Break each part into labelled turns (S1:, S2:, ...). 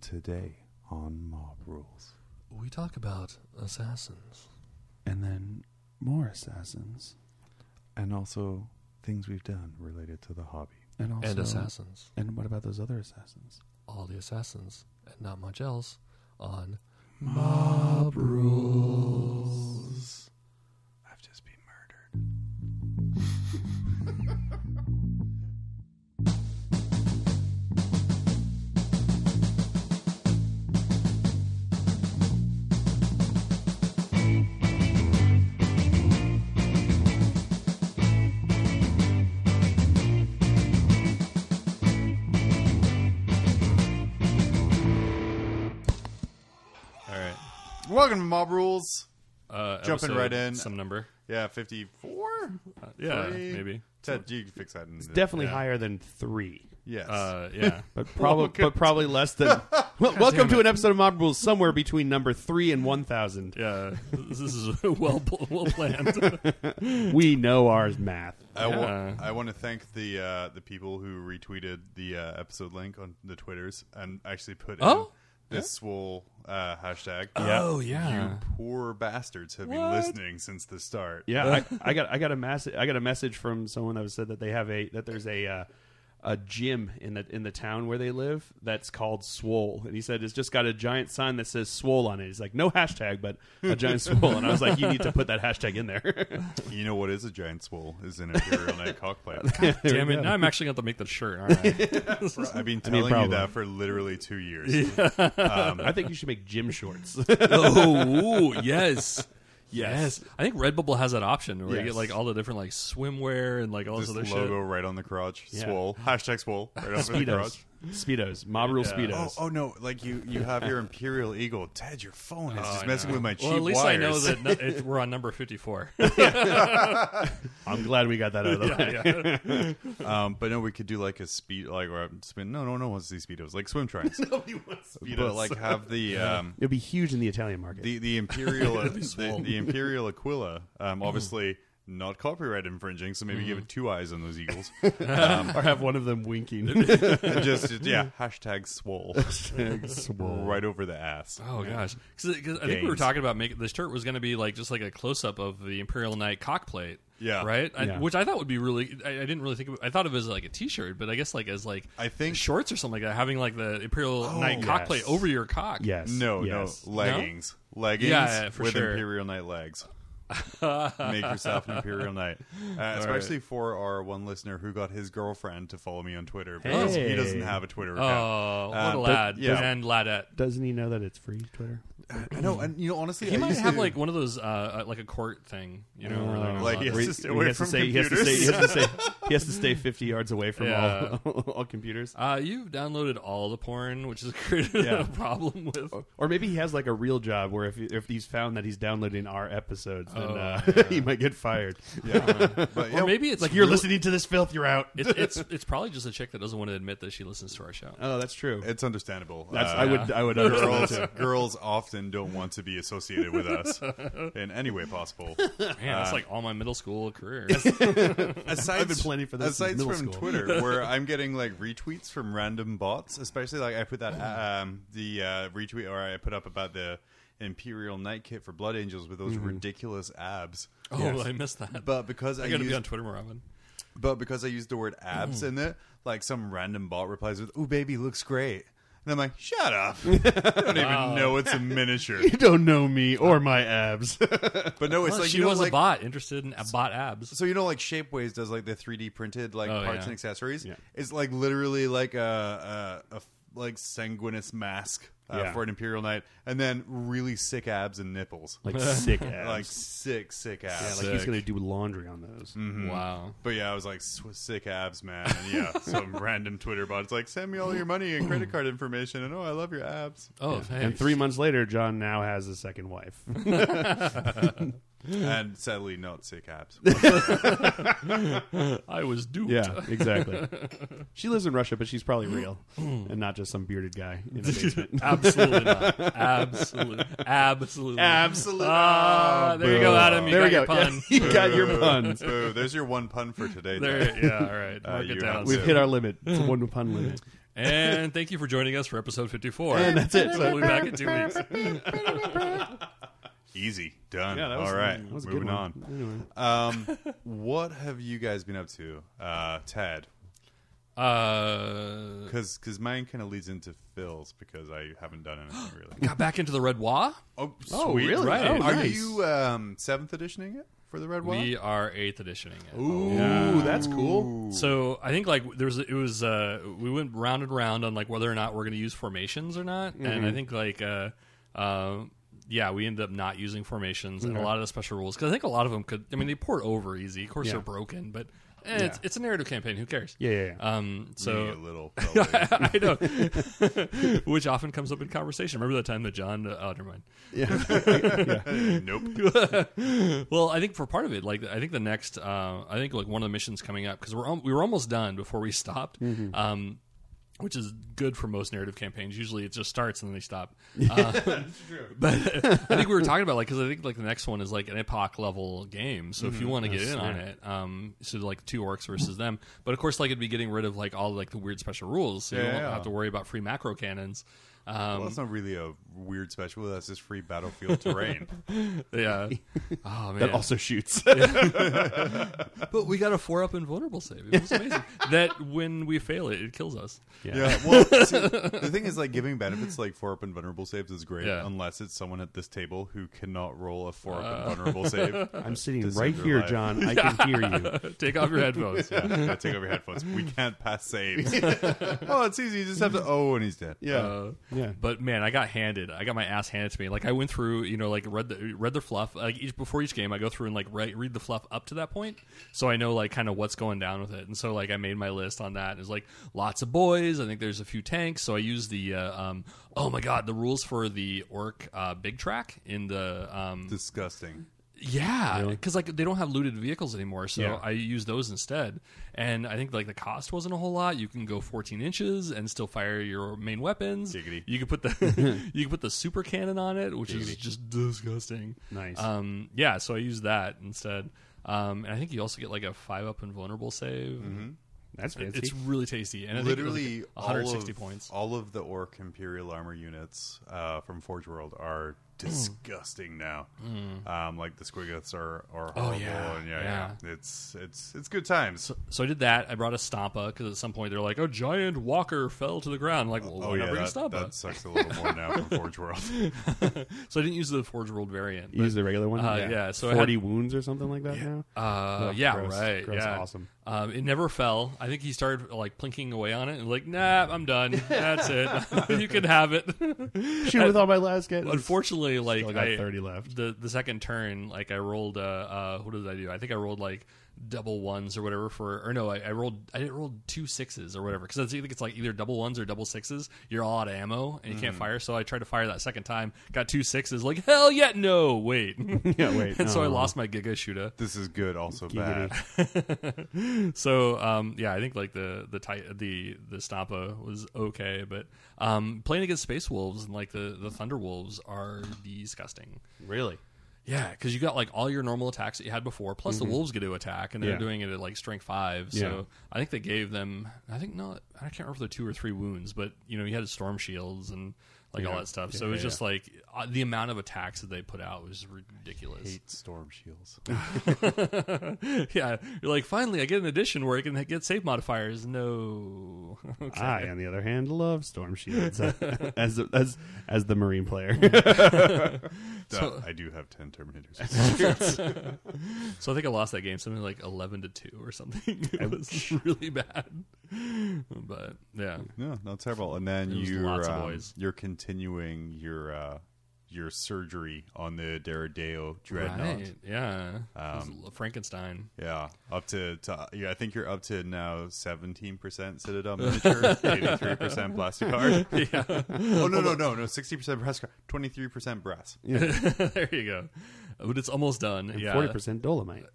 S1: today on Mob Rules.
S2: We talk about assassins.
S3: And then more assassins.
S1: And also things we've done related to the hobby.
S3: And also
S2: and assassins.
S3: And what about those other assassins?
S2: All the assassins and not much else on Mob Rules.
S1: I've just been murdered.
S4: All right.
S1: Welcome to Mob Rules.
S4: Uh,
S1: Jumping
S4: episode,
S1: right in.
S4: Some number.
S1: Yeah, 54?
S4: Uh, yeah,
S1: Three.
S4: maybe.
S1: Ted, you can fix that. In the-
S3: Definitely
S4: Yeah.
S3: higher than three.
S1: Yes.
S4: Uh, yeah.
S3: But, probably,
S1: Welcome
S3: but probably less than. Well, welcome to an episode of Mob Rules somewhere between number three and 1,000.
S4: yeah. This is well pl- well planned.
S3: We know ours math.
S1: I, wa-
S4: Yeah.
S1: I want to thank the uh, the people who retweeted the uh, episode link on the twitters and actually put
S2: Oh?
S1: in this swole uh, hashtag.
S2: Oh, yeah.
S1: You poor bastards have been
S2: What?
S1: listening since the start.
S3: Yeah, I, I got I got a message I got a message from someone that said that they have a that there's a uh, a gym in the in the town where they live that's called Swole, and he said it's just got a giant sign that says Swole on it. He's like, no hashtag, but a giant Swole, and I was like, you need to put that hashtag in there.
S1: You know what is a giant swole? Is an Imperial Knight cockplate.
S4: Damn it! Now I'm actually going to make the shirt. All right.
S1: I've been
S3: mean,
S1: telling you
S3: probably.
S1: that for literally two years.
S3: Um, I think you should make gym shorts.
S4: oh ooh, yes. Yes, I think Redbubble has that option where you get
S3: Yes.
S4: like all the different like swimwear and like all this
S1: This
S4: other
S1: logo
S4: shit.
S1: right on the crotch.
S3: Yeah.
S1: Swole. Hashtag swole. Right on the
S3: speedos,
S1: crotch.
S3: speedos, mob rule
S4: Yeah.
S3: speedos.
S1: Oh, oh no! Like you, you have your Imperial Eagle. Ted, your phone is
S4: Oh,
S1: just
S4: I
S1: messing
S4: know.
S1: with my cheap
S4: Well, at least I
S1: wires.
S4: know that no, it, we're on number fifty-four.
S3: I'm glad we got that out of the way.
S1: Um, but no, we could do like a speed, like or a spin. No, no, no one wants to see speedos, like swim trunks. But like have the um,
S3: It'd be huge in the Italian market.
S1: the the imperial the,
S4: swole.
S1: the imperial Aquila.
S4: Mm-hmm.
S1: Um, obviously not copyright infringing, so maybe give it two eyes on those eagles. um,
S3: or have one of them winking.
S1: and just yeah, hashtag swole
S3: Swole.
S1: right over the ass.
S4: Oh gosh, because I think we were
S1: Games.
S4: talking about making this shirt was going to be like just like a close up of the Imperial Knight cockplate.
S1: Yeah.
S4: right. I,
S3: Yeah.
S4: Which I thought would be really. I, I didn't really think. Of, I thought of it as like a T-shirt, but I guess like as like
S1: I think- Oh,
S4: shorts or something like that, having like the Imperial Knight
S1: yes.
S4: cockplate over your cock.
S3: Yes.
S1: No,
S3: yes.
S1: no leggings, leggings
S4: Yeah, yeah, for
S1: with
S4: sure.
S1: imperial knight legs. Make yourself an imperial knight, uh, especially for our one listener who got his girlfriend to follow me on Twitter because he
S3: Hey.
S1: doesn't have a Twitter
S4: Oh,
S1: account.
S4: what a
S1: Um,
S4: lad!
S1: yeah.
S4: and ladette.
S3: Doesn't he know that it's free Twitter?
S1: I know, and you know, honestly,
S4: Oh. He
S1: I
S4: might
S1: used
S4: have
S1: to-
S4: like one of those, uh, uh, like a court thing, you know, where they're not
S1: Like,
S4: allowed-
S1: yes.
S3: Where he-
S1: has to stay
S3: he
S1: away
S3: has
S1: from
S3: stay- he has to stay- he has to stay- he has to stay 50 yards away from
S4: Yeah.
S3: all, all computers.
S4: Uh, you've downloaded all the porn, which is created
S3: Yeah.
S4: a problem
S1: Uh,
S4: with.
S3: Or maybe he has like a real job where if if he's found that he's downloading our episodes, then
S4: Oh,
S3: uh, he might get fired.
S1: yeah, but, yeah,
S4: Or maybe it's
S3: Like you're
S4: really-
S3: listening to this filth, you're out.
S4: It's, it's it's probably just a chick that doesn't want to admit that she listens to our show.
S3: Oh, that's true.
S1: it's understandable.
S3: That's
S1: Uh,
S3: I would I would understand.
S1: girls girls often don't want to be associated with us in any way possible.
S4: Man, that's like all my middle school career.
S1: Aside
S3: I've been planning for this since
S1: Aside
S3: middle school.
S1: from Twitter, where I'm getting like retweets from random bots, especially like I put that um, the uh, retweet or I put up about the Imperial Night Kit for Blood Angels with
S3: Mm-hmm.
S1: those ridiculous abs.
S4: oh, I missed that.
S1: But because I,
S4: I gotta
S1: used,
S4: be on Twitter more often.
S1: but because I used the word abs in it, like some random bot replies with "Ooh, baby, looks great," and I'm like, "Shut up! I don't even know it's a miniature."
S3: You don't know me or my abs.
S1: But no, it's
S4: Well,
S1: like
S4: she
S1: you know,
S4: was
S1: like,
S4: a bot interested in a bot abs.
S1: So you know, like Shapeways does like the 3D printed like
S4: Oh,
S1: parts
S4: yeah.
S1: and accessories.
S3: Yeah.
S1: It's like literally like a, a, a f- like sanguinous mask uh,
S3: Yeah.
S1: for an Imperial Knight, and then really sick abs and nipples,
S3: like sick
S1: like,
S3: abs.
S1: sick sick Hmm.
S3: yeah,
S1: abs.
S3: like he's gonna do laundry on those.
S4: Wow.
S1: but yeah, I was like sw- sick abs, man. And yeah, some random Twitter bot's like, send me all your money and credit card information, and oh, I love your abs.
S4: Oh, hey.
S3: And three months later, John now has a second wife.
S1: and sadly, not sick abs.
S4: I was duped.
S3: Yeah, exactly. she lives in Russia, but she's probably real
S4: Hmm.
S3: and not just some bearded guy in a basement.
S4: absolutely not. Absolutely. Absolutely.
S3: Absolutely.
S4: Ah, there you go, Adam. You
S3: there
S4: got your
S3: we go.
S4: pun.
S3: Yeah, you got your puns.
S1: Boo. There's your one pun for today.
S4: There,
S1: There.
S4: yeah, all right. Mark
S1: you
S4: it down.
S1: have
S3: We've hit our limit. It's a one pun limit.
S4: And thank you for joining us for episode 54.
S3: And that's it. So-
S4: we'll be back in two weeks.
S1: Easy. Done.
S3: Yeah, that was,
S1: All right.
S3: that was a
S1: Moving
S3: good
S1: on.
S3: one. Anyway.
S1: Um, what have you guys been up to, uh, Ted?
S4: Uh,
S1: Because mine kind of leads into Phil's because I haven't done anything really.
S4: got back into the Red Wa.
S1: oh,
S3: Oh, sweet. really?
S1: Are
S4: Right. Oh,
S3: nice.
S1: you um, seventh editioning it for the Red Wall?
S4: We are eighth editioning it.
S1: Ooh,
S3: Ooh, that's cool.
S4: So I think like there was it was uh we went round and round on like whether or not we're going to use formations or not, and
S3: Mm-hmm.
S4: I think like uh um. yeah, we ended up not using formations and a lot of the special rules because I think a lot of them could. I mean, they port over easy. Of course,
S3: Yeah.
S4: they're broken, but eh, it's it's a narrative campaign. Who cares?
S3: Yeah, yeah, yeah.
S4: Um. So
S1: You little. fella.
S4: I know, which often comes up in conversation. Remember that time that John? Uh, oh, never mind.
S1: nope.
S4: well, I think for part of it, like I think the next, uh, I think like one of the missions coming up because we're al- we were almost done before we stopped,
S1: Mm-hmm.
S4: um, which is good for most narrative campaigns. Usually, it just starts and then they stop. Uh, But I think we were talking about like because I think like the next one is like an epoch level game. So if
S1: Mm-hmm.
S4: you want to get in on it, um, so like two orcs versus them. But of course, like it'd be getting rid of like all like the weird special rules. So you
S1: Yeah,
S4: won't
S1: yeah.
S4: have to worry about free macro cannons.
S1: Well,
S4: Um,
S1: that's not really a weird special. That's just free battlefield terrain.
S4: yeah. Oh man.
S3: That also shoots.
S4: But we got a four up invulnerable save. It was amazing. that when we fail it, it kills us.
S1: yeah. Well, see, the thing is, like giving benefits like four up and vulnerable saves is great,
S4: Yeah.
S1: unless it's someone at this table who cannot roll a four up
S3: Uh.
S1: and vulnerable save.
S3: I'm sitting
S1: This
S3: right
S1: is your
S3: here,
S1: life.
S3: John. I can hear you.
S4: Take off your headphones.
S1: Yeah, gotta take over your headphones. We can't pass saves. oh, it's easy. You just have to. Oh, and he's dead.
S3: Yeah.
S4: Uh,
S3: yeah.
S4: But man, I got handed. I got my ass handed to me. Like I went through, you know, like read the read the fluff. Like each before each game, I go through and like re- read the fluff up to that point, so I know like kind of what's going down with it. And so like I made my list on that. It's like lots of boys. I think there's a few tanks. So I used the uh, um, oh my god, the rules for the orc uh, big track in the um,
S1: Disgusting.
S4: Yeah, because like they don't have looted vehicles anymore, so
S3: Yeah.
S4: I use those instead. And I think like the cost wasn't a whole lot. You can go 14 inches and still fire your main weapons.
S1: Giggity.
S4: You could put the you could put the super cannon on it, which is just disgusting.
S3: Nice.
S4: Um, yeah, so I used that instead. Um, and I think you also get like a five up invulnerable save.
S3: That's fancy.
S4: It's really tasty, and I think it was, like,
S1: Mm-hmm. Literally, all
S4: 160
S1: of,
S4: points.
S1: All of the orc imperial armor units uh, from Forge World are
S4: Mm.
S1: disgusting now. Um, like the squiggles are, are horrible.
S4: Oh, yeah,
S1: and yeah, yeah. It's it's it's good times.
S4: So I did that. I brought a Stompa because at some point they're like, "A giant walker fell to the ground." I'm like, well,
S1: oh
S4: why
S1: yeah,
S4: not bring a
S1: that,
S4: Stompa?
S1: that sucks a little more now from Forge World.
S4: So I didn't use the Forge World variant.
S3: You use the regular one.
S4: Uh, yeah, so I
S3: 40 wounds or something like that now.
S4: Uh,
S3: Ugh,
S4: yeah,
S3: Oh, gross.
S4: right.
S3: Gross,
S4: yeah,
S3: awesome.
S4: Um, it never fell. I think he started like plinking away on it and like, nah, I'm done. That's it. you can have it.
S3: Shoot with all my last get.
S4: Unfortunately, like
S3: Still got
S4: I,
S3: 30 left.
S4: The the second turn, like I rolled. Uh, uh, what did I do? I think I rolled like double ones or whatever for, or no, I, I rolled. I didn't roll two sixes or whatever because I think it's like either double ones or double sixes. You're all out of ammo and you
S3: Mm.
S4: can't fire. So I tried to fire that second time. Got two sixes. Like hell yeah, no wait. and
S3: Yeah, wait.
S4: so I
S3: no.
S4: lost my Giga Shooter.
S1: This is good, also
S3: Giggity.
S1: bad.
S4: So um, yeah, I think like the the ti- the the Stampa was okay, but um, playing against Space Wolves and like the the Thunder Wolves are disgusting.
S3: Really?
S4: Yeah, because you got like all your normal attacks that you had before, plus the wolves get to attack, and they're
S3: Mm-hmm. Yeah.
S4: doing it at like strength five. So
S3: Yeah.
S4: I think they gave them, I think no, I can't remember if they're two or three wounds, but you know you had storm shields and like all
S3: Yeah.
S4: that stuff. so it was just like uh, the amount of attacks that they put out was ridiculous.
S1: Eight storm shields.
S4: yeah, you're like, finally, I get an addition where I can get save modifiers. No, okay.
S3: I, on the other hand, love storm shields uh, as as as the marine player.
S1: Duh, I do have ten Terminators.
S4: so I think I lost that game something like eleven to two or something. It was really bad, but yeah,
S1: No, not terrible. And then
S4: It was
S1: you're
S4: lots of
S1: um,
S4: boys.
S1: you're continuing your uh, your surgery on the Derrideo dreadnought. Um,
S4: Right, yeah, It was Frankenstein.
S1: Yeah, up to, to yeah, I think you're up to now seventeen percent Citadel miniature, eighty three percent Plasticard.
S4: Yeah,
S1: Oh no no no no sixty percent brass, twenty three percent brass.
S4: there you go. Uh, But it's almost done. yeah,
S3: Forty percent dolomite.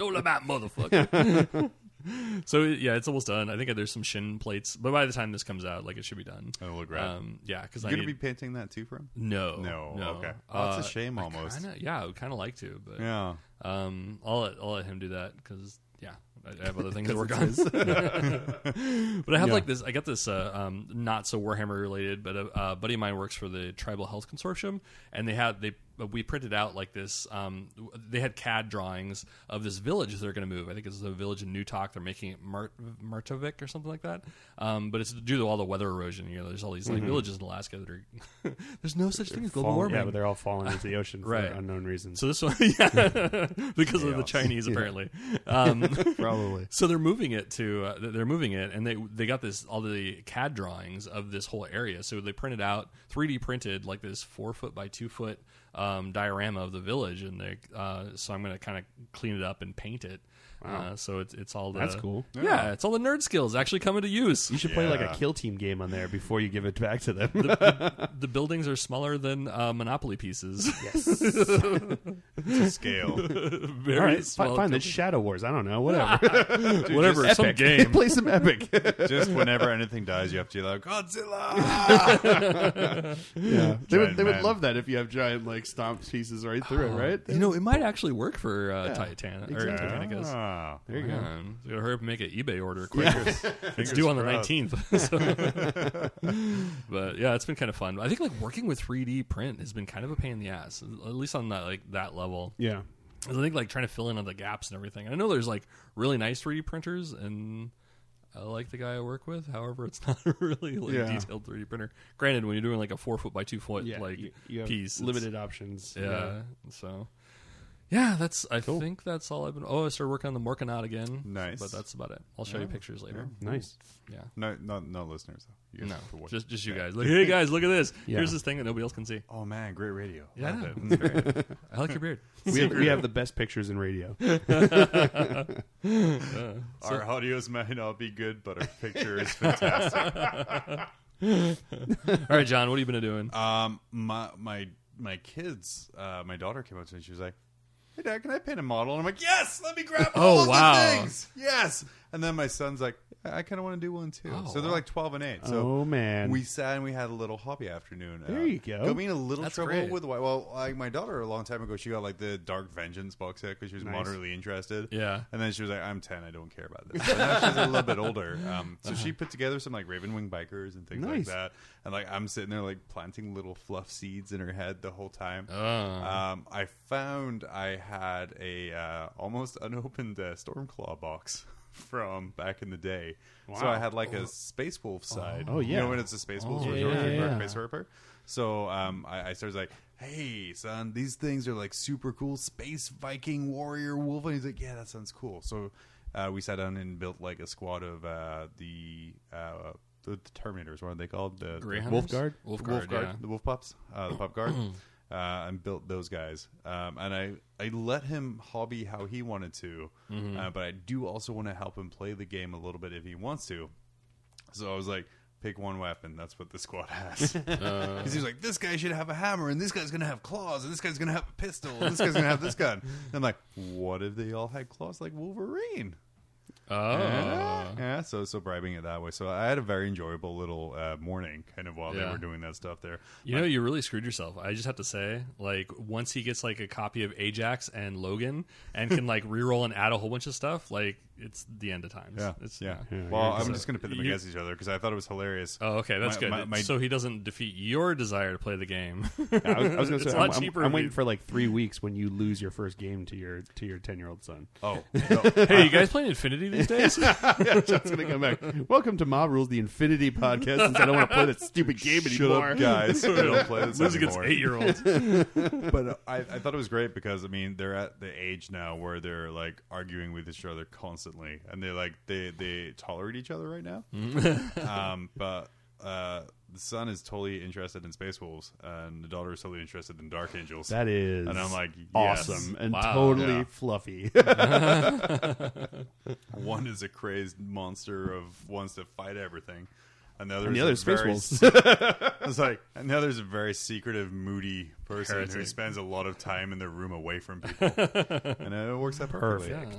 S4: Don't let that motherfucker. so yeah, it's almost done. I think there's some shin plates, but by the time this comes out, like it should be done.
S1: It'll Oh, look rad.
S4: Um, yeah, because
S1: You
S4: I
S1: gonna
S4: need-
S1: be painting that too for him?
S4: No,
S1: No,
S4: no. Uh,
S1: okay. Oh, that's a shame
S4: I
S1: almost.
S4: Uh, Kinda, yeah, I would kind of like to, but
S1: Yeah,
S4: um, I'll let, I'll let him do that because yeah, I, I have other things to work on. but I have like this. I got this uh, um, not so Warhammer related, but a, a buddy of mine works for the Tribal Health Consortium, and they had they we printed out like this. Um, they had CAD drawings of this village they're going to move. I think it's a village in Newtok. They're making it Mart- Martovic or something like that. Um, but it's due to all the weather erosion. You know, there's all these like villages in Alaska that are. there's no such thing as global
S3: Falling-
S4: warming.
S3: Mm-hmm. yeah, but they're all falling into the ocean
S4: Right.
S3: for unknown reasons.
S4: so this one, yeah, because of the Chinese apparently. Um,
S2: Probably.
S4: So they're moving it to uh, th- they're moving it, and they they got this all the CAD drawings of this whole area. So they printed out 3D printed like this four foot by two foot um, diorama of the village, and they uh, so I'm gonna kind of clean it up and paint it. Uh, so it's it's all the,
S3: That's cool.
S4: Yeah, it's all the nerd skills actually coming to use.
S3: you should play like a
S1: Yeah.
S3: kill team game on there before you give it back to them.
S4: the buildings are smaller than uh, Monopoly pieces.
S1: to scale.
S4: Very
S3: all right,
S4: small
S3: fine. fine then Shadow Wars. I don't know. Whatever.
S4: whatever some game.
S3: play some epic.
S1: Just whenever anything dies, you have to be like Godzilla.
S3: yeah, they would.
S1: Giant
S3: They would
S1: man.
S3: love that if you have giant like stomp pieces right through it. Right.
S4: You know, it might actually work for uh, Titan- or Titanicus.
S1: Ah.
S3: There you go.
S4: Man, we gotta hurry up and make an eBay order quick. it's due on the
S1: crossed.
S4: nineteenth. but yeah, it's been kind of fun. I think like working with 3D print has been kind of a pain in the ass, at least on that like that level.
S3: Yeah.
S4: 'Cause I think like trying to fill in on the gaps and everything. I know there's like really nice 3D printers, and I like the guy I work with. However, it's not a really like
S3: Yeah.
S4: detailed 3D printer. Granted, when you're doing like a four foot by two foot like
S3: you, you have
S4: piece, it's-
S3: limited options.
S4: yeah. So, yeah, that's. I think that's all I've been. Oh, I started working on the Morkanot again.
S1: Nice.
S4: but that's about it. I'll show you pictures later.
S3: Nice.
S4: Yeah.
S1: No, not not listeners. Though. You guys
S4: No,
S1: for what-
S4: just just you guys. Like, hey guys, look at this.
S3: Yeah.
S4: Here's this thing that nobody else can see.
S1: Oh man, great radio.
S4: Yeah,
S1: Love it.
S4: that's great. I like your beard.
S3: We have, we have the best pictures in radio.
S1: Our audios might not be good, but our picture is fantastic.
S4: All right, John, what have you been doing?
S1: Um, my my my kids, uh, my daughter came up to me. and She was like, "Hey, Dad, can I paint a model?" And I'm like, "Yes, let me grab all
S4: Oh,
S1: of
S4: wow.
S1: the things." Yes. And then my son's like, "I, I kind of want to do one too."
S4: Oh,
S1: so they're
S4: wow.
S1: like 12 and 8. So
S3: oh man.
S1: we sat and we had a little hobby afternoon. Uh,
S3: There you go.
S1: Got me in a little
S4: That's
S1: trouble
S4: great.
S1: with why. Well, like my daughter a long time ago, she got like the Dark Vengeance box set because she was
S3: Nice.
S1: moderately interested.
S4: Yeah.
S1: And then she was like, "I'm 10. I don't care about this." But now she's a little bit older, um, so she put together some like Raven Wing bikers and things
S3: Nice.
S1: like that. And like I'm sitting there like planting little fluff seeds in her head the whole time.
S4: Uh,
S1: Um, I found I had a uh, almost unopened uh, Stormclaw box from back in the day. So
S3: Wow.
S1: I had like a Space Wolf side.
S3: Oh, yeah.
S1: you know when it's a Space Wolf
S4: Oh,
S1: or
S4: yeah,
S1: Dark
S3: yeah,
S1: Space Harper. So um, I, I started like, "Hey, son, these things are like super cool space Viking warrior wolf," and he's like, "Yeah, that sounds cool." So uh, we sat down and built like a squad of uh, the. Uh, the Terminators, what are they called? The, the
S4: Greyhounders?
S3: Wolfguard?
S4: Wolfguard.
S1: Wolf Guard,
S4: yeah.
S1: the Wolf Pups, uh, the Pup Guard, uh, and built those guys. Um, and I, I let him hobby how he wanted to, uh, but I do also want to help him play the game a little bit if he wants to. So I was like, pick one weapon. That's what the squad has. Because he was like, this guy should have a hammer, and this guy's going to have claws, and this guy's going to have a pistol, and this guy's going to have this gun. And I'm like, what if they all had claws like Wolverine? uh,
S4: Oh,
S1: Yeah, yeah, so so bribing it that way. So I had a very enjoyable little uh, morning, kind of while
S4: Yeah.
S1: they were doing that stuff there.
S4: you know, you really screwed yourself. I just have to say, like, once he gets like a copy of Ajax and Logan and can like reroll and add a whole bunch of stuff, like it's the end of times.
S1: Yeah,
S4: it's,
S1: yeah.
S3: yeah,
S1: Well,
S3: yeah.
S1: I'm
S4: So
S1: just going to put them
S4: you-
S1: against each other because I thought it was hilarious.
S4: Oh, okay, that's
S1: My-
S4: good.
S1: my- my-
S4: so he doesn't defeat your desire to play the game.
S3: Yeah, I was, I was gonna
S4: It's
S3: say
S4: a lot
S3: I'm, I'm-
S4: cheaper
S3: I'm
S4: if
S3: waiting
S4: you-
S3: for like three weeks when you lose your first game to your to your ten year old son.
S1: Oh, no.
S4: hey, you guys playing Infinity these days?
S3: It's gonna come back. Welcome to Mob Rules, the Infinity Podcast. Since I don't want to play that stupid game
S1: shut
S3: anymore.
S1: up, guys! I don't play this
S4: Lose against
S1: anymore.
S4: eight year olds.
S1: But uh, I, I thought it was great because I mean they're at the age now where they're like arguing with each other constantly, and they like they they tolerate each other right now. um, but uh, the son is totally interested in space wolves, and the daughter is totally interested in dark angels.
S3: That is,
S1: And I'm like, yes.
S3: awesome and
S4: Wow.
S3: totally
S1: Yeah.
S3: fluffy.
S1: One is a crazed monster of wants to fight everything, and the other
S3: and the
S1: is
S3: other
S1: a
S3: is Space
S1: very
S3: Wolves.
S1: It's like, and the other's a very secretive, moody person who
S4: Heretic.
S1: spends a lot of time in their room away from people, and it works out perfectly.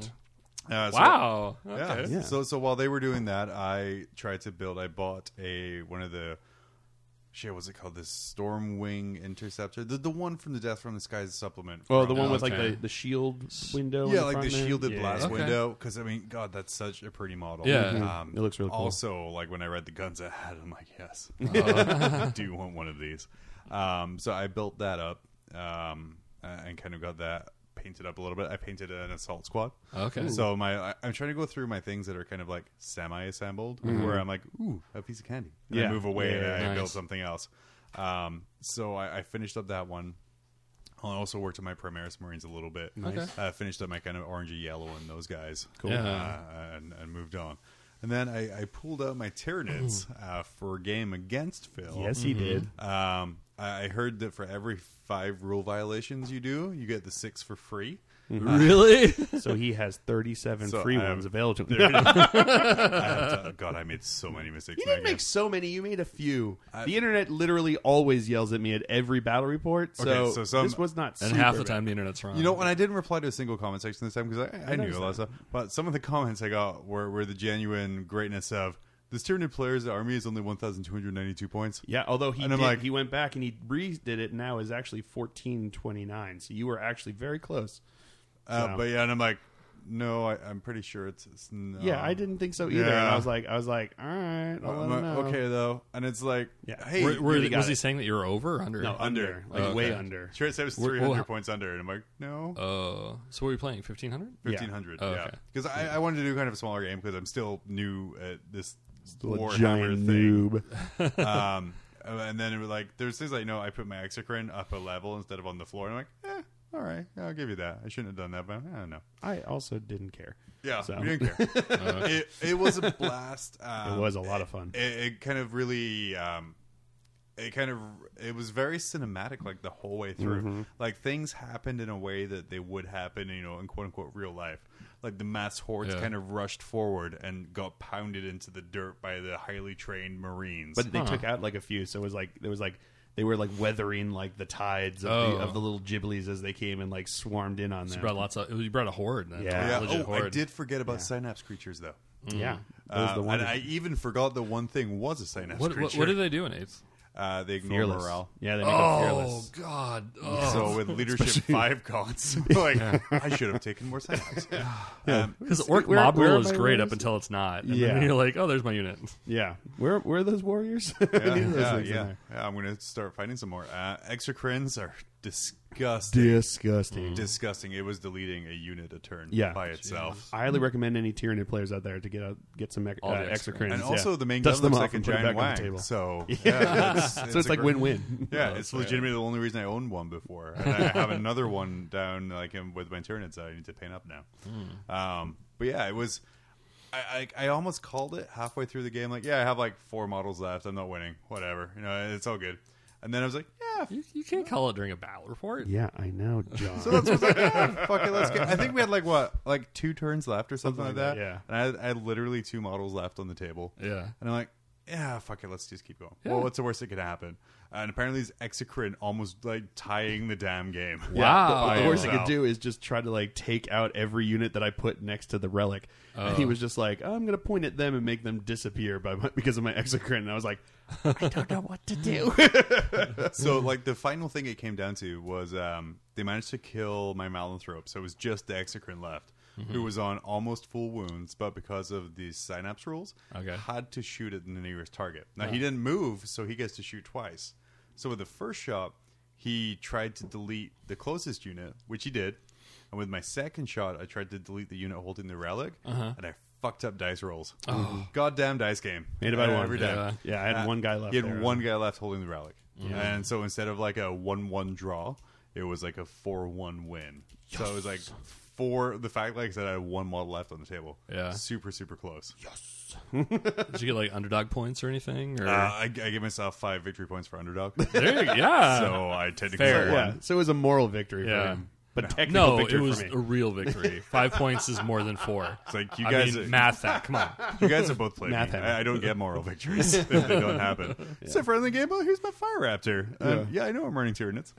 S1: Uh, so-
S4: Wow.
S1: yeah.
S4: Okay.
S3: Yeah.
S1: So, so while they were doing that, I tried to build. I bought a one of the shit, what's it called? This Stormwing Interceptor, the the one from the Death from the Skies supplement.
S3: Oh, the
S1: from-
S3: one with like
S4: Okay.
S3: the, the shield window. in
S1: yeah, like
S3: front
S1: the
S3: there.
S1: shielded
S3: Yeah.
S1: blast
S4: Okay.
S1: window. Because I mean, God, that's such a pretty model.
S4: Yeah. Mhm.
S1: um,
S3: Mm-hmm. It looks really cool.
S1: Also, like when I read the guns I had, I'm like, yes,
S3: Uh-huh.
S1: I do want one of these. Um, so I built that up um, uh, and kind of got that painted up a little bit. I painted an assault squad.
S4: Okay.
S1: So my I- I'm trying to go through my things that are kind of like semi-assembled, where I'm like, ooh, a piece of candy. And I
S3: Yeah.
S1: move away and
S3: Yeah.
S1: I build
S4: Mm-hmm. Nice.
S1: something else. Um, so I, I finished up that one. I also worked on my Primaris Marines a little bit.
S4: Okay.
S1: Uh, finished up my kind of orangey yellow and those guys.
S4: Cool. Yeah.
S1: Uh, and, and moved on. And then I, I pulled out my Tyranids uh, for a game against Phil.
S3: Yes, he did.
S1: Um, I I heard that for every five rule violations you do, you get the six for free.
S4: really?
S3: So he has 37
S1: So
S3: free
S1: I have-
S3: ones available to
S1: There
S3: him.
S1: it is. I have to- God, I made so many mistakes.
S3: You
S1: in that
S3: didn't make
S1: game.
S3: so many. You made a few. the internet literally always yells at me at every battle report. So,
S1: Okay, so some-
S3: this was not.
S4: and
S3: super
S4: half the
S3: bad.
S4: time the internet's wrong.
S1: You know, and I didn't reply to a single comment section this time because I, I knew
S3: noticed
S1: a lot of stuff. But some of the comments I got were, were the genuine greatness of this Tyranid player's army is only 1,292 points. Uh,
S3: Yeah, although he
S1: And I'm
S3: did,
S1: like-
S3: he went back and he redid it. Now is actually fourteen twenty nine. So you were actually very close.
S1: Uh,
S3: So-
S1: But yeah, and I'm like, no, I, I'm pretty sure it's. it's no.
S3: yeah, I didn't think so either. And
S1: Yeah.
S3: I was like, I was like, all right, I'll let
S1: I'm
S3: him
S1: like,
S3: know.
S1: okay, though. And it's like,
S3: Yeah.
S1: hey,
S4: Were- were-
S3: really got
S4: was he
S3: it.
S4: saying that you're over or under?
S3: no, under,
S1: Under.
S3: like
S4: Okay.
S3: way under.
S1: Sure, it says
S4: We're-
S1: 300
S4: well-
S1: points under. And I'm like, no.
S4: Oh, so what were you playing? Fifteen hundred?
S3: Yeah.
S1: 1500
S4: Oh,
S1: yeah
S4: okay.
S1: because I, I wanted to do kind of a smaller game because i'm still new at this
S3: Little
S1: Warhammer
S3: giant
S1: thing
S3: noob.
S1: um, and then it was like there's things like no, I put my exocrine up a level instead of on the floor. And I'm like, eh, all right, I'll give you that. I shouldn't have done that, but eh, I don't know.
S3: I also didn't care.
S1: Yeah,
S3: So.
S1: we didn't care. it, it was a blast.
S3: It
S1: Um,
S3: was a lot of fun.
S1: Uh, It, it kind of really. Um, it kind of it was very cinematic like the whole way through like things happened in a way that they would happen you know in quote unquote real life like the mass hordes
S4: Yeah.
S1: kind of rushed forward and got pounded into the dirt by the highly trained marines
S3: But they
S4: Huh.
S3: took out like a few, so it was like there was like they were like weathering like the tides of,
S4: Oh.
S3: the, of the little gibblies as they came and like swarmed in on
S4: You
S3: them.
S4: brought lots of. You brought a horde. Then.
S3: Yeah.
S4: A
S1: yeah
S4: Legit
S1: oh
S4: horde.
S1: i did forget about synapse creatures though
S3: Yeah, that was
S1: Uh,
S3: the one.
S1: and I even forgot the one thing was a synapse
S4: What, what,
S1: creature.
S4: what do they do in eighth?
S1: uh, they ignore
S3: fearless.
S1: morale.
S3: Yeah, they make
S4: Oh
S3: them fearless.
S4: God. Oh.
S1: So with leadership five cons, like I should have taken more synapse. Um,
S4: Because orc
S3: Where-
S4: mob
S3: where
S4: rule
S3: are
S4: is
S3: my
S4: great up
S3: warriors?
S4: until it's not. And
S3: Yeah.
S4: then you're like, oh, there's my unit.
S3: Yeah, where where are those warriors?
S1: yeah,
S3: These are those
S1: yeah,
S3: things in
S1: yeah.
S3: there.
S1: Yeah, I'm gonna start finding some more. Uh, exocrines are disgusting. Mm-hmm.
S3: Disgusting.
S1: Disgusting. It was deleting a unit a turn
S3: Yeah.
S1: by itself.
S3: I highly recommend any Tyranid players out there to get a, get some ec- uh,
S4: All the extra
S3: extra crins.
S1: And
S3: yeah.
S1: also, the main gun
S3: Dust them
S1: looks
S3: off
S1: like a
S3: and put it
S1: giant
S3: back on
S1: wang.
S3: the table.
S1: So yeah, it's,
S3: so it's
S1: a
S3: like
S1: great-
S3: win win.
S1: Yeah, it's legitimately the only reason I owned one before, and I have another one down like in- with my Tyranids that I need to paint up now. Um, but yeah, it was. I, I I almost called it halfway through the game. Like, yeah, I have like four models left. I'm not winning. Whatever, you know, it's all good. And then I was like, yeah,
S4: You, you can't call it during a battle report.
S3: Yeah, I know, John.
S1: fuck it, let's get. I think we had like what, like two turns left or something,
S3: Something
S1: like
S3: like
S1: that.
S3: that,
S1: And I, I had literally two models left on the table.
S4: Yeah.
S1: And I'm like, yeah, fuck it, let's just keep going.
S4: Yeah.
S1: Well, what's the worst that could happen? Uh, And apparently, this Exocrine almost like tying the damn game.
S4: Wow.
S3: the, the worst
S1: Yeah.
S3: he could do is just try to like take out every unit that I put next to the relic. And he was just like, "Oh, "I'm going to point at them and make them disappear by my, because of my exocrine." And I was like, "I don't know what to do."
S1: so
S3: Mm-hmm.
S1: like the final thing it came down to was um, they managed to kill my Malanthrope, so it was just the Exocrine left,
S3: Mm-hmm.
S1: who was on almost full wounds, but because of the synapse rules,
S4: Okay.
S1: had to shoot at the nearest target. Now
S3: Oh.
S1: he didn't move, so he gets to shoot twice. So with the first shot, he tried to delete the closest unit, which he did, and with my second shot, I tried to delete the unit holding the relic,
S3: Uh-huh.
S1: and I fucked up dice rolls. Goddamn dice game.
S3: Oh. Made it by
S1: Uh,
S3: one.
S1: every time.
S4: Yeah.
S3: yeah, I had
S1: Uh,
S3: one guy left.
S1: He had
S3: there.
S1: one guy left holding the relic, and so instead of like a one-one draw, it was like a four-one win. So it was like four. The fact, like I said, I had one model left on the table.
S4: Yeah.
S1: super super close.
S4: Did you get like underdog points or anything? Or
S1: Uh, I, I gave myself five victory points for underdog, so
S4: there, you- yeah.
S1: I technically
S4: Fair.
S1: won.
S3: Yeah, so it was a moral victory for
S4: Yeah.
S3: him, but technical
S4: no, it
S3: victory
S4: was
S3: for
S4: a
S3: me.
S4: real victory. Five points is more than four.
S1: It's like you
S4: I
S1: guys,
S4: mean, math that. Come on.
S1: you guys have both played.
S3: Math
S1: me.
S3: hammer.
S1: I, I don't get moral victories if they don't happen. Except for in the game, oh, here's my fire raptor. Um, yeah. I know I'm running Tyranids.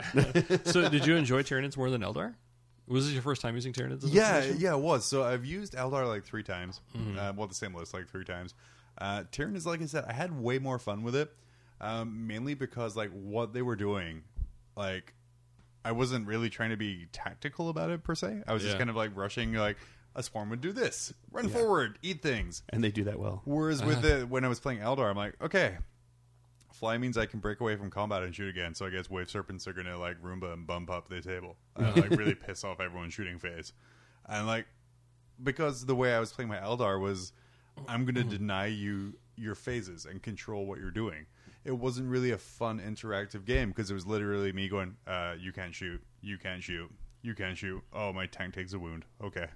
S4: So, did you enjoy Tyranids more than Eldar? Was this your first time using Tyranids? as a
S1: Yeah,
S4: solution?
S1: yeah, it was. So I've used Eldar like three times. Uh, well, the same list like three times. Uh, Tyranid is like I said, I had way more fun with it. um, mainly because like what they were doing, like I wasn't really trying to be tactical about it per se. I was just
S4: Yeah.
S1: kind of like rushing, like a swarm would do this, run forward, eat things.
S3: and they do that well.
S1: Whereas with the when I was playing Eldar, I'm like, okay, fly means I can break away from combat and shoot again. So I guess wave serpents are gonna like Roomba and bump up the table, uh, like really piss off everyone's shooting phase, and like because the way I was playing my Eldar was, I'm gonna deny you your phases and control what you're doing. It wasn't really a fun interactive game because it was literally me going, uh, "You can't shoot, you can't shoot, you can't shoot." Oh, my tank takes a wound. Okay,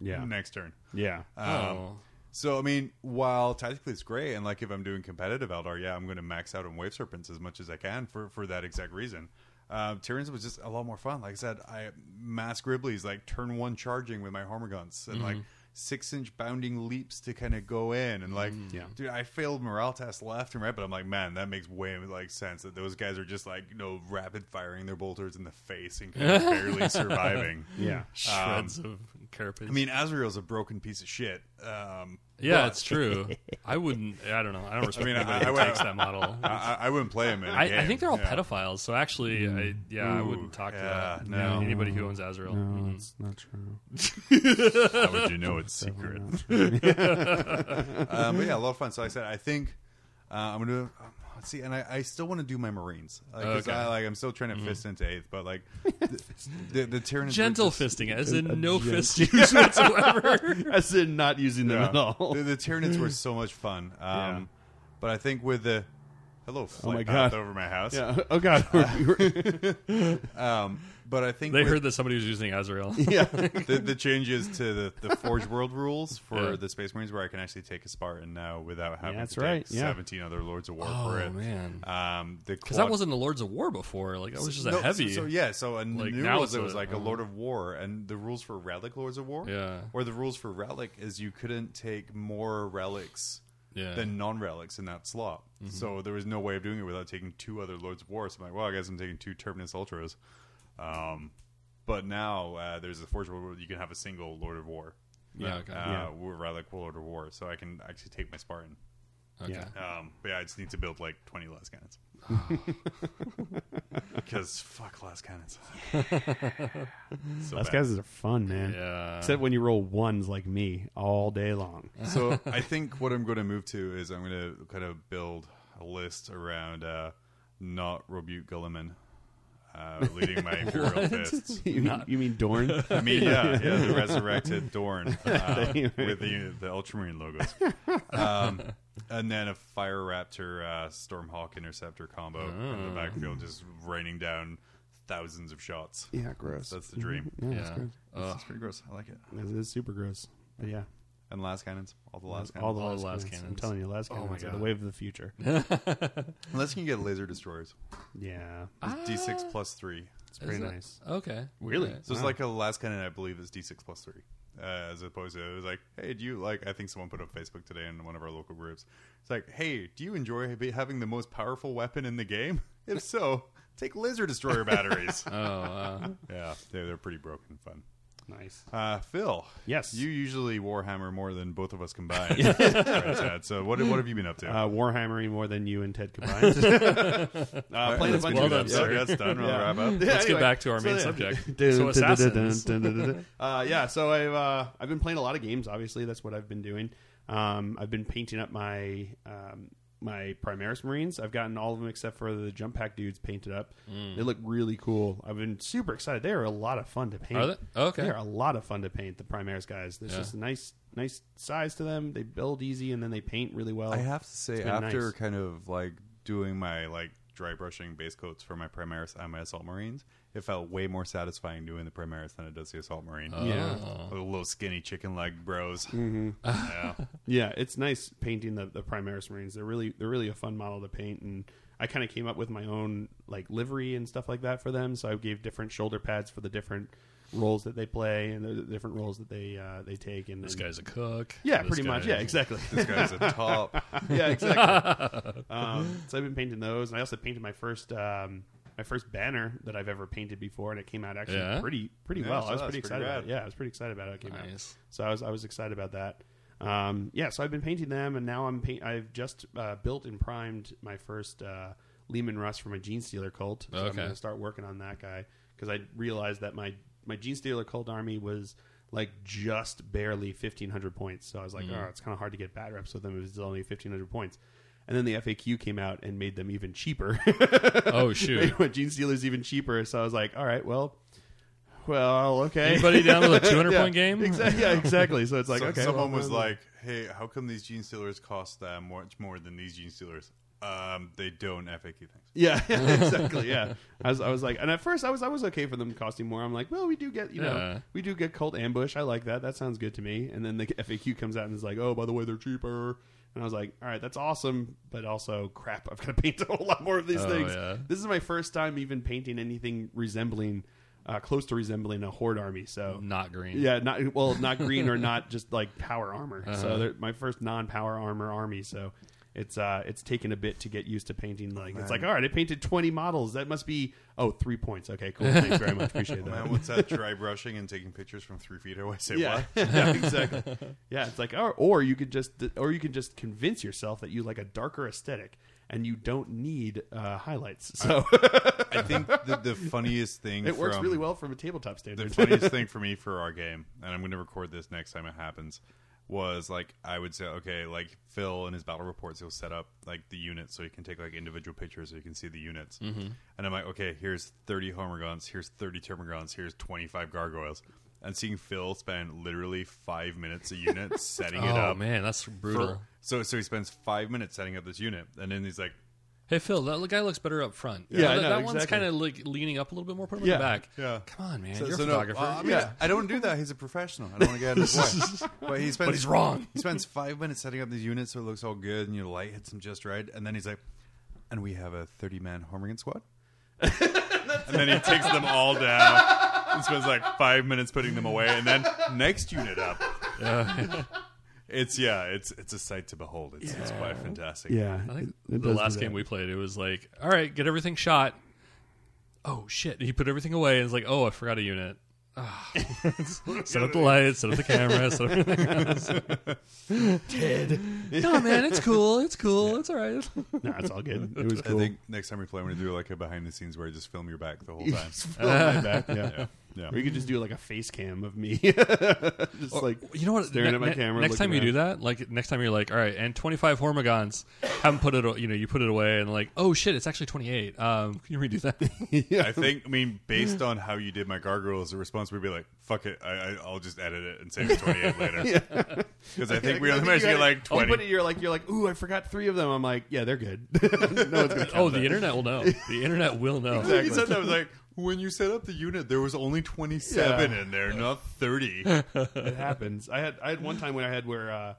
S3: Yeah.
S1: next turn.
S3: Yeah.
S1: Uh, um,
S4: Oh.
S1: So I mean, while tactically it's great, and like if I'm doing competitive Eldar, yeah, I'm going to max out on Wave Serpents as much as I can for for that exact reason. Um, Tyranids was just a lot more fun. Like I said, I mass Griblies like turn one charging with my Hormor guns and
S3: Mm-hmm.
S1: like six inch bounding leaps to kind of go in and like,
S3: Mm-hmm. Yeah.
S1: dude, I failed morale tests left and right, but I'm like, man, that makes way like sense that those guys are just like you know rapid firing their bolters in the face and kind of barely surviving.
S3: Yeah.
S4: Shreds of carapace.
S1: um, I mean, Azrael's a broken piece of shit. Um,
S4: yeah, it's true. I wouldn't. I don't know. I don't respect
S1: mean, I-
S4: anybody who
S1: I- I-
S4: takes that model.
S1: I, I- I wouldn't play him in a
S4: I,
S1: game.
S4: I think they're all
S1: yeah. Mm.
S4: pedophiles. So actually, I, yeah, I wouldn't talk to
S1: yeah,
S4: that.
S1: no.
S4: anybody who owns Azrael. Mm.
S3: That's not true.
S1: How would you know it's secret? um, but yeah, a lot of fun. So like I said, I think uh, I'm gonna do. um, Let's see, and I, I still want to do my Marines because
S4: Okay. Mm-hmm.
S1: I like I'm still trying to fist into eighth, but like the the, the Tyranids were
S4: Gentle
S1: just-
S4: fisting, as in no fist use whatsoever.
S3: As in not using them
S1: yeah.
S3: at all.
S1: The, the Tyranids were so much fun. Um,
S3: Yeah.
S1: But I think with the hello flight
S3: Oh my
S1: path
S3: God.
S1: over my house.
S3: Yeah. Oh God.
S1: Um, but I think
S4: They
S1: with-
S4: heard that somebody was using Azrael.
S3: yeah.
S1: the, the changes to the, the Forge World rules for
S4: Yeah.
S1: the Space Marines, where I can actually take a Spartan now without having
S3: that's
S1: to take
S3: right, yeah.
S1: seventeen other Lords of War for
S4: Oh
S1: it.
S4: man,
S1: Um, the
S4: because that wasn't the Lords of War before. Like that was just a
S1: no, so-
S4: heavy.
S1: So, yeah, so and
S4: Like,
S1: new
S4: now
S1: rules
S4: it's
S1: it was
S4: a-
S1: like a
S4: uh-huh.
S1: Lord of War, and the rules for Relic Lords of War,
S4: Yeah.
S1: or the rules for Relic is you couldn't take more relics
S4: Yeah. Mm-hmm.
S1: than non relics in that slot. So there was no way of doing it without taking two other Lords of War. So I'm like, well, I guess I'm taking two Terminus Ultras. Um, but now uh, there's a Forge World where you can have a single Lord of War.
S4: Yeah, okay.
S1: Uh,
S3: Yeah.
S1: We're Relic Lord of War, so I can actually take my Spartan.
S4: Okay.
S3: Yeah.
S1: Um, but yeah, I just need to build like 20 less cannons. Because fuck less cannons. so
S3: Last
S1: bad.
S3: guys are fun, man.
S4: Yeah.
S3: Except when you roll ones like me all day long.
S1: so I think what I'm going to move to is I'm going to kind of build a list around uh, not Robute Gulliman uh, leading my Imperial Fists.
S3: you, mean, you mean Dorn?
S1: I mean, yeah, yeah, the resurrected Dorn uh,
S3: They-
S1: with the, the Ultramarine logos, um, and then a Fire Raptor uh, Stormhawk Interceptor combo in the backfield, just raining down thousands of shots.
S3: yeah, gross.
S1: That's the dream.
S4: Yeah. Oh,
S3: that's good.
S4: Ugh.
S1: That's pretty gross. I like it.
S3: It is super gross. But yeah,
S1: And last cannons, all the last cannons.
S3: all the
S4: All
S3: last,
S4: the last
S3: cannons. I'm
S4: cannons.
S3: telling you, last
S4: Oh my
S3: cannons are the
S4: God.
S3: wave of the future.
S1: Unless you can get laser destroyers,
S3: yeah,
S1: it's D6 plus three.
S3: it's pretty
S4: Is it-
S3: nice.
S4: Okay.
S3: Really?
S4: Alright.
S1: So it's
S3: Wow.
S1: like a last cannon, I believe, is D6 plus three. Uh, as opposed to, it was like, hey, do you like? I think someone put up Facebook today in one of our local groups. It's like, hey, do you enjoy be- having the most powerful weapon in the game? If so, take laser destroyer batteries.
S4: Oh, uh,
S1: yeah, they're, they're pretty broken and fun.
S3: Nice.
S1: Uh, Phil,
S3: Yes.
S1: you usually Warhammer more than both of us combined. Right, Chad? So what what have you been up to?
S3: Uh, Warhammering more than you and Ted combined. uh, playing a
S4: that's
S3: bunch
S4: well done,
S3: of games.
S4: sir.
S1: that's done. We'll
S3: Yeah.
S1: wrap up.
S3: Yeah,
S4: Let's get
S3: anyway.
S4: back to our
S3: So,
S4: main
S3: yeah.
S4: subject.
S3: Dun,
S4: so
S3: dun, dun, dun,
S4: assassins.
S3: dun, dun, dun, dun. uh, yeah, so I've uh, I've been playing a lot of games. Obviously, that's what I've been doing. Um, I've been painting up my um, my Primaris Marines. I've gotten all of them except for the jump pack dudes painted up.
S4: Mm.
S3: They look really cool. I've been super excited. They are a lot of fun to paint.
S4: Are they? Okay.
S3: They're a lot of fun to paint. The Primaris guys. There's
S4: Yeah.
S3: just a nice nice size to them. They build easy and then they paint really well.
S1: I have to say,
S3: been
S1: after
S3: nice.
S1: kind of like doing my like dry brushing base coats for my Primaris and my Assault Marines, it felt way more satisfying doing the Primaris than it does the Assault Marine.
S3: Oh. yeah.
S1: The little skinny chicken leg bros.
S3: Yeah, it's nice painting the, the Primaris Marines. They're really they're really a fun model to paint, and I kind of came up with my own like livery and stuff like that for them. So I gave different shoulder pads for the different roles that they play and the different roles that they uh, they take. And
S4: This
S3: then-
S4: guy's a cook.
S3: yeah,
S4: This
S3: pretty
S4: guy
S3: much, yeah,
S4: is-
S3: exactly.
S1: This guy's a top.
S3: yeah, exactly. um, so I've been painting those, and I also painted my first um, my first banner that I've ever painted before, and it came out actually
S4: Yeah?
S3: pretty pretty
S1: Yeah,
S3: well.
S1: I
S3: I,
S1: saw
S3: was
S1: that.
S3: pretty
S1: It's pretty
S3: excited about
S1: rad.
S3: it. Yeah, I was pretty excited about how it came out.
S4: Nice.
S3: So I was I was excited about that. Um, yeah, so I've been painting them, and now I'm paint. I've just uh, built and primed my first uh, Lehman Russ for my Gene Stealer cult. So I'm
S4: Okay.
S3: going to start working on that guy because I realized that my my Gene Stealer cult army was like just barely 1500 points. So I was like, oh, it's kind of hard to get bad reps with them if it's only 1500 points. And then the FAQ came out and made them even cheaper.
S4: Oh
S3: Made
S4: shoot!
S3: my Gene Stealer's even cheaper. So I was like, all right, well, well, okay.
S4: Anybody down with a 200
S3: Yeah,
S4: point game?
S3: Exactly. Yeah, exactly. So it's like,
S1: So
S3: okay.
S1: someone
S3: well,
S1: was
S3: well,
S1: like, "Hey, how come these gene stealers cost that much more than these gene stealers?" Um, they don't FAQ things.
S3: Yeah, exactly. Yeah, I was, I was like, and at first I was, I was okay for them costing more. I'm like, well, we do get, you
S4: Yeah.
S3: know, we do get cult ambush. I like that. That sounds good to me. And then the FAQ comes out and is like, oh, by the way, they're cheaper. And I was like, all right, that's awesome, but also crap. I've got to paint a whole lot more of these
S4: Oh,
S3: things.
S4: yeah.
S3: This is my first time even painting anything resembling, uh, close to resembling a horde army. So
S4: Not green.
S3: Yeah, not well, not green or not just like power armor.
S4: Uh-huh.
S3: So they're my first non-power armor army. So it's uh it's taken a bit to get used to painting. Like it's like all right, I painted twenty models. That must be oh three points. Okay, cool. Thanks very much. Appreciate
S1: Man,
S3: that.
S1: what's that dry brushing and taking pictures from three feet away? Say
S3: Yeah,
S1: what?
S3: yeah, exactly. Yeah, it's like or or you could just or you can just convince yourself that you like a darker aesthetic and you don't need uh, highlights. So
S1: I think the, the funniest thing
S3: it works
S1: from-
S3: really well from a tabletop
S1: The
S3: standard.
S1: funniest thing for me for our game, and I'm going to record this next time it happens, was like I would say, okay, like Phil in his battle reports, he'll set up like the units so he can take like individual pictures so you can see the units.
S4: Mm-hmm.
S1: And I'm like, okay, here's 30 Homergons, here's 30 Termagants, here's 25 Gargoyles. And seeing Phil spend literally five minutes a unit setting
S4: Oh
S1: it up.
S4: man, that's
S1: for-
S4: brutal.
S1: so so he spends five minutes setting up this unit, and then he's like,
S4: Hey Phil, that guy looks better up front.
S3: Yeah, I
S4: that,
S3: know,
S4: that one's
S3: exactly.
S4: kind of like leaning up a little bit more. Put him
S3: Yeah,
S4: in the back.
S1: yeah.
S4: Come on, man,
S1: So-
S4: you're a
S1: so no,
S4: photographer.
S1: uh, I mean,
S3: Yeah.
S1: I don't do that. He's a professional. I don't want to get in his way. But he spends.
S4: But he's wrong.
S1: He spends five minutes setting up these units so it looks all good, and your light hits him just right. And then he's like, "And we have a thirty-man Hormigan squad." and then he takes them all down and spends like five minutes putting them away, and then next unit up. it's yeah, it's it's a sight to behold. It's, it's quite fantastic.
S3: yeah,
S4: I think
S3: it- it
S4: the
S3: does do
S4: last
S3: that.
S4: game we played, it was like, all right, get everything shot. Oh shit! He put everything away. and It's like, oh, I forgot a unit. Ah. set up the lights, set up the camera, set up everything else. Ted. No man, it's cool. It's cool. It's all right.
S3: No, it's all good. It was
S1: I
S3: cool.
S1: think next time we play, I'm going to do like a behind the scenes where I just film your back the whole time.
S3: Fill my back, yeah.
S1: Yeah.
S3: Or you could just do like a face cam of me. just like
S4: You know what?
S3: Staring at my camera,
S4: Next time you
S3: looking
S4: do that, like next time you're like, all right, and 25 Hormigons, haven't put it. You know, you put it away, and like, oh shit, it's actually 28. Um, can you redo that?
S1: I think, I mean, based on how you did my gargoyles, the response would be like, fuck it, I, I, I'll just edit it and save it 28 later. Because I think we only managed to get like
S3: Oh, but
S1: 20.
S3: you're like you're like, ooh, I forgot three of them. I'm like, yeah, they're good. no one's gonna count
S4: oh, the
S3: that.
S4: internet will know. The internet will know.
S1: He said that I was like, when you set up the unit, there was only 27 in there, not 30.
S3: it happens. I had I had one time when I had where uh,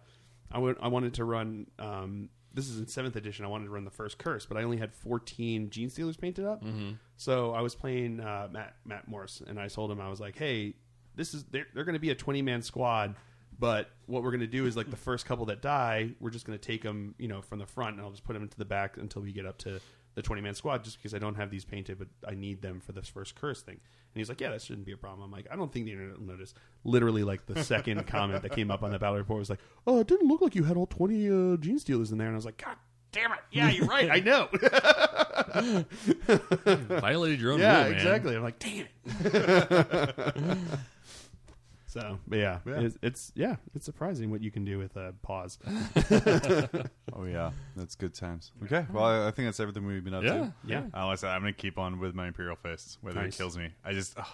S3: I went, I wanted to run. Um, this is in seventh edition. I wanted to run the first curse, but I only had fourteen Gene Stealers painted up.
S4: Mm-hmm.
S3: So I was playing uh, Matt Matt Morse, and I told him I was like, "Hey, this is they're, they're going to be a twenty man squad, but what we're going to do is like the first couple that die, we're just going to take them, you know, from the front, and I'll just put them into the back until we get up to the twenty man squad, just because I don't have these painted, but I need them for this first curse thing." And he's like, "Yeah, that shouldn't be a problem." I'm like, "I don't think the internet will notice." Literally, like the second comment that came up on the battle report was like, "Oh, it didn't look like you had all twenty uh, Gene Stealers in there," and I was like, "God." Damn it! Yeah, you're right. I know.
S4: Violated your own
S3: Yeah,
S4: rule, man.
S3: exactly. I'm like, damn it. so, but yeah,
S1: Yeah.
S3: It's, it's yeah, it's surprising what you can do with a pause.
S1: Oh, yeah. That's good times. Okay. Well, I, I think that's everything we've been up
S4: Yeah,
S1: to.
S3: yeah.
S1: Uh, like I said, I'm going to keep on with my Imperial Fists, whether
S3: Nice.
S1: it kills me. I just, ugh,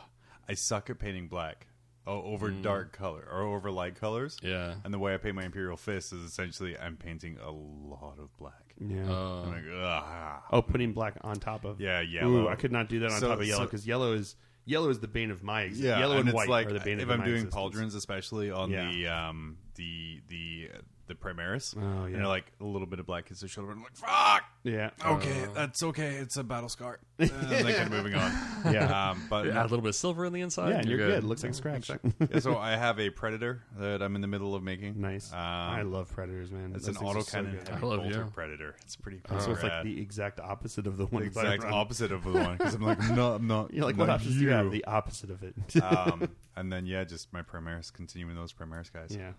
S1: I suck at painting black. Oh, over dark color or over light colors.
S4: Yeah.
S1: And the way I paint my Imperial Fist is essentially I'm painting a lot of black.
S3: Yeah.
S4: Oh. Uh.
S1: I'm like, ugh.
S3: oh, putting black on top of
S1: Um, Yeah,
S3: Ooh,
S1: yellow.
S3: I could not do that on
S1: So-
S3: top of yellow
S1: so-
S3: because yellow is yellow is the bane of my existence.
S1: yeah,
S3: yellow and,
S1: and, it's
S3: white
S1: like
S3: are the bane
S1: if
S3: of
S1: I'm
S3: my
S1: doing
S3: existence.
S1: pauldrons, especially on
S3: Yeah.
S1: the um the the the Primaris,
S3: Oh,
S1: and
S3: yeah.
S1: they're like a little bit of black hits the shoulder, and I'm like fuck.
S3: Yeah.
S1: Okay,
S3: Uh.
S1: that's okay. It's a battle scar. And then I'm moving on.
S3: Yeah.
S1: Um, but
S4: Add a little bit of silver on the inside.
S3: yeah, and
S4: you're,
S3: you're good. Looks like a scratch. nice.
S1: so I have a predator that I'm in the middle of making. Um,
S3: I love predators, man.
S1: It's
S3: Those
S1: an
S3: things are so
S1: autocannon
S3: good.
S1: heavy
S4: I love
S1: bolter
S4: you.
S1: predator. It's pretty.
S3: So it's like
S1: rad.
S3: the exact opposite of the one.
S1: The
S3: that I
S1: exact
S3: run.
S1: opposite of the one because I'm like, no, I'm not.
S3: You're like,
S1: not
S3: what options do you have?
S1: you.
S3: The opposite of it.
S1: um, and then yeah, just my Primaris, continuing those Primaris guys.
S3: yeah.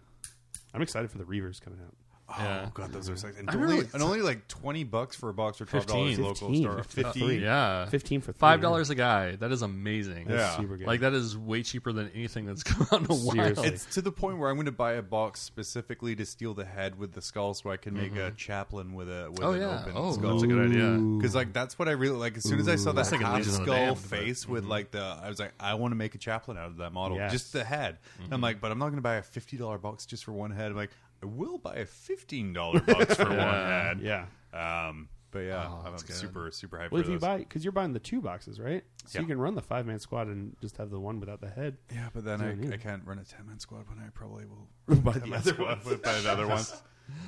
S3: I'm excited for the Reavers coming out.
S1: Oh
S4: Yeah.
S1: god, those are sexy. And
S4: I
S1: only,
S4: really-
S1: and only like twenty bucks for a box or twelve dollars
S4: 15.
S1: local
S3: 15,
S1: store.
S3: 15.
S1: Fifteen.
S4: Yeah.
S3: Fifteen for three,
S4: Five dollars a guy. That is amazing.
S1: Uh, Yeah.
S3: That's super good.
S4: Like that is way cheaper than anything that's come out in a while.
S3: Seriously.
S1: It's to the point where I'm going to buy a box specifically to steal the head with the skull, so I can make a chaplain with a with
S4: Mm-hmm. Oh
S1: an
S4: yeah.
S1: open
S4: Oh,
S1: skull.
S4: that's a good idea.
S1: Because like that's what I really like. As soon as I saw that
S4: was thinking
S1: half
S4: Legion of the
S1: skull
S4: Damned, but-
S1: face with like the, I was like, I want to make a chaplain out of that model,
S3: Yes.
S1: just the head. And I'm like, but I'm not going to buy a fifty dollar box just for one head. I'm like, I will buy a fifteen dollar box for
S4: Yeah.
S1: one head.
S3: Yeah.
S1: Um, but yeah,
S4: Oh,
S1: I'm
S4: that's good.
S1: super super hyped.
S3: Well,
S1: for
S3: if you
S1: those.
S3: buy, because you're buying the two boxes, right? So
S1: Yeah.
S3: you can run the five man squad and just have the one without the head.
S1: yeah, but then
S3: what I mean.
S1: I, I can't run a ten man squad when I probably will
S3: Buy
S1: run another one with by the other ones. Um,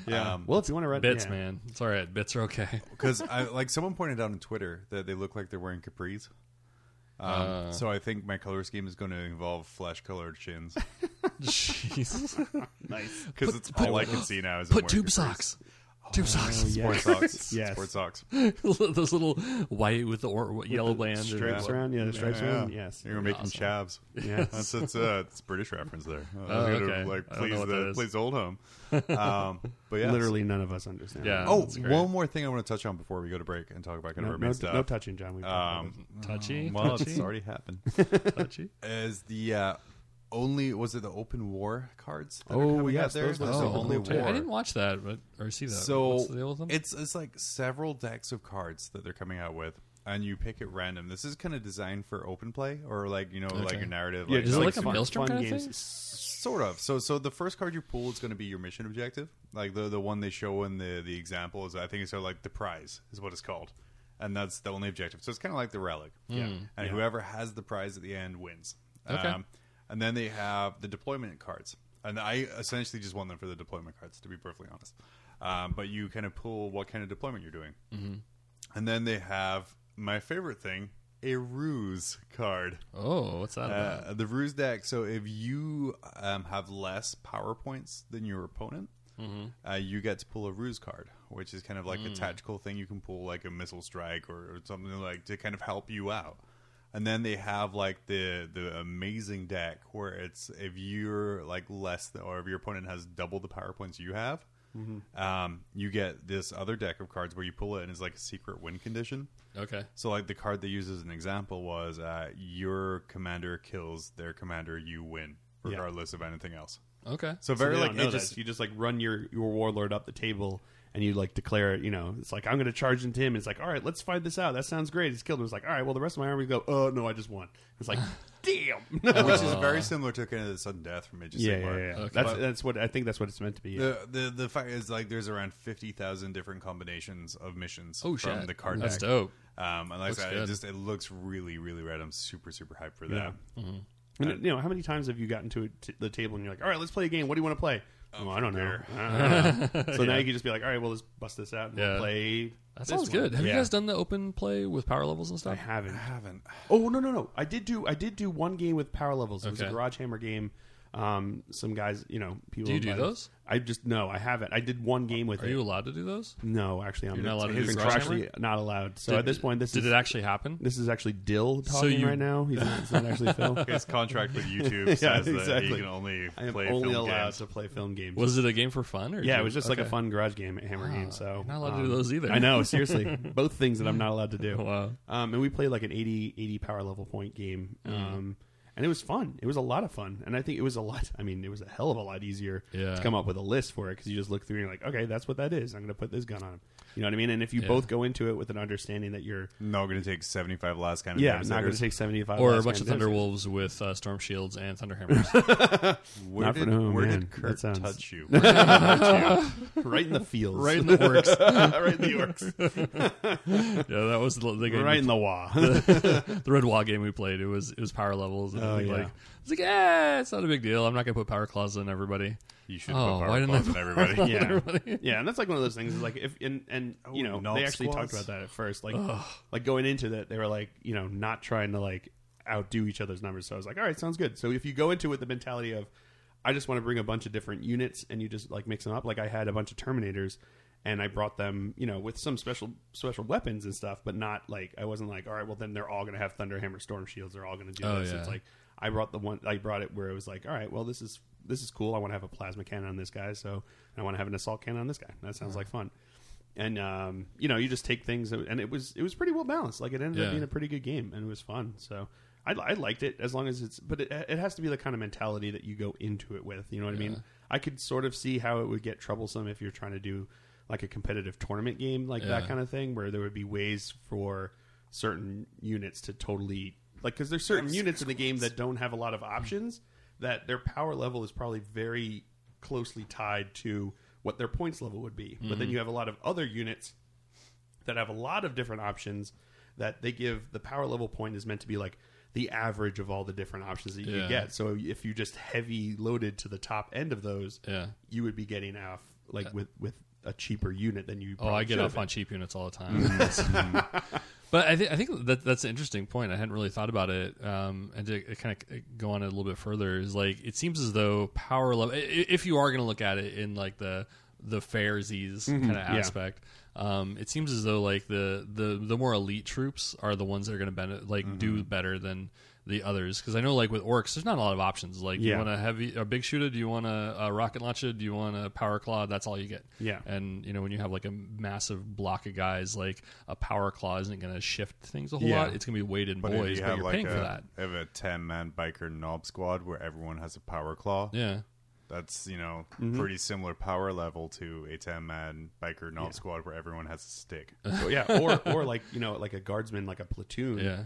S1: Yeah,
S3: Well, if you want to run
S4: Bits,
S3: yeah.
S4: man. It's all right. Bits are okay.
S1: because I like someone pointed out on Twitter that they look like they're wearing capris. Um,
S4: Uh.
S1: so I think my color scheme is going to involve flesh colored shins
S4: Jeez.
S3: nice.
S1: because it's all I can see now is I'm
S4: Put
S1: wearing
S4: tube
S1: capris.
S4: socks. Tube socks.
S1: Sport
S3: Yes.
S1: socks,
S3: Oh, Yes.
S1: sport socks.
S4: Those little white with the or- yellow band. or-
S3: Stripes around, yeah, the stripes around, yes.
S1: you're gonna make them chavs.
S3: Yeah.
S1: that's it's uh, it's a British reference there. Uh, I was
S4: Oh,
S1: gonna,
S4: okay.
S1: Like
S4: I don't know
S1: please
S4: what that
S1: the
S4: is.
S1: please old home. Um, but yeah,
S3: Literally, none of us understand.
S4: Yeah.
S1: Oh,
S4: That's great.
S1: one more thing I want to touch on before we go to break and talk about kind
S3: no,
S1: of our main
S3: no,
S1: stuff.
S3: no touching, John. We've talked about
S1: um,
S4: Touchy.
S1: well,
S4: touchy,
S1: it's already happened.
S4: touchy.
S1: as the uh, only was it the open war cards? That
S3: Oh,
S1: are coming
S3: yes,
S1: out there?
S3: those look
S1: There's
S3: so
S1: the
S3: cool
S1: only
S3: too.
S1: war.
S4: I didn't watch that, but or see that. What's the deal with
S1: so
S4: them?
S1: it's it's like several decks of cards that they're coming out with, and you pick at random. This is kind of designed for open play or like you know like
S4: Okay.
S1: a narrative.
S3: it. yeah, just
S4: it
S1: like oh,
S4: like a
S3: fun,
S4: Maelstrom
S3: fun
S4: kind of
S3: games.
S4: thing?
S1: sort of. So so the first card you pull is going to be your mission objective, like the the one they show in the the example is I think it's sort of like the prize is what it's called, and that's the only objective. So it's kind of like the relic. Yeah, and whoever has the prize at the end wins. Um,
S4: Okay.
S1: and then they have the deployment cards, and I essentially just won them for the deployment cards to be perfectly honest. Um, but you kind of pull what kind of deployment you're doing, and then they have my favorite thing. A ruse card.
S4: Oh, what's that? about?
S1: Uh, the ruse deck. So if you um, have less power points than your opponent, uh, you get to pull a ruse card, which is kind of like a tactical thing you can pull, like a missile strike or, or something like to kind of help you out. And then they have like the the amazing deck where it's if you're like less than, or if your opponent has double the power points you have, um, you get this other deck of cards where you pull it and it's like a secret win condition.
S4: Okay.
S1: So, like the card they used as an example was uh, your commander kills their commander, you win,
S3: Yeah.
S1: regardless of anything else.
S4: Okay.
S3: So
S1: So very
S3: they
S1: like
S3: don't know
S1: it
S3: that.
S1: just
S3: you just like run your your warlord up the table and you like declare it. You know, it's like I'm going to charge into him. It's like, all right, let's find this out. That sounds great. He's killed him. It's like, all right, well, the rest of my army go. Oh no, I just won. It's like, damn.
S1: which is very similar to kind of the sudden death from Age of
S3: yeah, yeah,
S1: Sigmar.
S3: yeah. yeah.
S4: Okay.
S3: That's
S4: But-
S3: that's what I think. That's what it's meant to be.
S1: The, the the fact is like there's around fifty thousand different combinations of missions
S4: Oh
S1: from
S4: shit.
S1: the card
S4: That's
S1: deck.
S4: dope.
S1: Um, and like
S4: Looks
S1: I said,
S4: good.
S1: it just it looks really really rad. I'm super super hyped for
S3: Yeah. Mm-hmm.
S1: that.
S3: And, you know, how many times have you gotten to a t- the table and you're like, all right, let's play a game. What do you want to play? Oh, I don't know. I don't know. so now you can just be like, all right, well, let's bust this out and we'll
S4: Yeah.
S3: play.
S4: That
S3: this
S4: sounds
S3: one."
S4: good. Have
S3: Yeah.
S4: you guys done the open play with power levels and
S3: I
S4: stuff?
S3: haven't.
S1: I haven't.
S3: Oh no no no! I did do I did do one game with power levels. It was a
S4: Okay.
S3: garage hammer game. Um, some guys, you know, people.
S4: Do you do
S3: invited-
S4: those?
S3: I just no, I haven't. I did one game with
S4: Are
S3: it.
S4: you allowed to do those?
S3: no, actually, I'm
S4: You're not allowed to do
S3: it's
S4: garage
S3: actually
S4: hammer?
S3: not allowed. So
S4: Did-
S3: at this point, this
S4: did
S3: is
S4: it actually happen?
S3: this is actually Dill talking
S4: you-
S3: right now. He's not, it's not actually Phil.
S1: His contract with YouTube
S3: Yeah,
S1: says that you
S3: exactly.
S1: can only
S3: I am
S1: play
S3: only
S1: film
S3: allowed
S1: games.
S3: to play film games.
S4: Was it a game for fun? Or
S3: yeah,
S4: did-
S3: it was just like
S4: okay.
S3: a fun garage game, hammer game. So
S4: Ah,
S3: um,
S4: Not allowed to do those either.
S3: I know, seriously, both things that I'm not allowed to do.
S4: Wow.
S3: Um, and we played like an 80, 80 power level point game.
S4: Mm.
S3: Um, and it was fun. It was a lot of fun. And I think it was a lot, I mean, it was a hell of a lot easier
S4: Yeah.
S3: to come up with a list for it because you just look through and you're like, okay, that's what that is. I'm going to put this gun on him. You know what I mean? And if you
S4: Yeah.
S3: both go into it with an understanding that you're,
S1: Not going to take seventy five last kind of
S3: yeah,
S1: names
S3: not
S1: that
S3: going
S1: are-
S3: to take 75
S4: Or a
S3: last
S4: bunch of
S3: man stands.
S4: Thunderwolves with uh, storm shields and thunderhammers.
S1: Where
S3: Not for-
S1: did
S3: oh,
S1: where
S3: man, that
S1: did Kurt
S3: sounds-
S1: touch you?
S3: right in the fields.
S4: right in the works. yeah,
S3: right in the orcs.
S4: that was the, the game.
S3: right in the wall.
S4: the Red Wall game we played, it was it was power levels. And
S3: Oh,
S4: I think,
S3: yeah.
S4: like it's like yeah, it's not a big deal. I'm not gonna put power claws on everybody.
S1: You should
S4: Oh,
S1: put
S4: why
S1: power
S4: didn't
S1: claws
S4: I
S1: on everybody.
S3: yeah. yeah, and that's like one of those things. Is like if and and you
S4: Oh,
S3: know
S1: Knox
S3: they actually
S1: was.
S3: talked about that at first. Like like going into that, they were like you know not trying to like outdo each other's numbers. So I was like, all right, sounds good. So if you go into it with the mentality of I just want to bring a bunch of different units and you just like mix them up. Like I had a bunch of Terminators and I brought them you know with some special special weapons and stuff, but not like I wasn't like all right, well then they're all going to have Thunderhammer storm shields. They're all going to do
S4: Oh,
S3: this.
S4: yeah.
S3: It's like I brought the one I brought it where it was like, all right, well, this is this is cool. I want to have a plasma cannon on this guy, so and I want to have an assault cannon on this guy. That sounds like fun. And um, you know, you just take things, that- and it was it was pretty well balanced. Like it ended
S4: Yeah.
S3: up being a pretty good game, and it was fun. So I, I liked it as long as it's, but it, it has to be the kind of mentality that you go into it with. You know what I mean? I could sort of see how it would get troublesome if you're trying to do like a competitive tournament game, like that
S4: Yeah.
S3: kind of thing, where there would be ways for certain units to totally like because there's certain units in the game that don't have a lot of options that their power level is probably very closely tied to what their points level would be. But then you have a lot of other units that have a lot of different options that they give the power level point is meant to be like the average of all the different options that you
S4: Yeah.
S3: could get. So if you just heavy loaded to the top end of those,
S4: Yeah.
S3: you would be getting off like with with a cheaper unit than you.
S4: Oh, I get off on cheap units all the
S3: Mm.
S4: time. but I, th- I think that that's an interesting point. I hadn't really thought about it. Um, and to kind of go on a little bit further is like it seems as though power level. i- i- If you are going to look at it in like the the fairsies kind of
S3: Mm-hmm. yeah.
S4: aspect, um, it seems as though like the the the more elite troops are the ones that are going to benefit like
S3: Mm-hmm.
S4: do better than the others because I know like with orcs, there's not a lot of options. Like do you
S3: Yeah.
S4: want a heavy a big shooter, do you want a, a rocket launcher, do you want a power claw? That's all you get.
S3: Yeah.
S4: And you know, when you have like a massive block of guys, like a power claw isn't going to shift things a whole
S3: Yeah.
S4: lot. It's going to be weighted
S1: But if
S4: boys,
S1: you
S4: but
S1: have
S4: you're
S1: like
S4: paying for
S1: a,
S4: that.
S1: if a ten man biker knob squad where everyone has a power claw,
S4: Yeah.
S1: that's you know
S3: Mm-hmm.
S1: pretty similar power level to a ten man biker knob squad where everyone has a stick.
S3: So, yeah, or or like you know like a guardsman, like a platoon.
S4: Yeah.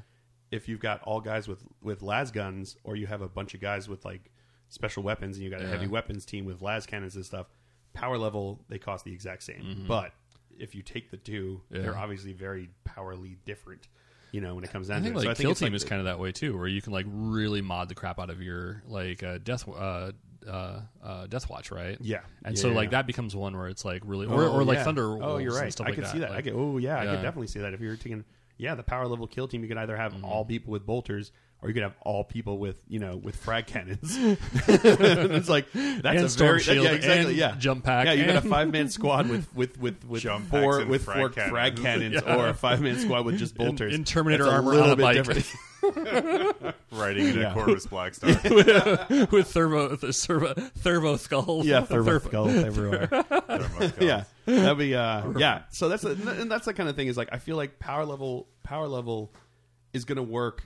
S3: If you've got all guys with with las guns, or you have a bunch of guys with like special weapons, and you got a heavy weapons team with las cannons and stuff, power level they cost the exact same.
S4: Mm-hmm.
S3: But if you take the two, they're obviously very powerly different. You know when it comes
S4: I
S3: down
S4: think
S3: to
S4: like
S3: it. so I think
S4: kill
S3: it's
S4: team
S3: like
S4: is
S3: the-
S4: kind of that way too, where you can like really mod the crap out of your like uh, death uh, uh, uh, death watch, right?
S3: Yeah.
S4: And
S3: Yeah,
S4: so
S3: yeah,
S4: like
S3: yeah.
S4: that becomes one where it's like really or,
S3: Oh,
S4: or like
S3: yeah.
S4: thunder.
S3: Oh,
S4: Wolves
S3: you're
S4: And
S3: right.
S4: stuff
S3: I
S4: like
S3: could
S4: that.
S3: see that. I
S4: Like,
S3: could. Oh, yeah, I
S4: Yeah.
S3: could definitely see that. If you're taking, yeah, the power level kill team, you could either have
S4: Mm-hmm.
S3: all people with bolters, or you could have all people with you know with frag cannons. it's like that's a
S4: And storm
S3: very
S4: shield
S3: yeah exactly
S4: and
S3: yeah
S4: jump pack
S3: yeah you got a
S4: and-
S3: five man squad with with with with
S1: Jump packs
S3: four
S1: and
S3: with
S1: frag
S3: four
S1: cannons.
S3: frag cannons or a five man squad with just bolters
S4: in Terminator
S3: That's a
S4: armor
S3: little
S4: on a
S3: bit
S4: bike.
S3: different.
S1: Riding in a
S3: Yeah.
S1: Corvus Blackstar.
S4: with thermo the servo, thermo skull.
S3: yeah thermal skulls everywhere. yeah, that'd be uh, yeah. So that's a, and that's the kind of thing is like I feel like power level power level is going to work.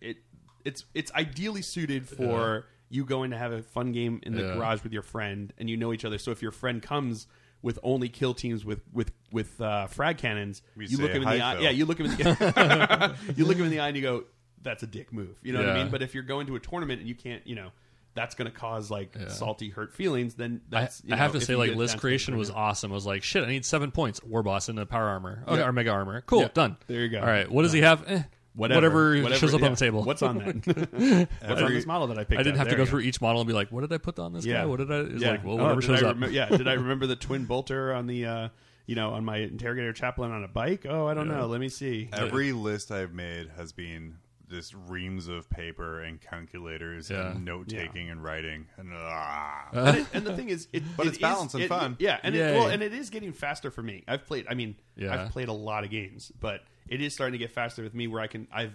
S3: It it's it's ideally suited
S1: Uh-huh.
S3: for you going to have a fun game in the
S4: Yeah.
S3: garage with your friend and you know each other. So if your friend comes with only kill teams with with with uh, frag cannons,
S1: We
S3: you look
S1: say,
S3: him in the
S1: "Hi,
S3: eye.
S1: Phil."
S3: Yeah, you look him in the you look him in the eye and you go, "That's a dick move." You know what I
S4: Yeah.
S3: mean? But if you're going to a tournament and you can't, you know. That's going to cause like
S4: Yeah.
S3: salty hurt feelings. Then
S4: I,
S3: that's, you
S4: I have to
S3: know, if
S4: say,
S3: you
S4: like
S3: get
S4: list
S3: down to
S4: creation
S3: the-
S4: was awesome. I was like, shit, I need seven points. War boss and the power armor okay, or mega armor. Cool,
S3: Yeah.
S4: done.
S3: There you go.
S4: All right, what does he have? Eh, whatever, shows up
S3: yeah.
S4: on the table.
S3: What's on that? What's on this model that I picked?
S4: I didn't
S3: up?
S4: have to
S3: There
S4: go
S3: you
S4: through each model and be like, what did I put on this guy? What did I? It's
S3: yeah.
S4: like, well,
S3: Oh,
S4: whatever
S3: did
S4: shows
S3: I
S4: up.
S3: remem- yeah. Did I remember the twin bolter on the? Uh, you know, on my interrogator chaplain on a bike. Oh, I don't know. Let me see.
S1: Every list I've made has been just reams of paper and calculators
S4: Yeah.
S1: and note taking and writing and ah.
S3: and, it, and the thing is, it,
S1: But
S3: it
S1: it's
S3: is-
S1: balanced and
S3: it-
S1: fun.
S3: Yeah, and it,
S4: Yay.
S3: well, and it is getting faster for me. I've played. I mean,
S4: Yeah.
S3: I've played a lot of games, but it is starting to get faster with me. Where I can, I've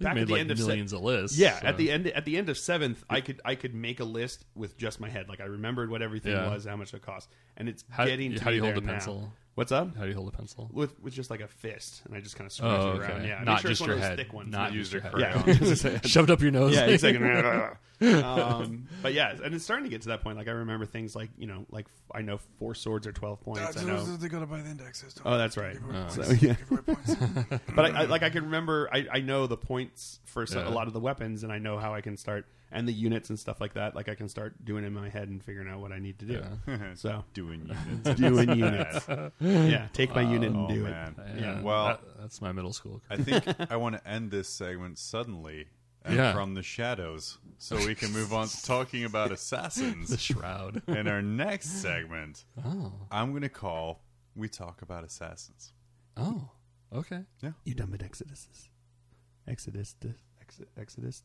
S3: back
S4: made
S3: at the
S4: like
S3: end of se-
S4: millions of lists.
S3: Yeah,
S4: so-
S3: at the end at the end of seventh, I could I could make a list with just my head. Like I remembered what everything
S4: Yeah.
S3: was, how much it cost, and it's
S4: How-
S3: getting. To
S4: how do
S3: me
S4: you hold
S3: there
S4: the
S3: now.
S4: pencil?
S3: What's up?
S4: How do you hold a pencil?
S3: With with just like a fist, and I just kind
S4: Oh,
S3: of scratch it around.
S4: okay.
S3: Yeah, make
S4: Not
S3: sure it's
S4: just
S3: one
S4: your
S3: of those
S4: head.
S3: thick ones.
S4: Not
S1: Use
S4: just
S1: your
S4: your head.
S1: crayon.
S3: yeah.
S4: Shoved up your nose.
S3: Yeah, exactly. um, but yeah, and it's starting to get to that point. Like I remember things like you know, like I know four swords are twelve points. I know.
S5: They gotta buy the indexes. Don't
S3: Oh, that's right.
S5: give away
S3: So,
S5: points.
S3: yeah.
S5: Give away points.
S3: But I, I like I can remember. I, I know the points for so,
S4: Yeah.
S3: a lot of the weapons, and I know how I can start and the units and stuff like that. Like I can start doing in my head and figuring out what I need to do. So
S1: doing units.
S3: doing units. yeah, take my unit and
S1: Oh
S3: do
S1: man.
S3: it. Yeah.
S1: Well,
S4: That- that's my middle school.
S1: I think I want to end this segment suddenly and
S4: Yeah.
S1: from the shadows so we can move on to talking about
S4: The
S1: assassins
S4: shroud.
S1: in our next segment. I'm going to call We Talk About Assassins.
S4: Oh, okay.
S3: You done with Exodus? Exodus. Exodus. Exodus.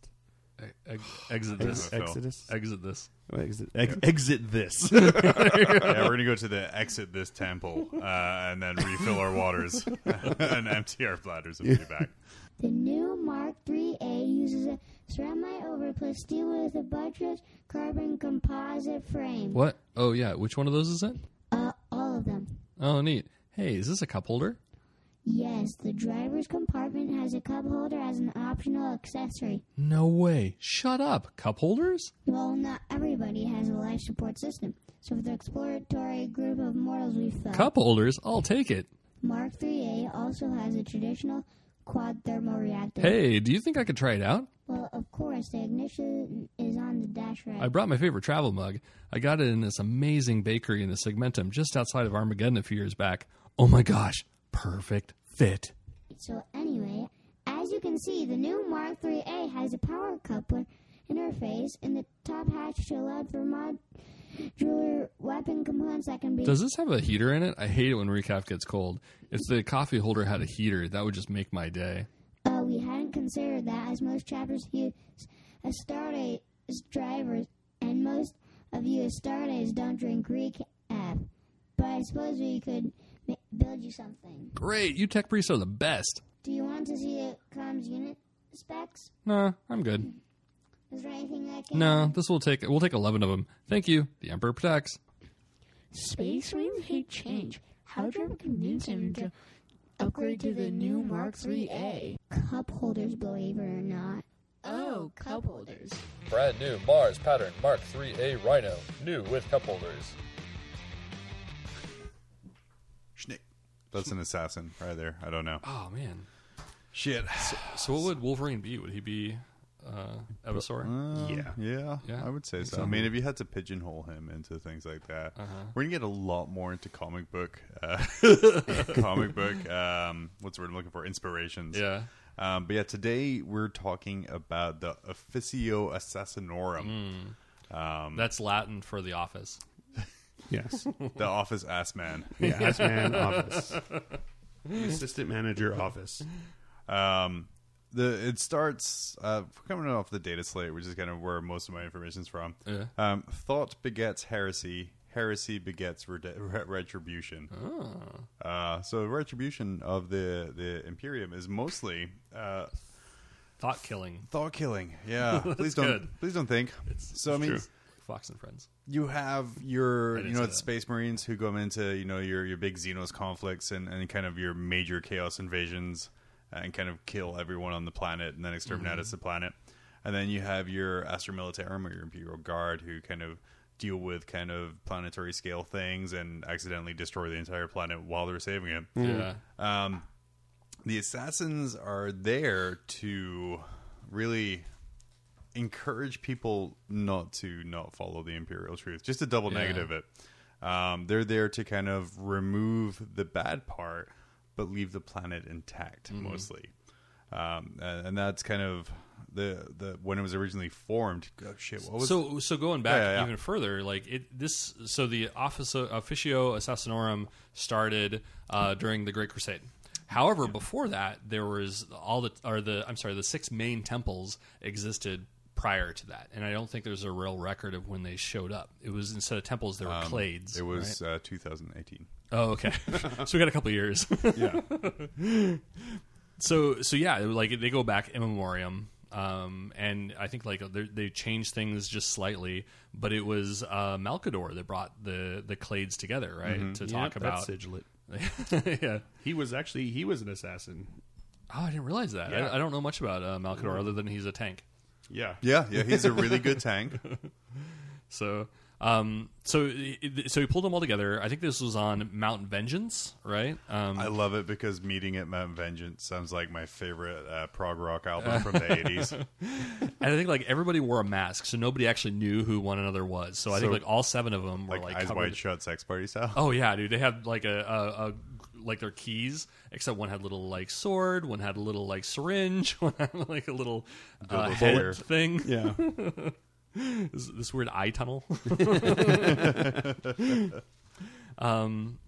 S4: E- ex- Exit this.
S1: Ex-
S3: Exodus.
S4: Exit this.
S3: Exit, ex- exit this.
S1: yeah, we're going to go to the exit this temple uh, and then refill our waters and empty our bladders and be back.
S6: The new Mark 3A uses
S5: composite. Surround my overplus steel with a buttress carbon composite frame.
S4: What? Oh yeah, which one of those is it?
S5: Uh, all of them.
S4: Oh neat. Hey, is this a cup holder?
S5: Yes, the driver's compartment has a cup holder as an optional accessory.
S4: No way. Shut up. Cup holders?
S5: Well, not everybody has a life support system, so for the exploratory group of mortals we found,
S4: Cup holders? I'll take it.
S5: Mark 3A also has a traditional quad thermoreactor.
S4: Hey, do you think I could try it out?
S5: Well, of course, the ignition is on the dash right.
S4: I brought my favorite travel mug. I got it in this amazing bakery in the Segmentum just outside of Armageddon a few years back. Oh my gosh, perfect fit.
S5: So anyway, as you can see, the new Mark 3A has a power coupler interface and the top hatch to allow for modular weapon components that can be
S4: Does this have a heater in it? I hate it when recap gets cold. If the coffee holder had a heater, that would just make my day.
S5: uh, we hadn't considered that as most chapters use a Starday's drivers and most of you as Stardays don't drink Greek app. But I suppose we could ma- build you something.
S4: Great, you tech priests are the best.
S5: Do you want to see the comms unit specs?
S4: Nah, I'm good.
S5: Is there anything I can
S4: No, this will take we'll take 11 of them. Thank you. The emperor protects.
S6: Space Marines hate change. How do you convince him to upgrade to the new Mark 3A?
S5: cup holders believe it or not?
S6: Oh, cup holders.
S2: Brand new Mars pattern Mark 3A Rhino, new with cup holders.
S1: Schnick. That's an assassin right there. I don't know.
S4: Oh man.
S1: Shit.
S4: So what would Wolverine be? Would he be uh Evasaur?
S1: yeah. Um, yeah,
S4: Yeah.
S1: I would say so. I mean, if you had to pigeonhole him into things like that,
S4: Uh-huh.
S1: we're gonna get a lot more into comic book, uh, comic book. Um, what's the word I'm looking for? Inspirations.
S4: Yeah.
S1: Um, but yeah, today we're talking about the officio assassinorum,
S4: That's Latin for the office.
S3: Yes.
S4: Mm.
S1: the office ass man.
S3: Yeah, ass man office. Assistant manager office.
S1: Um, the it starts uh, coming off the data slate, which is kind of where most of my information is from.
S4: Yeah.
S1: Um, thought begets heresy. Heresy begets rede- re- retribution.
S4: Ah.
S1: Uh, so retribution of the the Imperium is mostly uh,
S4: Thought killing.
S1: thought killing. Yeah, please don't
S4: good.
S1: please don't think. so I mean,
S3: true.
S4: Fox and Friends.
S1: you have your you
S4: didn't
S1: know
S4: see
S1: it's
S4: that.
S1: space marines who come into you know your your big xenos conflicts and, and kind of your major chaos invasions uh, and kind of kill everyone on the planet and then exterminate
S4: Mm-hmm.
S1: us the planet and then you have your astro militarum or your imperial guard who kind of deal with kind of planetary scale things and accidentally destroy the entire planet while they're saving it
S4: Yeah.
S1: um, the assassins are there to really encourage people not to not follow the imperial truth just to double
S4: Yeah.
S1: negative it um, they're there to kind of remove the bad part but leave the planet intact
S4: Mm-hmm.
S1: mostly um, and, and that's kind of the the when it was originally formed oh shit what was
S4: so so going back
S1: Yeah, yeah, yeah.
S4: even further, like it this so the office officio assassinorum started uh, during the Great Crusade. However, before that, there was all the or the I'm sorry, the six main temples existed prior to that, and I don't think there's a real record of when they showed up. It was instead of temples, there were clades.
S1: Um, it
S4: right?
S1: was uh, 2018
S4: Oh, okay. so we got a couple years.
S1: yeah
S4: so so yeah, it was like they go back in memoriam, um, and I think like they- they changed things just slightly, but it was uh, Malkador that brought the the clades together, right, to talk
S3: Yep,
S4: about.
S3: that's Sigilet.
S4: yeah.
S3: He was actually he was an assassin.
S4: Oh, I didn't realize that.
S3: Yeah.
S4: I, I don't know much about uh, Malkador other than he's a tank.
S3: Yeah.
S1: yeah yeah he's a really good tank
S4: So. Um, so, it- so he pulled them all together. I think this was on Mount Vengeance, right? Um,
S1: I love it because meeting at Mount Vengeance sounds like my favorite uh, prog rock album from the 80s.
S4: and I think like everybody wore a mask, so nobody actually knew who one another was. So I think
S1: So-
S4: like all seven of them were
S1: Like,
S4: like,
S1: Eyes
S4: covered.
S1: Wide Shut Sex Party style.
S4: Oh yeah, dude. They had like a, a, a like their keys, except one had little like sword, one had a little like syringe, one had like a little uh,
S1: Dildo
S4: head
S1: player.
S4: thing.
S3: Yeah.
S4: This, this weird eye tunnel. um.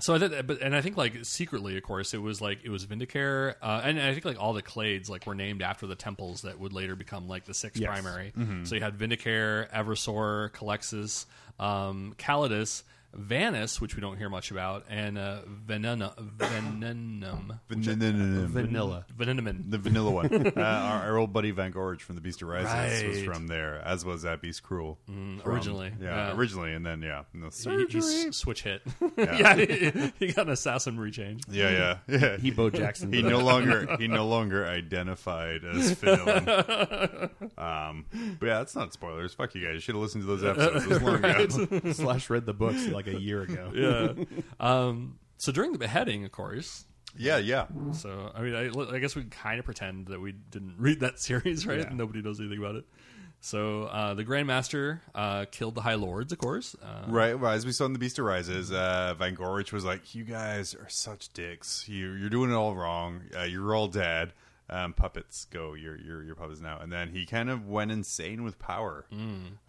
S4: So I did, but and I think like secretly, of course, it was like it was Vindicare, uh, and I think like all the clades like were named after the temples that would later become like the six
S3: Yes.
S4: primary. So you had Vindicare, Eversor, Calexis, um, Calidus, Vanus, which we don't hear much about, and uh, Venena, Venenum.
S1: Vanilla.
S3: Vanilla.
S4: Venenum.
S1: The vanilla one. uh, our, our old buddy Van Gorge from the Beast Arises was
S4: Right.
S1: from there, as was that Beast Cruel. from-
S4: Originally. Uh,
S1: Yeah,
S4: Yeah.
S1: originally. And then, yeah. and the
S4: He, he
S1: surgery.
S4: s- switch hit. Yeah, he, he got an assassin rechange.
S1: yeah, yeah. yeah.
S3: He Bo Jackson.
S1: He no longer he no longer identified as Fidelin. um, but yeah, that's not spoilers. Fuck you guys. You should have listened to those episodes. It was long ago.
S3: slash read the books like a year ago.
S4: Yeah. um, so during the beheading, of course.
S1: Yeah, yeah.
S4: So I mean, I, I guess we kind of pretend that we didn't read that series, right?
S3: Yeah.
S4: Nobody knows anything about it. So uh, the Grand Master uh, killed the High Lords, of course. Uh,
S1: Right, well, as we saw in The Beast Arises, uh, Van Gorich was like, "You guys are such dicks. You, you're doing it all wrong. Uh, you're all dead. Um, puppets, go. You're, you're, you're puppets now." And then he kind of went insane with power,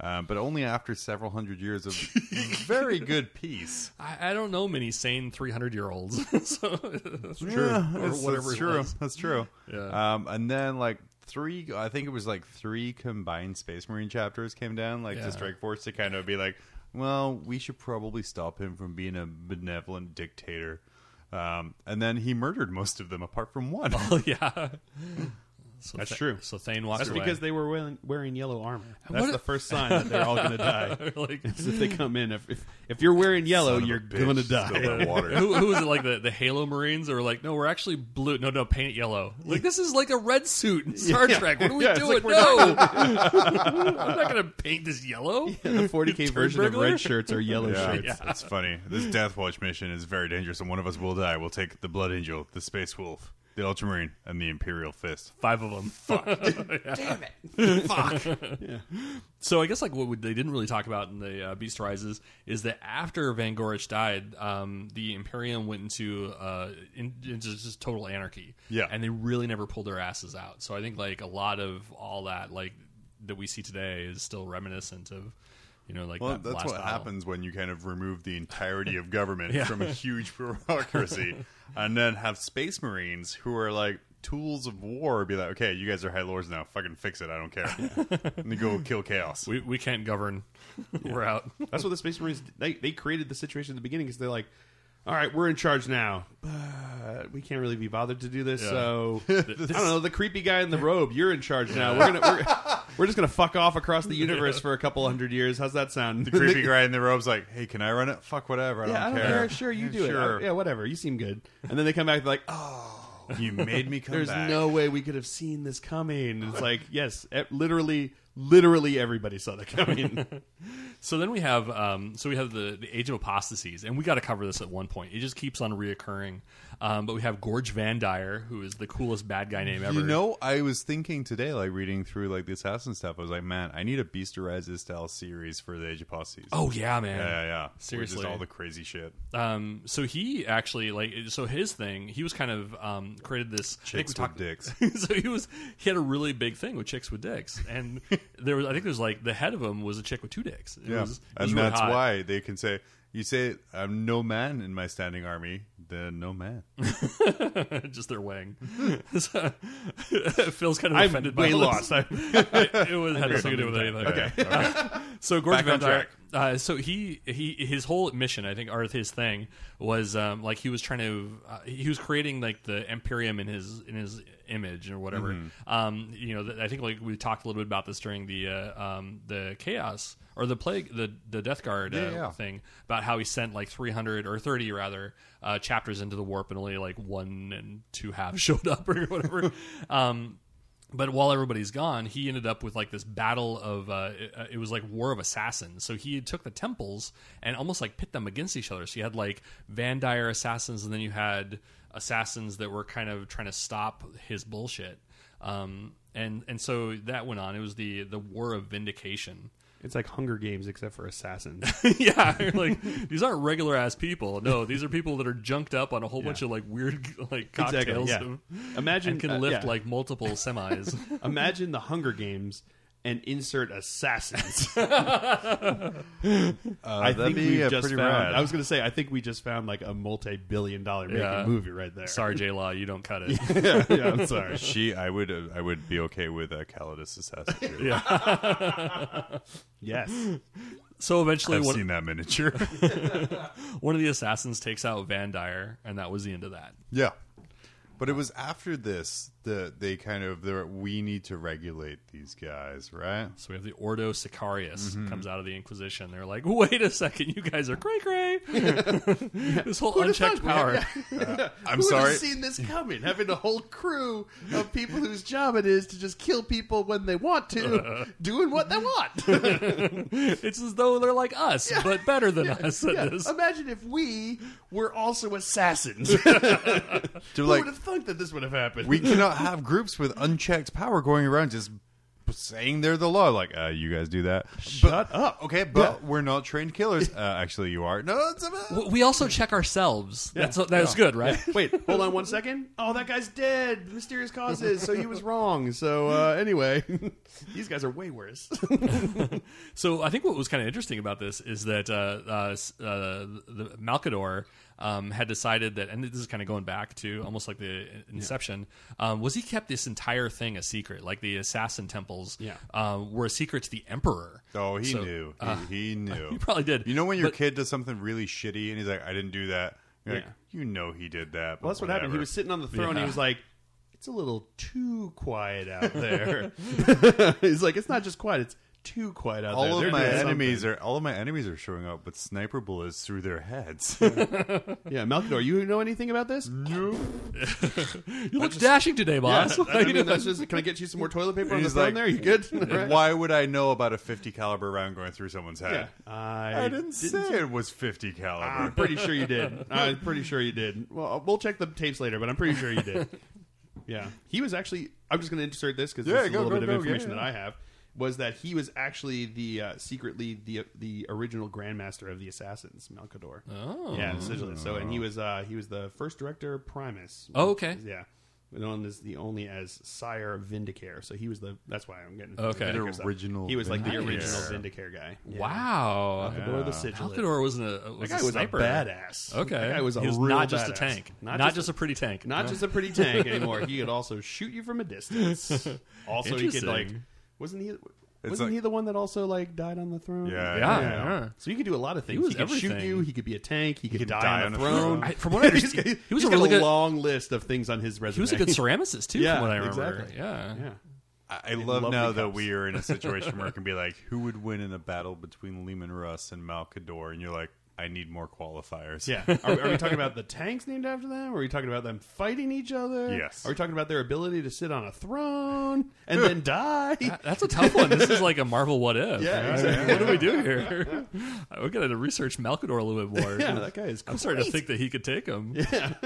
S1: um, but only after several hundred years of very good peace.
S4: I, I don't know many sane 300 year olds. so,
S1: true.
S4: or whatever
S1: that's
S4: it
S1: true.
S4: was.
S1: That's true.
S4: Yeah.
S1: Um, and then like three, I think it was like three combined Space Marine chapters came down, like
S4: Yeah.
S1: to Strike Force to kind of be like, well, we should probably stop him from being a benevolent dictator. Um, and then he murdered most of them, apart from one.
S4: Oh, yeah. So
S3: That's
S4: Tha-
S3: true.
S4: So Thane walks
S3: That's
S4: away.
S3: because they were wearing, wearing yellow armor. That's
S4: What-
S3: the first sign that they're all going to die.
S4: like,
S3: As if they come in, if if, if you're wearing yellow,
S1: Son of a
S3: you're
S1: bitch,
S3: going to
S1: spilled
S3: die.
S1: that water.
S4: who, who was it? Like the, the Halo Marines that were like, no, we're actually blue. No, no, paint it yellow. Like, this is like a red suit in Star
S3: Yeah.
S4: Trek. What are we
S3: Yeah, it's
S4: doing?
S3: like we're
S4: no. I'm not going to paint this yellow.
S3: the 40k version
S4: burglar?
S3: of red shirts are yellow
S1: Yeah,
S3: shirts.
S1: it's, it's funny. This Death Watch mission is very dangerous, and one of us will die. We'll take the Blood Angel, the Space Wolf, the Ultramarine, and the Imperial Fist.
S4: Five of them. Fuck. Damn it. Fuck. So I guess like what would- they didn't really talk about in the uh, Beast Rises is that after Van Gorich died, um, the Imperium went into uh, in, into just total anarchy.
S1: Yeah.
S4: and they really never pulled their asses out. So I think like a lot of all that like that we see today is still reminiscent of you know like
S1: Well,
S4: that
S1: that's
S4: last
S1: what
S4: battle.
S1: happens when you kind of remove the entirety of government
S4: Yeah.
S1: from a huge bureaucracy and then have space marines who are like tools of war be like, okay, you guys are high lords now. Fucking fix it. I don't care. and they go kill chaos.
S4: We we can't govern. We're out.
S3: That's what the Space Marines they they created the situation at the beginning because they're like, all right, we're in charge now, but we can't really be bothered to do this.
S4: Yeah.
S3: So I don't know. The creepy guy in the robe, you're in charge now. We're gonna we're, we're just gonna fuck off across the universe for a couple hundred years. How's that sound?
S1: the creepy guy in the robe's like, hey, can I run it? Fuck whatever. I
S3: Yeah, I
S1: don't
S3: don't
S1: care.
S3: care. Sure, you do
S1: Sure.
S3: it. Yeah, whatever. You seem good. And then they come back they're like, oh,
S1: You made me come
S3: there's
S1: back.
S3: no way we could have seen this coming. And it's like, yes, e- literally, literally everybody saw that coming.
S4: So then we have um, so we have the, the Age of Apostasies, and we got to cover this at one point. It just keeps on reoccurring. Um, but we have Gorge Van Dyer, who is the coolest bad guy name ever.
S1: You know, I was thinking today, like reading through like the assassin stuff, I was like, man, I need a Beast Arises style series for the Age of Posses.
S4: Oh yeah,
S1: yeah,
S4: man.
S1: yeah, yeah. Where
S4: Seriously.
S1: just all the crazy shit.
S4: Um, so he actually like so his thing. He was kind of um, created this. I think
S1: Chicks
S4: we
S1: with
S4: talked-
S1: dicks.
S4: so he was he had a really big thing with chicks with dicks, and there was I think there was like the head of him was a chick with two dicks. It
S1: Yeah.
S4: was, it
S1: and
S4: was really
S1: that's
S4: hot.
S1: why they can say, you say, I'm no man in my standing army, then no man.
S4: just their wang. So, Phil's kind of
S3: I'm
S4: offended by
S3: way
S4: all this.
S3: lost. I-
S4: it was had nothing to do with anything.
S1: Okay. okay.
S4: So Gordon
S1: Back
S4: Van
S1: on
S4: Dyke. Uh, so he he his whole mission, I think, or his thing was um, like he was trying to uh, he was creating like the Imperium in his in his image or whatever.
S1: Mm-hmm.
S4: Um, you know, th- I think like we talked a little bit about this during the uh, um, the chaos or the plague the the Death Guard uh,
S1: Yeah, yeah.
S4: thing about how he sent like 300 or 30 rather uh, chapters into the warp and only like one and two halves showed up or whatever. um, but while everybody's gone, he ended up with like this battle of uh, it, it was like war of assassins. So he took the temples and almost like pit them against each other. So you had like Van Dyer assassins, and then you had assassins that were kind of trying to stop his bullshit. Um, and and so that went on. It was the the war of vindication.
S3: it's like Hunger Games except for assassins.
S4: yeah, you're like these aren't regular ass people. No, these are people that are junked up on a whole bunch of like weird like cocktails.
S3: Exactly, yeah. Imagine,
S4: and can
S3: uh,
S4: lift
S3: yeah.
S4: like multiple semis.
S3: Imagine the Hunger Games and insert assassins. I
S1: that'd
S3: think
S1: be,
S3: we
S1: uh,
S3: have just
S1: pretty
S3: found.
S1: rad.
S3: I was going to say I think we just found like a multi-billion dollar making
S4: Yeah.
S3: movie right there.
S4: Sorry, J Law, you don't cut it.
S3: yeah, yeah, I'm sorry.
S1: She, I would, uh, I would be okay with a Calidus assassin. too.
S3: Yes,
S4: So eventually,
S1: I've
S4: one,
S1: seen that miniature.
S4: one of the assassins takes out Van Dyer, and that was the end of that.
S1: yeah, but it was after this that they kind of they're we need to regulate these guys, right?
S4: So we have the Ordo Sicarius
S1: Mm-hmm.
S4: comes out of the Inquisition. They're like, wait a second, you guys are cray cray. this whole unchecked power.
S1: I'm
S3: Who
S1: sorry.
S3: have seen this coming? Having a whole crew of people whose job it is to just kill people when they want to, doing what they want.
S4: It's as though they're like us, but better than us at this.
S3: Imagine if we were also assassins.
S1: They're
S3: Who
S1: like
S3: would have thought that this would have happened?
S1: we cannot have groups with unchecked power going around just saying they're the law. Like, uh, you guys do that. Shut up. Okay, but we're not trained killers. Uh, actually, you are. No, it's a
S4: W- We also check ourselves. That's that's good, right?
S3: Wait, hold on one second. Oh, that guy's dead. Mysterious causes. So he was wrong. So uh, anyway, these guys are way worse.
S4: So I think what was kind of interesting about this is that uh, uh, s- uh, the Malkador um, had decided that, and this is kind of going back to almost like the Inception, um, was he kept this entire thing a secret? Like the assassin temples
S3: Yeah.
S4: uh, were a secret to the Emperor.
S1: Oh, he
S4: So,
S1: knew.
S3: uh,
S1: He, he knew.
S4: He probably did.
S1: You know when your
S4: But-
S1: kid does something really shitty and he's like, "I didn't do that." You're like,
S3: Yeah.
S1: you know he did that. But
S3: Well, that's what happened. He
S1: whatever."
S3: was sitting on the throne. He
S4: Yeah.
S3: was like, "It's a little too quiet out there." He's like, "It's not just quiet; it's too quiet out there."
S1: All
S3: They're
S1: of my
S3: doing
S1: enemies are all of my enemies are showing up with sniper bullets through their heads.
S3: something." Yeah, Malkador, you know anything about this? No.
S4: You look dashing today, boss.
S3: I mean, that's just. Can I get you some more toilet paper on the
S1: He's
S3: throne?
S1: like-
S3: there, you good? Right?
S1: Why would I know about a 50 caliber round going through someone's
S3: Yeah. Ah,
S1: head?
S3: I,
S1: I didn't say it was 50 caliber.
S3: I'm pretty sure you did. I'm pretty sure you did. Well, we'll check the tapes later, but I'm pretty sure you did. Yeah, he was actually. I'm just going to insert this because
S1: Yeah,
S3: this is
S1: go,
S3: a little
S1: go,
S3: bit
S1: go,
S3: of
S1: yeah,
S3: information
S1: yeah.
S3: that I have. Was that he was actually the uh, secretly the the original Grandmaster of the Assassins, Malkador.
S4: Oh.
S3: yeah, essentially. So, and he was uh, he was the first director Primus.
S4: Oh, okay.
S3: yeah. Known as the only as Sire Vindicare, so he was the. That's why I'm getting
S4: Okay. The
S3: Vindicare stuff.
S1: original
S3: He was like the
S1: Vindicare.
S3: original Vindicare guy. Yeah.
S4: Wow.
S3: Malkador the Sigilid.
S4: Malkador was, a, was
S3: That guy
S4: a
S3: was a
S4: sniper.
S3: badass.
S4: Okay.
S3: that guy was a
S4: he was
S3: real
S4: not just a
S3: badass.
S4: tank.
S3: Not, just,
S4: a pretty tank.
S3: not just a pretty tank anymore. He could also shoot you from a distance. Also, he could like
S4: Interesting.
S3: wasn't he?
S1: It's
S3: Wasn't
S1: like-
S3: he the one that also like died on the throne?
S1: Yeah.
S4: Yeah, yeah.
S3: So he could do a lot of things.
S4: was
S3: could shoot
S4: everything.
S3: you. He could be a tank. He could
S1: could
S3: die,
S1: die
S3: on the
S1: on a
S3: throne.
S1: throne.
S4: I- from what I
S3: He's
S4: understand-
S3: got-
S4: he was
S3: he's
S4: a
S3: got
S4: really good-
S3: long list of things on his resume.
S4: he was a good ceramicist too,
S3: Yeah,
S4: from what I remember.
S3: exactly.
S4: Yeah.
S3: Yeah.
S1: I I love
S3: lovely
S1: now that
S3: cups.
S1: we are in a situation where it can be like, who would win in a battle between Lehman Russ and Malkador? And you're like, I need more qualifiers.
S3: Yeah. Are, are we talking about the tanks named after them? Are we talking about them fighting each other?
S1: Yes.
S3: Are we talking about their ability to sit on a throne and then die?
S4: That's a tough one. This is like a Marvel what if.
S3: Yeah,
S4: What do we do here? We're going to research Malkador a little bit more.
S3: Yeah, that guy is.
S4: I'm starting to think that he could take him. Yeah.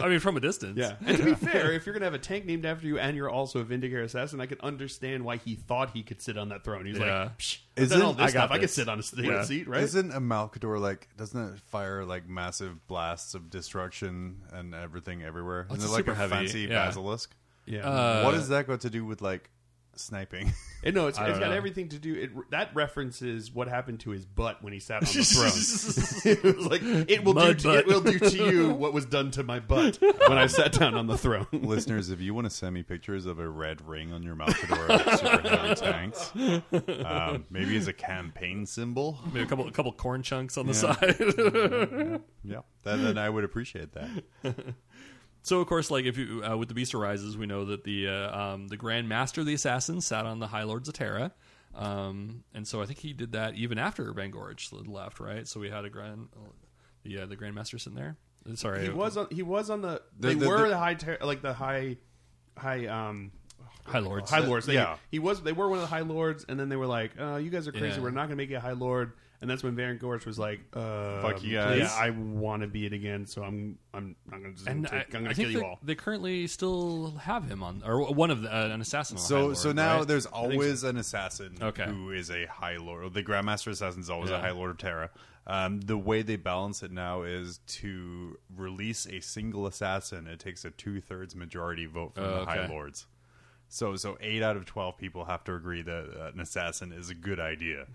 S4: I mean, from a distance.
S3: Yeah, and to be fair, if you're gonna have a tank named after you and you're also a Vindicare assassin, I can understand why he thought he could sit on that throne. He's
S4: Yeah.
S3: like, Psh, I've done
S1: Isn't-
S3: all this
S1: I got
S3: stuff. I can
S1: this.
S3: sit on a st-
S4: Yeah.
S3: seat, right?
S1: Isn't a Malkador like? Doesn't it fire like massive blasts of destruction and everything everywhere?
S4: It's
S1: Isn't it like
S4: super
S1: a
S4: heavy,
S1: fancy
S4: yeah.
S1: basilisk?
S3: yeah,
S4: Uh,
S1: what does that got to do with like sniping?
S3: and no, it's,
S4: I
S3: it's
S4: don't
S3: got
S4: know.
S3: everything to do. It, that references what happened to his butt when he sat on the throne. it was like it will
S4: Mud
S3: do to,
S4: butt.
S3: it will do to you what was done to my butt when I sat down on the throne.
S1: Listeners, if you want to send me pictures of a red ring on your Malkador super heavy tanks, um, maybe as a campaign symbol.
S4: Maybe a couple, a couple corn chunks on the side.
S1: Yeah, then, then I would appreciate that.
S4: So of course, like if you uh, with the Beast Arises, we know that the uh, um, the Grand Master of the Assassins sat on the High Lord Zatara, um, and so I think he did that even after Van Gorge left, right? So we had a Grand, the uh, the Grand Master sitting there. Uh, Sorry,
S3: He was on. He was on the.
S1: The-
S3: They
S1: the-
S3: were
S1: the-
S3: the high, ter- like the high, high. um
S4: High Lords.
S3: High Lords. They,
S1: Yeah.
S3: he was. They were one of the High Lords, and then they were like, uh, "You guys are crazy.
S4: Yeah.
S3: We're not going to make you a High Lord." And that's when Varen Gorge was like, uh,
S1: Fuck you
S3: please,
S1: guys.
S3: I want to be it again, so I'm. I'm. I'm going to. I'm
S4: and I,
S3: going
S4: I
S3: to
S4: think
S3: kill you
S4: they-
S3: all.
S4: They currently still have him on, or one of the, uh, an assassin. on the High
S1: So,
S4: Lord,
S1: so now
S4: right?
S1: there's always an assassin
S4: Okay.
S1: who is a high lord. The Grandmaster Assassin is always a
S4: Yeah.
S1: high lord of Terra. Um, the way they balance it now is to release a single assassin. It takes a two thirds majority vote from
S4: Oh,
S1: the high
S4: okay.
S1: lords. So, so eight out of twelve people have to agree that uh, an assassin is a good idea.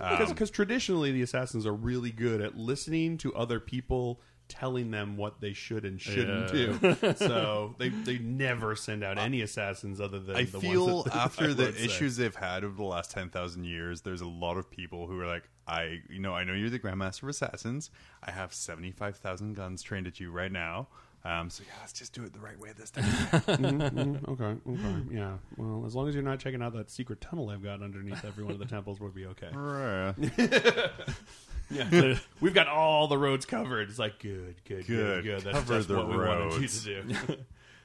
S3: Um, Because traditionally, the assassins are really good at listening to other people telling them what they should and shouldn't
S4: Yeah.
S3: do. So they they never send out any assassins other than
S1: I
S3: the
S1: feel
S3: ones that,
S1: after the
S3: I'd say.
S1: issues they've had over the last 10,000 years, there's a lot of people who are like, I, you know, I know you're the Grandmaster of Assassins. I have 75,000 guns trained at you right now. Um, so yeah, let's just do it the right way this time.
S3: Mm, okay, okay, yeah. Well, as long as you're not checking out that secret tunnel I've got underneath every one of the temples, we'll be okay.
S1: Bruh.
S3: Yeah, we've got all the roads covered. It's like good, good,
S1: Good.
S3: good, good. That's
S1: Cover
S3: just
S1: the
S3: what we wanted you
S1: roads.
S3: to do.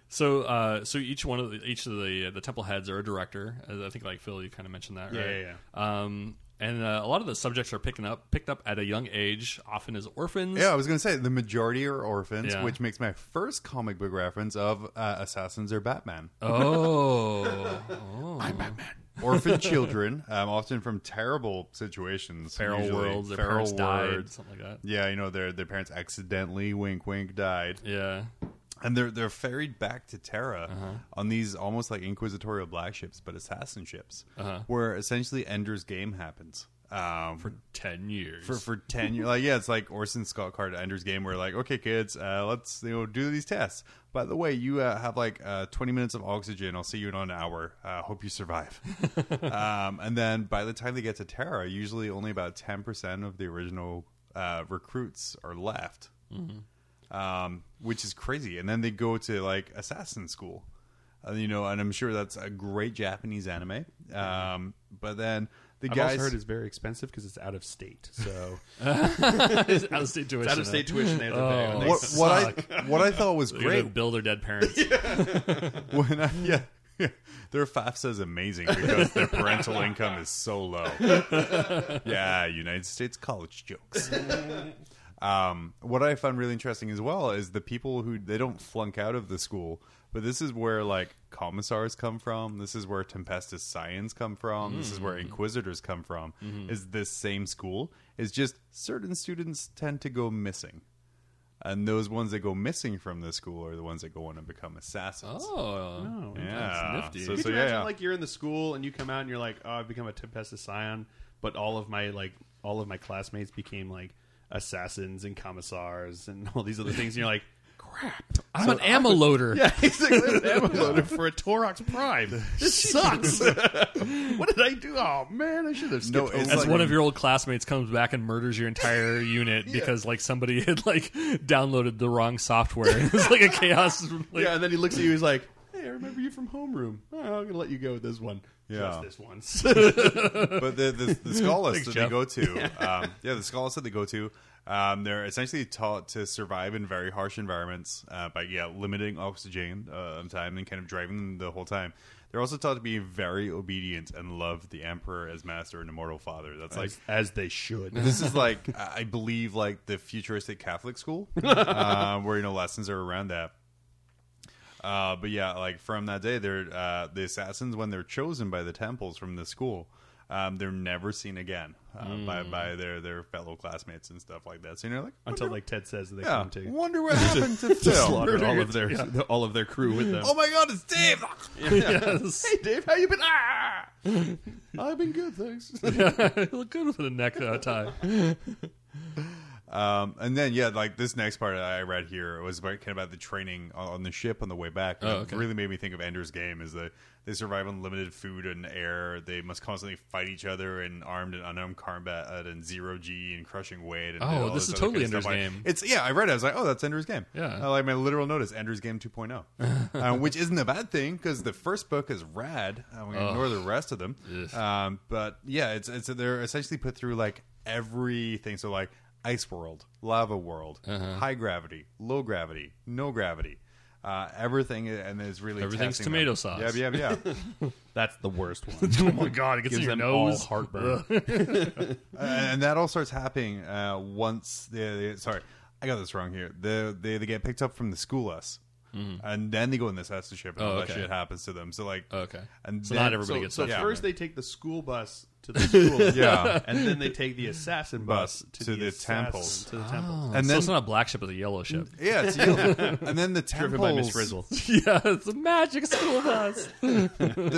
S4: So, uh, so each one of the, each of the the temple heads are a director. I I think, like Phil, you kind of mentioned that,
S3: Yeah,
S4: right?
S3: yeah,
S4: Um, and uh, a lot of the subjects are picking up picked up at a young age, often as orphans.
S1: Yeah, I was going to say the majority are orphans,
S4: Yeah.
S1: which makes my first comic book reference of uh, Assassins or Batman.
S4: Oh,
S1: Orphan children, um, often from terrible situations.
S4: feral
S1: usually.
S4: worlds. Their
S1: Feral
S4: parents died,
S1: worlds.
S4: something like that.
S1: Yeah, you know, their, their parents accidentally, wink, wink, died.
S4: Yeah.
S1: and they're they're ferried back to Terra on these almost like inquisitorial black ships, but assassin ships, where essentially Ender's Game happens. Um, for
S4: Ten years.
S1: for for ten years, like yeah, it's like Orson Scott Card Ender's Game, where like okay, kids, uh, let's you know do these tests. By the way, you uh, have like uh, twenty minutes of oxygen. I'll see you in an hour. Uh, hope you survive. um, and then by the time they get to Terra, usually only about ten percent of the original uh, recruits are left
S3: Mm-hmm.
S1: um, which is crazy. And then they go to like assassin school, uh, you know, and I'm sure that's a great Japanese anime. Um, but then the
S3: I've
S1: guys,
S3: also heard it's very expensive because it's out of state. So
S4: It's out of state tuition.
S3: it's out of state tuition they have to pay.
S4: Oh.
S3: And they-
S1: what, what I what I thought was
S4: They're
S1: great
S4: gonna bill their dead parents.
S1: when I, yeah. yeah, Their FAFSA is amazing because their parental income is so low. yeah, United States college jokes. Um, what I found really interesting as well is the people who they don't flunk out of the school, but this is where like commissars come from. This is where Tempestus Scions come from. This is where Inquisitors come from. Is this same school? Is just certain students tend to go missing, and those ones that go missing from the school are the ones that go on and become assassins.
S4: Oh,
S1: Yeah.
S4: That's nifty.
S1: So-
S3: Could
S1: so
S3: you
S1: yeah,
S3: imagine
S1: yeah.
S3: like you're in the school and you come out and you're like, oh, I've become a Tempestus Scion, but all of my like all of my classmates became like assassins and commissars and all these other things, and you're like, crap.
S4: I'm an ammo loader.
S3: Yeah, he's like, I'm a loader for a Torox Prime. This sucks. what did I do? Oh man, I should have skipped.
S1: No, it's
S4: As
S1: like-
S4: one of your old classmates comes back and murders your entire unit because like somebody had like downloaded the wrong software. it was like a chaos. Like,
S3: yeah, and then he looks at you. He's like, "Hey, I remember you from homeroom. Oh, I'm gonna let you go with this one.
S1: Yeah.
S3: Just this once.
S1: but the the, the scholars that they
S4: Jeff.
S1: go to, um, yeah, the scholars that they go to, um, they're essentially taught to survive in very harsh environments uh, by yeah limiting oxygen uh, of time and kind of driving them the whole time. They're also taught to be very obedient and love the emperor as master and immortal father. That's like
S3: as, as they should.
S1: this is like I I believe like the futuristic Catholic school, uh, where you know lessons are around that. Uh, but yeah, like from that day, they're uh, the assassins when they're chosen by the temples from the school. Um, they're never seen again uh, by by their their fellow classmates and stuff like that. So you're like
S3: Hmm. Until
S1: wonder-
S3: like Ted says that they
S1: yeah,
S3: come to
S1: wonder what happened to Phil.
S3: slaughter all of their all of their crew with them.
S1: Oh my God, it's Dave.
S4: yes.
S3: hey Dave, how you been? Ah! I've been good, thanks.
S4: Yeah, look good with a neck uh, tie.
S1: Um, and then yeah, like this next part I read here was about, kind of about the training on on the ship on the way back.
S4: Oh,
S1: It
S4: okay.
S1: Really made me think of Ender's Game. Is that they survive on limited food and air. They must constantly fight each other in armed and unarmed combat and zero G and crushing weight. And
S4: Oh,
S1: all
S4: this is
S1: other
S4: totally
S1: kind of stuff.
S4: Ender's
S1: I-
S4: Game.
S1: It's yeah, I read it. I was like, oh, that's Ender's Game.
S4: Yeah.
S1: Uh, like my literal notice, Ender's Game 2.0, uh, which isn't a bad thing because the first book is rad. I'm gonna ignore the rest of them. Um, but yeah, it's it's they're essentially put through like everything. So like ice world, lava world,
S4: Uh-huh.
S1: high gravity, low gravity, no gravity, uh, everything, and it's really
S4: Everything's
S1: testing
S4: tomato
S1: them.
S4: sauce.
S1: Yeah, yeah, yeah.
S3: That's the worst one.
S4: Oh my god, it gets in
S3: Gives
S4: your
S3: them
S4: nose.
S3: all heartburn.
S1: Uh, and and that all starts happening uh, once they, they- sorry i got this wrong here the, they, they get picked up from the school us and then they go in this assassin ship and
S4: Oh,
S1: all
S4: okay.
S1: that shit happens to them so like
S4: Okay.
S1: and
S4: So
S1: then-
S4: not everybody gets
S3: So
S4: that.
S3: first they take the school bus to the school,
S1: Yeah.
S3: and then they take the assassin bus to,
S1: To the
S3: assassin-
S1: temples.
S3: To the Oh. temples.
S1: and
S4: so
S1: then
S4: it's not a black ship, it's a yellow ship.
S1: yeah it's yellow. and then the
S3: Driven by Miss
S1: temples
S3: Frizzle.
S4: yeah, it's a magic school
S3: Uh,
S4: bus.
S1: the,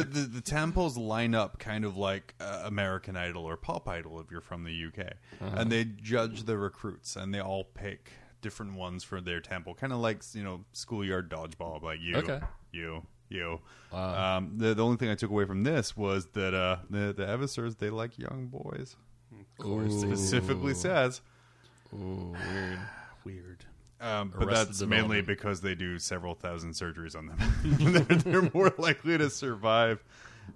S1: the, the temples line up kind of like uh, American
S4: Uh-huh.
S1: Idol or Pop Idol if you're from the UK, and they judge the recruits and they all pick different ones for their temple, kind of like you know schoolyard dodgeball, like you,
S4: Okay.
S1: you, you. Um, the the only thing I took away from this was that uh, the the Evisors they like young boys. Specifically says,
S4: weird.
S3: Weird.
S1: um, but
S4: Arrested
S1: that's mainly
S4: Development.
S1: because they do several thousand surgeries on them. they're, they're more likely to survive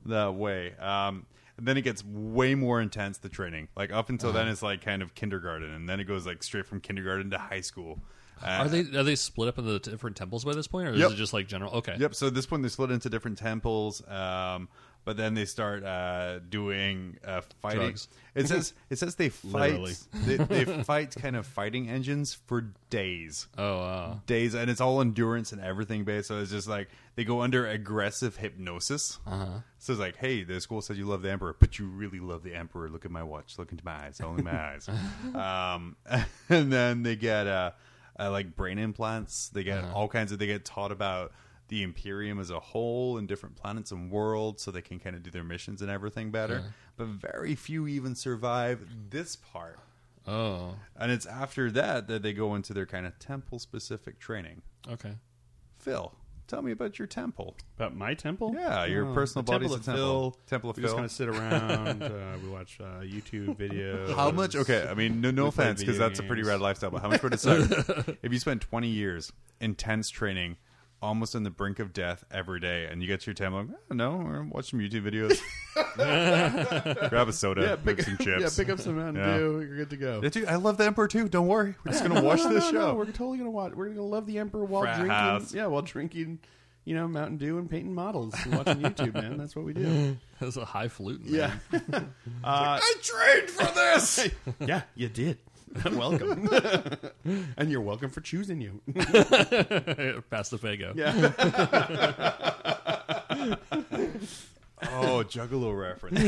S1: that way. Um, and then it gets way more intense the training. Like up until then, it's like kind of kindergarten, and then it goes like straight from kindergarten to high school. Uh,
S4: Are they are they split up into different temples by this point, or
S1: Yep.
S4: is it just like general? Okay.
S1: Yep. So at this point, they split into different temples, um, but then they start uh, doing uh, fighting.
S4: Drugs.
S1: It says it says they
S3: Literally.
S1: fight. They, they fight kind of fighting engines for days,
S4: Oh wow.
S1: days, and it's all endurance and everything based. So it's just like they go under aggressive hypnosis. Uh-huh. So it's like, hey, the school said you love the emperor, but you really love the emperor. Look at my watch. Look into my eyes. Only my eyes. Um, and then they get uh, uh, like brain implants. They get all kinds of. They get taught about the Imperium as a whole and different planets and worlds, so they can kind of do their missions and everything better. But very few even survive this part.
S4: Oh.
S1: And it's after that that they go into their kind of temple specific training.
S4: Okay.
S1: Phil, tell me about your temple.
S3: About my temple? Oh,
S1: Yeah, your personal
S3: the
S1: body's
S3: temple
S1: a
S3: of
S1: temple.
S3: Phil.
S1: Temple of
S3: we just
S1: Phil.
S3: kind of sit around. uh, we watch uh, YouTube videos.
S1: How much? Okay, I mean, no, no
S3: We play
S1: offense, because
S3: video
S1: that's a pretty
S3: games.
S1: rad lifestyle. But how much would it suck if you spent twenty years intense training, almost on the brink of death every day, and you get to your temple? Like, oh, no, we're gonna watch some YouTube videos, grab a soda,
S3: Yeah,
S1: make
S3: pick,
S1: some chips.
S3: yeah, pick up some Mountain
S1: Yeah.
S3: Dew. You're good to go.
S1: Yeah, dude, I love the Emperor too. Don't worry, we're just gonna watch this
S3: no,
S1: show.
S3: no, we're totally gonna watch. We're gonna love the Emperor while
S1: Frat
S3: drinking.
S1: house.
S3: Yeah, while drinking, you know, Mountain Dew and painting models and watching YouTube. Man, that's what we do.
S4: That's a high flute.
S3: Yeah,
S1: I trained for this.
S3: yeah, you did. welcome, and you're welcome for choosing you.
S4: Pass the Fago.
S3: Yeah,
S1: oh, Juggalo reference.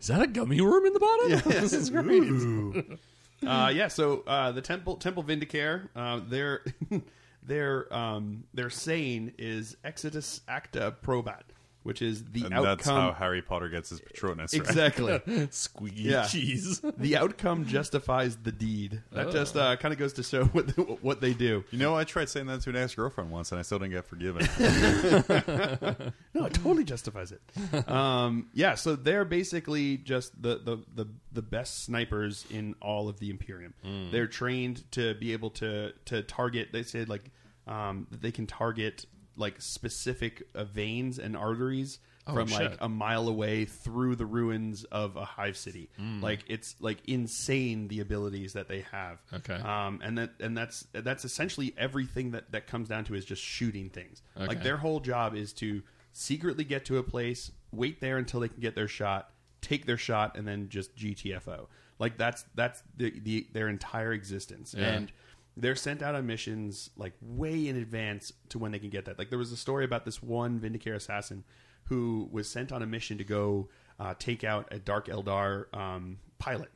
S4: Is that a gummy worm in the bottom?
S3: this is great. uh, yeah, so uh, the temple temple Vindicare, uh, their their um, their saying is Exodus Acta Probat, which is the
S1: And
S3: outcome.
S1: that's how Harry Potter gets his Patronus. Right?
S3: exactly.
S4: Squeaky
S3: Yeah.
S4: cheese.
S3: the outcome justifies the deed. That just uh, kind of goes to show what they, what they do.
S1: You know, I tried saying that to an ex girlfriend once, and I still didn't get forgiven.
S3: No, it totally justifies it. um, yeah, so they're basically just the, the, the, the best snipers in all of the Imperium. They're trained to be able to to target. They said like um, that they can target like specific uh, veins and arteries from like
S4: shit.
S3: a mile away through the ruins of a hive city.
S4: Mm.
S3: Like it's like insane the abilities that they have.
S4: Okay.
S3: um, and that and that's that's essentially everything that that comes down to is just shooting things. Like
S4: Okay.
S3: their whole job is to secretly get to a place, wait there until they can get their shot, take their shot, and then just GTFO. Like that's that's the, the their entire existence, and they're sent out on missions like way in advance to when they can get that. Like there was a story about this one Vindicare assassin who was sent on a mission to go uh, take out a Dark Eldar um, pilot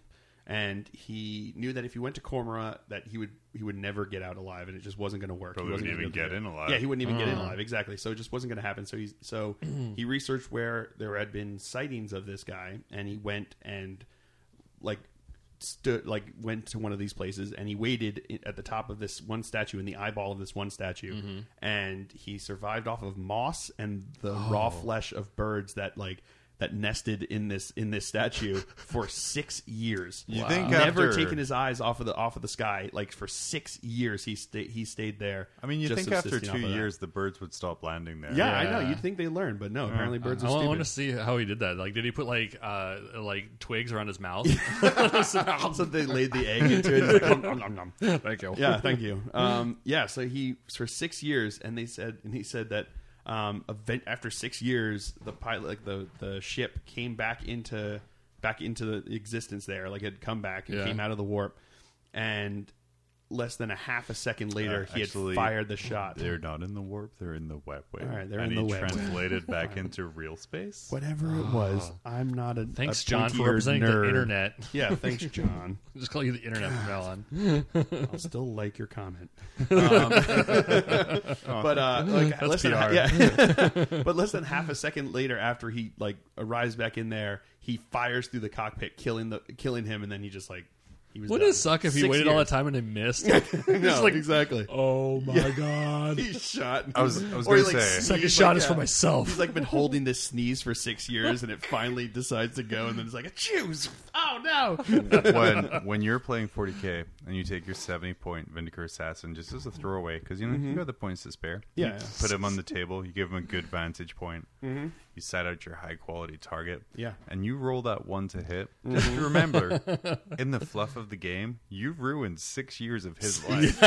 S3: and he knew that if he went to Cormorant, that he would he would never get out alive, and it just wasn't going to work.
S1: Probably
S3: He wasn't
S1: wouldn't
S3: gonna
S1: even
S3: be able to
S1: get
S3: do it.
S1: in alive.
S3: Yeah, he wouldn't even get in alive. Exactly. So it just wasn't going to happen. So he so he researched where there had been sightings of this guy, and he went and like stood like went to one of these places and he waited i- at the top of this one statue in the eyeball of this one statue
S1: Mm-hmm.
S3: and he survived off of moss and the
S1: Oh.
S3: raw flesh of birds that like that nested in this in this statue for 6 years
S1: You Wow. think
S3: never
S1: after-
S3: taken his eyes off of the off of the sky like for 6 years he stayed he stayed there
S1: I mean, you
S3: just
S1: think after
S3: subsisting
S1: two
S3: off of that.
S1: years the birds would stop landing there?
S3: yeah, I
S4: Yeah.
S3: know. You'd think they learn, but no. Apparently, birds
S4: I
S3: are
S4: want to
S3: stupid.
S4: see how he did that. Like, did he put like uh like twigs around his mouth?
S3: So they laid the egg into it. It's like, nom, nom, nom.
S4: Thank you.
S3: yeah, thank you. Um, yeah, so he for six years, and they said, and he said that um, event, after six years, the pilot, like the the ship, came back into back into the existence there, like it had come back and
S4: Yeah.
S3: came out of the warp, and less than a half a second later,
S1: Uh,
S3: he had
S1: actually,
S3: fired the shot.
S1: They're not in the warp; they're in the wet wave.
S3: All right, they're
S1: and
S3: in the
S1: he
S3: wet wave.
S1: translated back into real space.
S3: Whatever it was, I'm not a
S4: Oh. Thanks,
S3: a
S4: John, for
S3: pointy-eared
S4: representing
S3: nerd.
S4: the internet.
S3: Yeah, thanks, John.
S4: Just call you the internet from now on.
S3: I'll still like your comment.
S4: Oh.
S3: Um, but
S1: Mm,
S3: uh, like less than ha-
S4: PR.
S3: yeah. but less than half a second later, after he like arrives back in there, he fires through the cockpit, killing the killing him, and then he just like He was
S4: Wouldn't
S3: done.
S4: it suck if he
S3: Six
S4: waited all
S3: years.
S4: that time and they missed?
S3: no, exactly.
S4: oh my god!
S3: He's shot.
S1: I was- I was
S3: Or he,
S1: gonna say.
S4: Second
S3: sneezed
S4: shot
S3: like
S4: is for
S3: that.
S4: myself.
S3: He's like been holding this sneeze for six years, and it finally decides to go, and then it's like a choose. Oh no!
S1: when when you're playing 40k and you take your 70 point Vindicator Assassin just as a throwaway because you know
S3: Mm-hmm.
S1: you got the points to spare.
S3: Yeah,
S1: You
S3: yeah.
S1: put them on the table. You give them a good vantage point. Mm-hmm. You set out your high quality target.
S3: Yeah. Mm-hmm.
S1: and you roll that one to hit. Just remember, in the fluff of the game, you ruined six years of his life.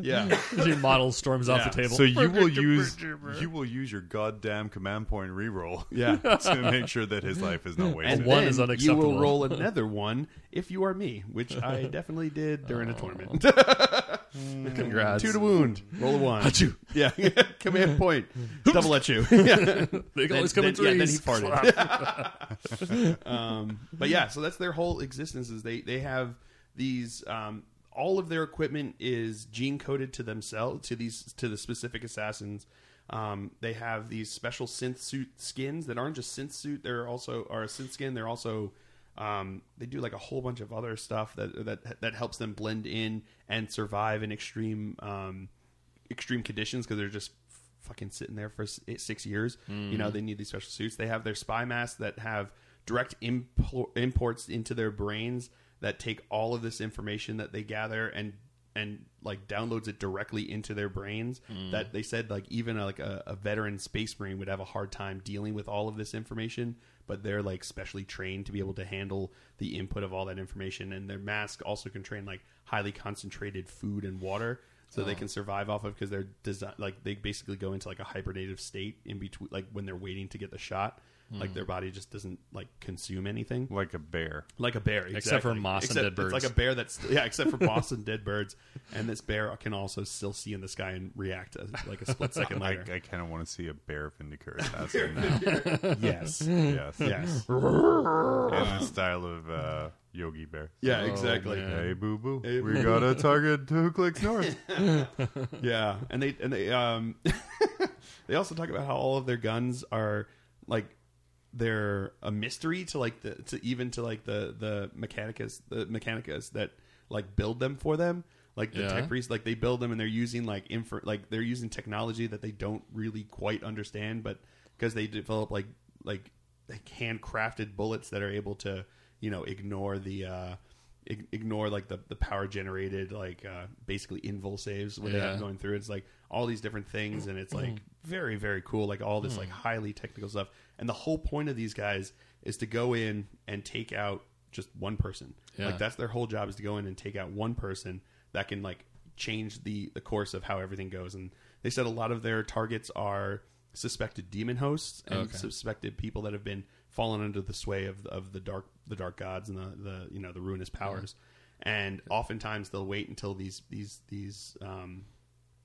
S3: yeah,
S4: As your model storms
S3: Yeah.
S4: off the table.
S1: So you will use you will use your goddamn command point reroll.
S3: yeah.
S1: to make sure that his life is not wasted.
S3: And
S4: one
S3: then
S4: is
S3: You
S4: unacceptable.
S3: will roll another one if you are me, which I definitely did during a
S4: Oh,
S3: tournament.
S4: Congrats.
S3: Two to wound. Roll a one.
S4: Achoo.
S3: Yeah. Command point. Double at you. Yeah.
S4: They always come
S3: then,
S4: in
S3: yeah, then he
S4: threes.
S3: farted. um, but yeah, so that's their whole existence is they they have these um, all of their equipment is gene coded to themselves to these to the specific assassins. Um, they have these special synth suit skins that aren't just synth suit; they're also are a synth skin. They're also um, they do like a whole bunch of other stuff that that that helps them blend in and survive in extreme um, extreme conditions because they're just fucking sitting there for s- eight- six years. You know, they need these special suits. They have their spy masks that have direct impor- imports into their brains that take all of this information that they gather and and like downloads it directly into their brains that they said like even uh, like a, a veteran space marine would have a hard time dealing with all of this information but they're like specially trained to be able to handle the input of all that information and their mask also can train like highly concentrated food and water so
S4: Oh.
S3: they can survive off of because they're design like they basically go into like a hibernative state in between like when they're waiting to get the shot
S4: Hmm.
S3: like their body just doesn't like consume anything
S1: like a bear.
S3: like a bear
S4: Except for
S3: exactly.
S4: moss and
S3: Except
S4: dead birds.
S3: it's like a bear that's yeah except for moss and dead birds and this bear can also still see in the sky and react uh, like a split
S4: Oh
S3: second
S1: I,
S3: later
S1: I kind of want to see a bear Vindicator Assassin now.
S3: yes
S1: yes.
S3: yes
S4: Oh,
S1: In the style of uh, Yogi Bear.
S3: yeah exactly
S4: man.
S1: Hey, boo boo.
S3: Hey,
S1: we got a target two clicks north.
S3: Yeah, and they and they um they also talk about how all of their guns are like they're a mystery to like the to even to like the the mechanicus the mechanicus that like build them for them like the
S4: Yeah.
S3: tech priests like they build them and they're using like infer like they're using technology that they don't really quite understand but because they develop like like like handcrafted bullets that are able to you know ignore the uh ig- ignore like the, the power generated like uh basically invul saves when they
S4: Yeah.
S3: have going through it's like all these different things and it's like
S4: Mm-hmm.
S3: very very cool like all this like
S4: Mm.
S3: highly technical stuff and the whole point of these guys is to go in and take out just one person
S4: Yeah.
S3: like that's their whole job is to go in and take out one person that can like change the the course of how everything goes and they said a lot of their targets are suspected demon hosts and
S4: Okay.
S3: suspected people that have been fallen under the sway of of the dark the dark gods and the, the you know the ruinous powers and oftentimes they'll wait until these these these um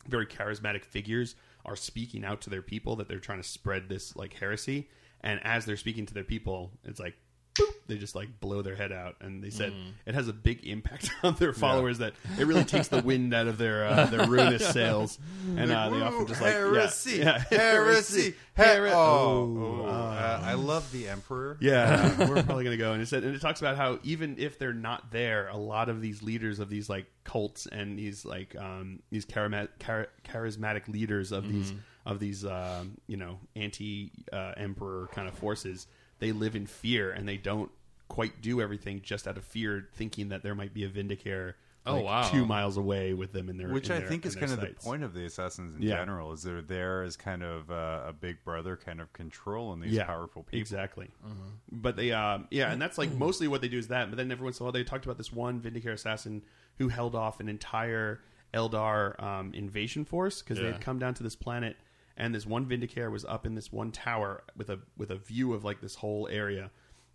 S3: very charismatic figures are speaking out to their people that they're trying to spread this like heresy and as they're speaking to their people it's like boop, they just like blow their head out and they said it has a big impact on their followers that it really takes the wind out of their uh, their ruinous sails and uh, they often just like yeah,
S1: heresy,
S3: yeah,
S1: heresy,
S3: Here-
S1: heresy. Oh,
S3: Oh.
S1: oh, uh, I love the emperor.
S3: Yeah, we're probably gonna go. And it said, and it talks about how even if they're not there, a lot of these leaders of these like cults and these like um, these charima- char- charismatic leaders of these
S1: Mm-hmm.
S3: of these um, you know anti uh, emperor kind of forces, they live in fear and they don't quite do everything just out of fear, thinking that there might be a vindicare.
S4: Oh,
S3: like,
S4: wow.
S3: two miles away with them in their
S1: Which
S3: in
S1: I
S3: their-
S1: think
S3: in
S1: is
S3: their
S1: kind of the
S3: sights.
S1: point of the assassins in
S3: Yeah.
S1: general is they're there as kind of uh, a big brother, kind of controlling these powerful people.
S3: Exactly. But they, um, yeah, and that's like mostly what they do is that. But then every once in a while, they talked about this one Vindicare assassin who held off an entire Eldar um, invasion force because they
S4: Yeah.
S3: had come down to this planet, and this one Vindicare was up in this one tower with a with a view of like this whole area.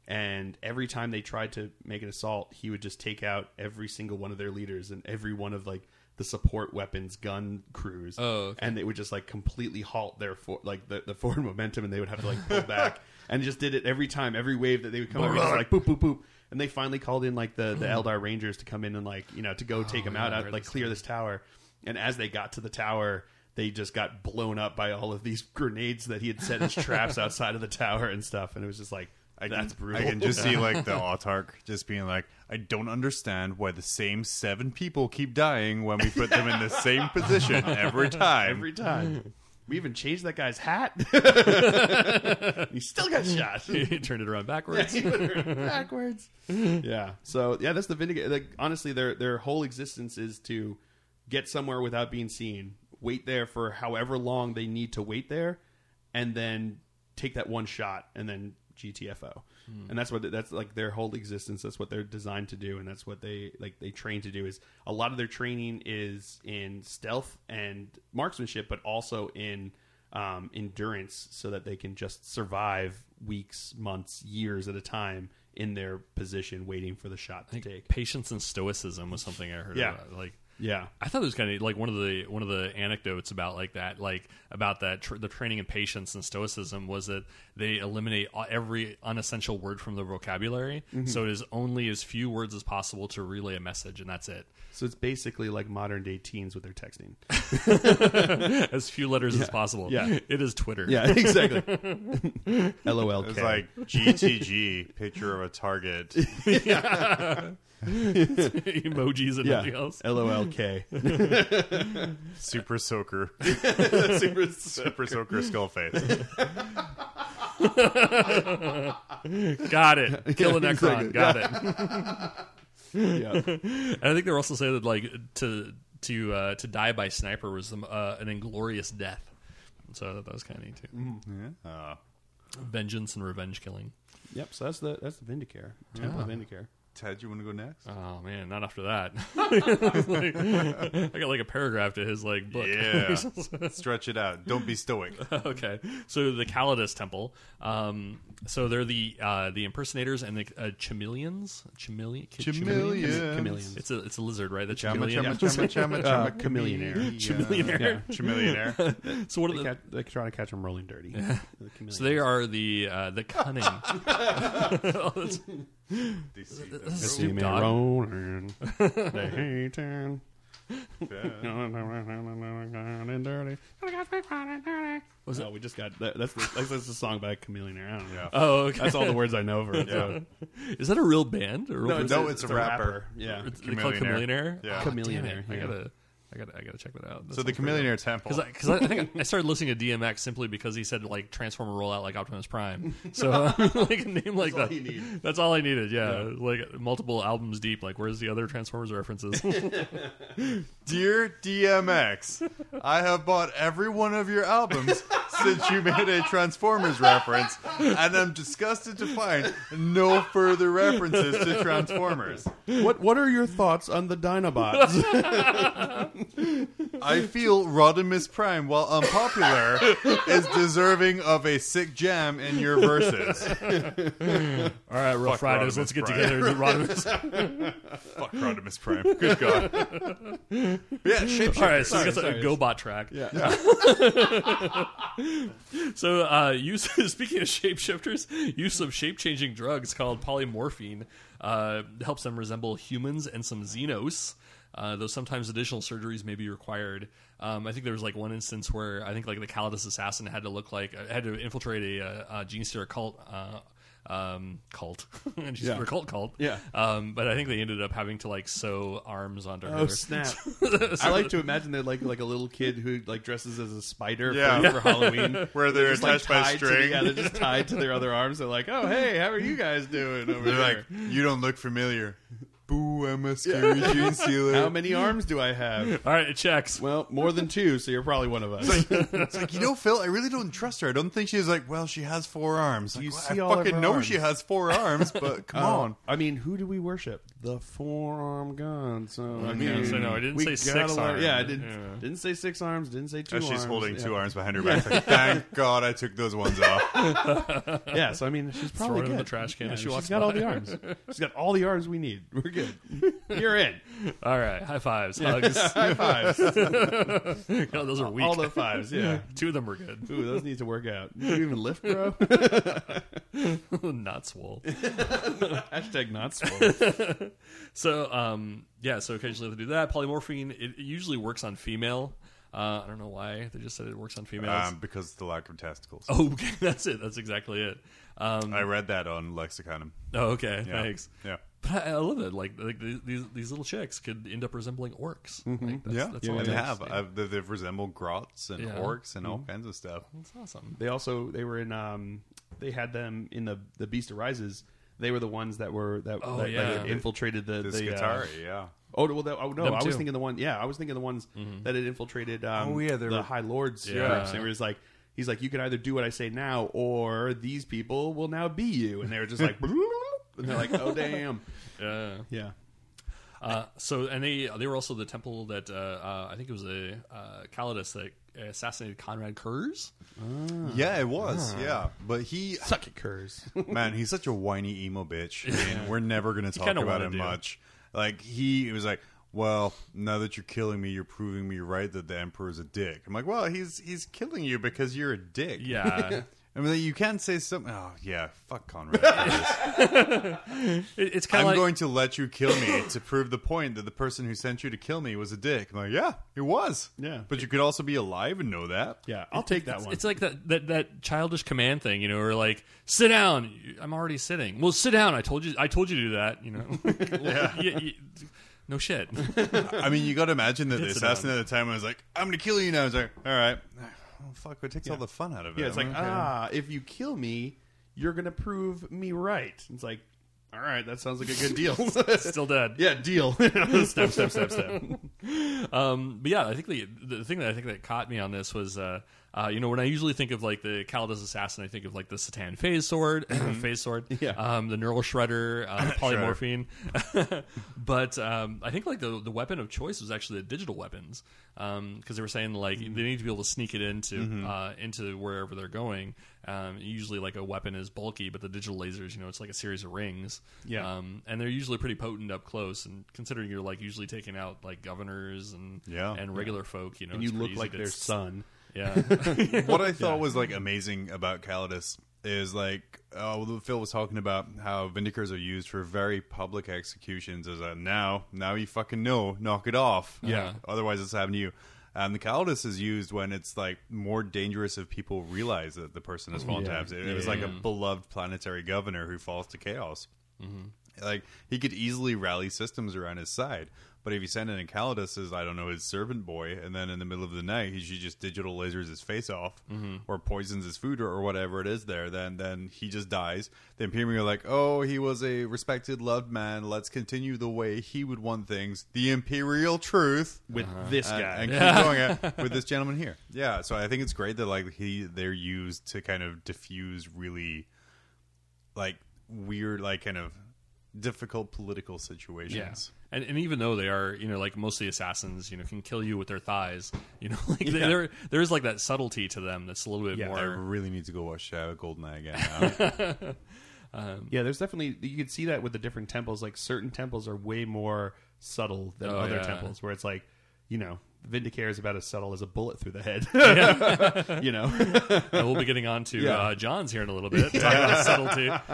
S3: And every time they tried to make an assault, he would just take out every single one of their leaders and every one of like the support weapons gun crews
S4: Oh, okay.
S3: and it would just like completely halt their for, like the, the forward momentum and they would have to like pull back and just did it every time every wave that they would come over just like boop boop boop and they finally called in like the, the Eldar Rangers to come in and like you know to go take them
S4: Oh,
S3: out,
S4: yeah, I
S3: out,
S4: read
S3: like
S4: this
S3: clear this tower and as they got to the tower they just got blown up by all of these grenades that he had set as traps outside of the tower and stuff and it was just like
S1: I
S3: That's
S1: can,
S3: brutal.
S1: I can just see like the autark just being like, I don't understand why the same seven people keep dying when we put them in the same position every time.
S3: every time. We even changed that guy's hat. he still got shot.
S4: he turned it around backwards.
S3: backwards. Yeah. So yeah, that's the vindicator. Like, honestly, their their whole existence is to get somewhere without being seen, wait there for however long they need to wait there, and then take that one shot, and then GTFO. And that's what that's like their whole existence. That's what they're designed to do, and that's what they like they train to do. Is a lot of their training is in stealth and marksmanship, but also in um, endurance so that they can just survive weeks, months, years at a time in their position waiting for the shot to take.
S4: Patience and stoicism was something I heard.
S3: Yeah.
S4: about. like
S3: Yeah.
S4: I thought it was kind of like one of the one of the anecdotes about like that, like about that tr- the training in patience and stoicism was that they eliminate a- every unessential word from the vocabulary,
S3: Mm-hmm.
S4: so it is only as few words as possible to relay a message, and that's it.
S3: So it's basically like modern day teens with their texting.
S4: As few letters as possible.
S3: Yeah.
S4: it is Twitter.
S3: exactly. LOL.
S1: It's like GTG, picture of a target.
S4: emojis and
S3: yeah.
S4: everything else.
S3: LOLK.
S1: Super soaker.
S3: Super
S1: Super soaker skull face.
S4: Got it. Kill an Necron. Got it.
S3: yeah.
S4: And I think they were also saying that like to to uh, to die by sniper was um, uh, an inglorious death. So I thought that was kind of neat too.
S1: Uh,
S4: Vengeance and revenge killing.
S3: Yep. So that's the that's the Vindicare. Temple of Vindicare.
S1: Ted, you want to go next?
S4: Oh man, not after that. I got like a paragraph to his like book.
S1: Yeah. Stretch it out. Don't be stoic.
S4: okay. So the Calidus Temple. Um, so they're the uh, the impersonators and the uh, chameleons. Chameleon.
S1: Chameleons.
S3: Chameleons.
S4: It's a it's a lizard, right? The
S1: Chama,
S4: chameleon.
S1: chama, chama, chama,
S3: Uh,
S1: chama,
S3: chameleonaire.
S1: chameleon.
S3: Yeah.
S1: Chameleonaire.
S4: So what are
S3: They,
S4: the
S3: catch, they try to catch them rolling dirty. The chameleons.
S4: so they are the uh, the cunning. Oh, that's-
S1: They see
S4: that's
S1: the
S3: See me
S4: Snoop Dogg.
S3: rolling. they hate it.
S1: rope.
S3: Was we just got that, that's the, that's the song by Chameleonaire. I don't know.
S1: Yeah.
S4: Oh, okay.
S3: That's all the words I know for it. so.
S4: Is that a real band? Or
S1: No,
S4: was
S1: no,
S4: it-
S1: it's a rapper.
S3: Yeah.
S4: it's they call it Chameleonaire?
S1: Yeah.
S4: Oh, damn it.
S3: Chameleonaire,
S4: I
S3: yeah.
S4: gotta, I gotta, I gotta check that out.
S1: So the Chameleonaire
S4: Because
S1: Temple.
S4: I, 'cause I, I think I started listening to DMX simply because he said like transform a rollout like Optimus Prime. So like a name like that.
S3: all you need.
S4: That's all I needed. Yeah. like multiple albums deep. Like where's the other Transformers references?
S1: Dear DMX, I have bought every one of your albums since you made a Transformers reference, and I'm disgusted to find no further references to Transformers.
S3: What What are your thoughts on the Dinobots?
S1: I feel Rodimus Prime, while unpopular, is deserving of a sick jam in your verses.
S4: all right, Rough
S1: Fuck
S4: Riders,
S1: Rodimus
S4: let's get
S1: Prime.
S4: together. and do Rodimus.
S1: Fuck Rodimus Prime. Good God. yeah, shapeshifter.
S4: All right, so we got
S3: sorry.
S4: a GoBot track.
S3: yeah.
S4: So, uh, use speaking of shapeshifters, use of shape changing drugs called polymorphine uh, helps them resemble humans and some xenos. Uh, though sometimes additional surgeries may be required. Um, I think there was like one instance where I think like the Calidus assassin had to look like had to infiltrate a, uh uh gene steer cult. Uh, um, cult, and she's
S3: Yeah.
S4: a cult, cult.
S3: Yeah.
S4: Um, but I think they ended up having to like sew arms onto her.
S3: Oh snap! I like to imagine they're like like a little kid who like dresses as a spider
S1: Yeah.
S3: for, for Halloween,
S1: Where they're
S3: just, like,
S1: attached by
S3: tied to the-
S1: string.
S3: yeah, they're just tied to their other arms. They're like, "Oh hey, how are you guys doing?" Over
S1: They're like,
S3: there?
S1: you don't look familiar. Boo, I'm a scary gene stealer.
S3: "How many arms do I have?"
S4: All right, it checks.
S3: Uh, Well, more than two, so you're probably one of us.
S1: It's like, you know, Phil, I really don't trust her. I don't think she's like, well, she has four arms. Like,
S3: you
S1: well,
S3: see
S1: I
S3: all of
S1: fucking
S3: her
S1: know
S3: arms?
S1: she has four arms, Oh. but come on.
S3: I mean, who do we worship? Uh, The forearm god. So I
S4: Yeah,
S3: mean,
S4: Mm, so no, I didn't
S3: we
S4: say
S3: gotta
S4: six
S3: learn-
S4: arms.
S3: Yeah, I didn't
S4: Yeah. Oh,
S3: didn't say six arms. Didn't say two.
S1: As she's
S3: arms.
S1: holding
S3: yeah.
S1: two arms behind her back. It's like, Thank God I took those ones off.
S3: Yeah, so I mean, she's probably
S4: it in
S3: good.
S4: the trash can
S3: yeah,
S4: as she
S3: she's
S4: walks
S3: got
S4: by.
S3: all the arms. She's got all the arms we need. We're good. You're in.
S4: All right, high fives, hugs.
S3: High fives.
S4: No, those are weak.
S3: All the fives. Yeah.
S4: Two of them were good.
S3: Ooh, those need to work out. Do you even lift, bro?
S4: not swole.
S3: Hashtag not swole.
S4: So, um, yeah, so occasionally they do that. Polymorphine, it, it usually works on female. Uh, I don't know why they just said it works on females.
S1: Um, because of the lack of testicles.
S4: oh, okay, that's it. That's exactly it. Um,
S1: I read that on Lexiconum.
S4: oh, okay,
S1: Yeah.
S4: thanks.
S1: Yeah.
S4: But I, I love it. Like, like the- these these little chicks could end up resembling orcs. Like, that's,
S1: Mm-hmm. yeah,
S4: that's all
S1: and
S4: it
S1: they
S4: is.
S1: have. I've, they- they've resembled grots and
S4: Yeah.
S1: orcs and all kinds of stuff.
S4: That's awesome.
S3: They also they were in um they had them in the the Beast Arises. They were the ones that were that,
S4: Oh,
S3: that,
S4: yeah.
S3: that infiltrated the
S1: This
S3: the uh,
S1: Skatari, yeah.
S3: oh well, that, oh no,
S4: Them
S3: I was
S4: too.
S3: thinking the one. Yeah, I was thinking the ones that had infiltrated. Um,
S1: Oh, yeah,
S3: the
S1: they were-
S3: High Lords.
S4: Yeah.
S3: Yeah, they were just like he's like you can either do what I say now or these people will now be you, and they were just like and they're like oh damn
S4: Yeah.
S3: yeah
S4: Uh, so, and they they were also the temple that uh, uh, I think it was a uh, Calidus that assassinated Conrad Kurz.
S1: Yeah, it was. Yeah, but he,
S3: suck it curs
S1: man, he's such a whiny emo bitch, and we're never going to talk
S4: kinda
S1: about
S4: wanted
S1: him
S4: to.
S1: much. Like he was like, "Well, now that you're killing me, you're proving me right that the emperor's a dick." I'm like, "Well, he's he's killing you because you're a dick."
S4: Yeah,
S1: I mean, you can't say something. Oh yeah, fuck Conrad.
S4: It- it's kind
S1: I'm
S4: of like
S1: going to let you kill me to prove the point that the person who sent you to kill me was a dick. I'm like, yeah, it was.
S3: Yeah.
S1: but you could also be alive and know that.
S3: yeah I'll take that
S4: it's,
S3: one
S4: it's like that, that that childish command thing, you know, or like sit down. I'm already sitting. Well, sit down. I told you. I told you to do that. You know. yeah. no shit.
S1: I mean, you got to imagine that the
S4: It's
S1: assassin at the time was like, "I'm going to kill you now." I was like, "All right." Oh, fuck! It takes all the fun out of it.
S3: Yeah, it's like,
S1: Okay.
S3: ah, if you kill me, you're going to prove me right. It's like, all right, that sounds like a good deal.
S4: Still dead.
S3: yeah, deal. step, step, step, step.
S4: Um, but yeah, I think the the thing that I think that caught me on this was, uh, uh, you know, when I usually think of like the Caldas assassin, I think of like the Satan phase sword, phase sword,
S3: Mm-hmm. Yeah.
S4: um, the neural shredder, uh, polymorphine. but um, I think like the the weapon of choice was actually the digital weapons because they were saying like
S3: Mm-hmm.
S4: they need to be able to sneak it into uh, into wherever they're going. Um, usually, like a weapon is bulky, but the digital lasers, you know, it's like a series of rings.
S3: Yeah.
S4: um, and they're usually pretty potent up close. And considering you're like usually taking out like governors and
S1: Yeah.
S4: and regular folk, you know,
S3: And you
S4: it's
S3: look
S4: pretty
S3: like
S4: easy to-
S3: their son.
S4: Yeah,
S1: what I thought was like amazing about Calidus is like uh, well, Phil was talking about how vindicators are used for very public executions. Is that now, now you fucking know, knock it off. Uh,
S4: Yeah.
S1: Otherwise, it's happening to you. And the Calidus is used when it's like more dangerous if people realize that the person has fallen to
S3: Yeah.
S1: abs. It, it was like a beloved planetary governor who falls to chaos. Like he could easily rally systems around his side, but if you send in a Calidus as I don't know his servant boy, and then in the middle of the night he she just digital lasers his face off or poisons his food or, or whatever it is there, then then he just dies. The Imperium are like, oh, he was a respected, loved man. Let's continue the way he would want things, the Imperial truth
S3: With this
S1: and-
S3: guy.
S1: Uh, and keep going at, with this gentleman here. Yeah, so I think it's great that like he they're used to kind of diffuse really like weird, like kind of difficult political situations.
S4: and and even though they are, you know, like mostly assassins, you know, can kill you with their thighs. You know, like they- there there is like that subtlety to them that's a little bit
S3: Yeah,
S1: I
S4: more.
S1: really need to go watch uh, Goldeneye again. Now.
S3: yeah, there's definitely, you could see that with the different temples. Like, certain temples are way more subtle than
S4: Oh,
S3: other
S4: yeah.
S3: temples, where it's like, you know, Vindicare is about as subtle as a bullet through the head. you know?
S4: and we'll be getting on to
S3: Yeah.
S4: uh, John's here in a little bit. Talking about subtlety. Um,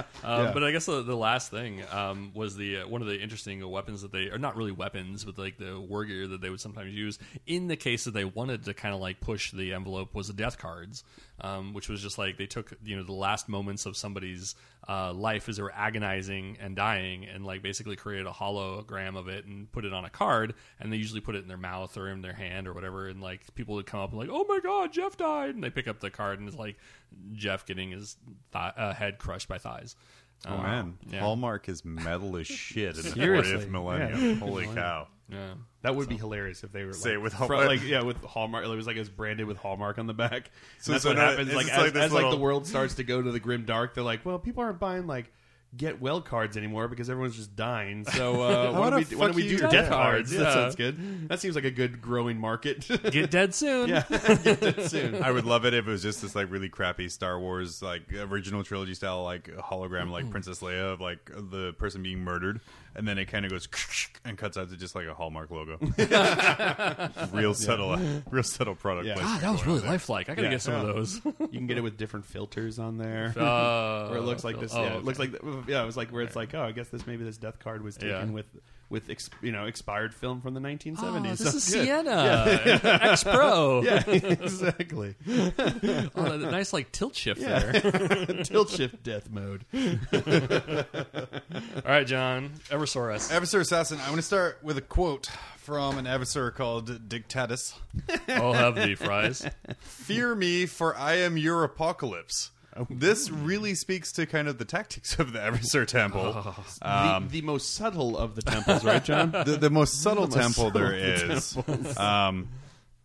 S4: But I guess the, the last thing um, was the uh, one of the interesting weapons that they are not really weapons, but like the war gear that they would sometimes use in the case that they wanted to kind of like push the envelope was the death cards, um, which was just like they took you know the last moments of somebody's uh, life as they were agonizing and dying, and like basically created a hologram of it and put it on a card, and they usually put it in their mouth or in their hand or whatever, and like people would come up and like, oh my god, Jeff died, and they pick up the card and it's like Jeff getting his th- uh, head crushed by thighs.
S1: oh
S4: Um,
S1: man,
S4: yeah.
S1: Hallmark is metal as shit in the
S3: Seriously,
S1: 40th millennium. Holy cow!
S4: Yeah.
S3: That would be hilarious if they were like,
S1: Say it with
S3: front-
S1: Hallmark.
S3: like yeah, with Hallmark. It was like it's branded with Hallmark on the back.
S1: So-
S3: So that's
S1: so
S3: what
S1: now
S3: happens.
S1: it's
S3: Like
S1: just
S3: as,
S1: like this
S3: as, like
S1: little-
S3: the world starts to go to the grim dark, they're like, well, people aren't buying like get well cards anymore because everyone's just dying. So uh, why
S1: wanna
S3: don't we why don't
S1: fuck
S3: we do
S1: you death
S3: death,
S4: cards,
S3: cards? That
S4: yeah.
S3: sounds good. That seems like a good growing market.
S4: Get dead soon.
S3: yeah, get that soon.
S1: I would love it if it was just this like really crappy Star Wars like original trilogy style like hologram like Princess Leia of like the person being murdered, and then it kind of goes and cuts out to just like a Hallmark logo. real subtle, real subtle product.
S3: Yeah.
S1: placement
S4: God, that was
S1: going
S4: really
S1: on there.
S4: lifelike. I gotta
S3: Yeah.
S4: get some of those.
S3: You can get it with different filters on there.
S4: Uh,
S3: Where it looks like this,
S4: oh,
S3: yeah, it looks
S4: okay.
S3: like yeah, it was like where it's like, oh, I guess this maybe this death card was taken
S4: Yeah.
S3: with with ex- you know expired film from the 1970s.
S4: Oh,
S3: So-
S4: this is
S3: yeah.
S4: Sienna, X Pro.
S3: Yeah, exactly.
S4: Oh, that nice like tilt shift there.
S3: Tilt shift death mode.
S4: All right, John, ever saw us.
S1: Adversary Assassin, I'm going to start with a quote from an adversary called Dictatus
S4: I'll have the fries.
S1: Fear me, for I am your apocalypse. This really speaks to kind of the tactics of the adversary temple.
S3: the, the most subtle of the temples, right, John?
S1: the, the most subtle temple there is. um,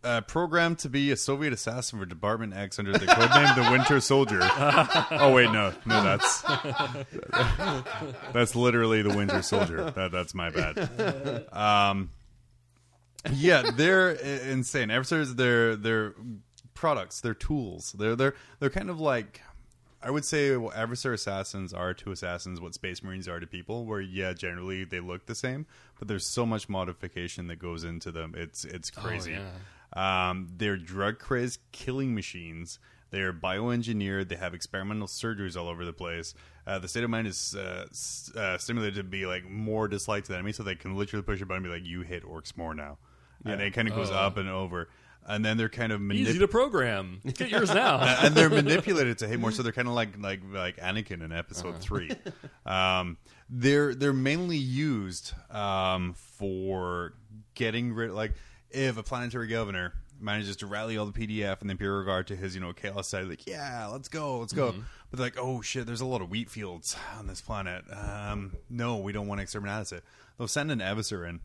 S1: uh, programmed to be a Soviet assassin for Department X under the codename the Winter Soldier. oh wait, no, no, that's that's literally the Winter Soldier. That that's my bad. Um, yeah, they're i- insane. Adversaries, they're they're products, they're tools. They're they're they're kind of like. I would say what adversary assassins are to assassins what space marines are to people. Where yeah, generally they look the same, but there's so much modification that goes into them. It's it's crazy. um, they're drug crazed killing machines. They are bioengineered. They have experimental surgeries all over the place. Uh, the state of mind is uh, s- uh, stimulated to be like more disliked to the enemy, so they can literally push a button and be like, "You hit orcs more now," and it kind of goes up and over. And then they're kind of manip-
S4: Easy to program. Get yours now.
S1: and they're manipulated to hate more. So they're kind of like like like Anakin in Episode Three. Um, they're they're mainly used um, for getting rid. Like if a planetary governor manages to rally all the PDF and the Imperial Guard to his you know chaos side, like yeah, let's go, let's go. But they're like, oh shit, there's a lot of wheat fields on this planet. Um, no, we don't want to exterminate it. They'll send an eviscer in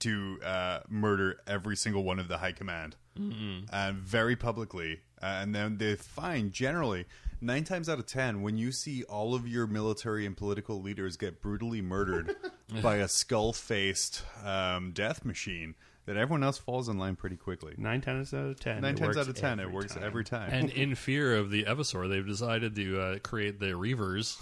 S1: to uh, murder every single one of the high command
S3: Mm-hmm.
S1: uh, very publicly. Uh, and then they find generally nine times out of ten, when you see all of your military and political leaders get brutally murdered by a skull faced um, death machine, that everyone else falls in line pretty quickly.
S3: Nine times out of ten.
S1: Nine
S3: it
S1: times
S3: works
S1: out of ten, it
S3: every
S1: works
S3: time.
S1: every time.
S4: And in fear of the Evisor, they've decided to uh, create the Reavers.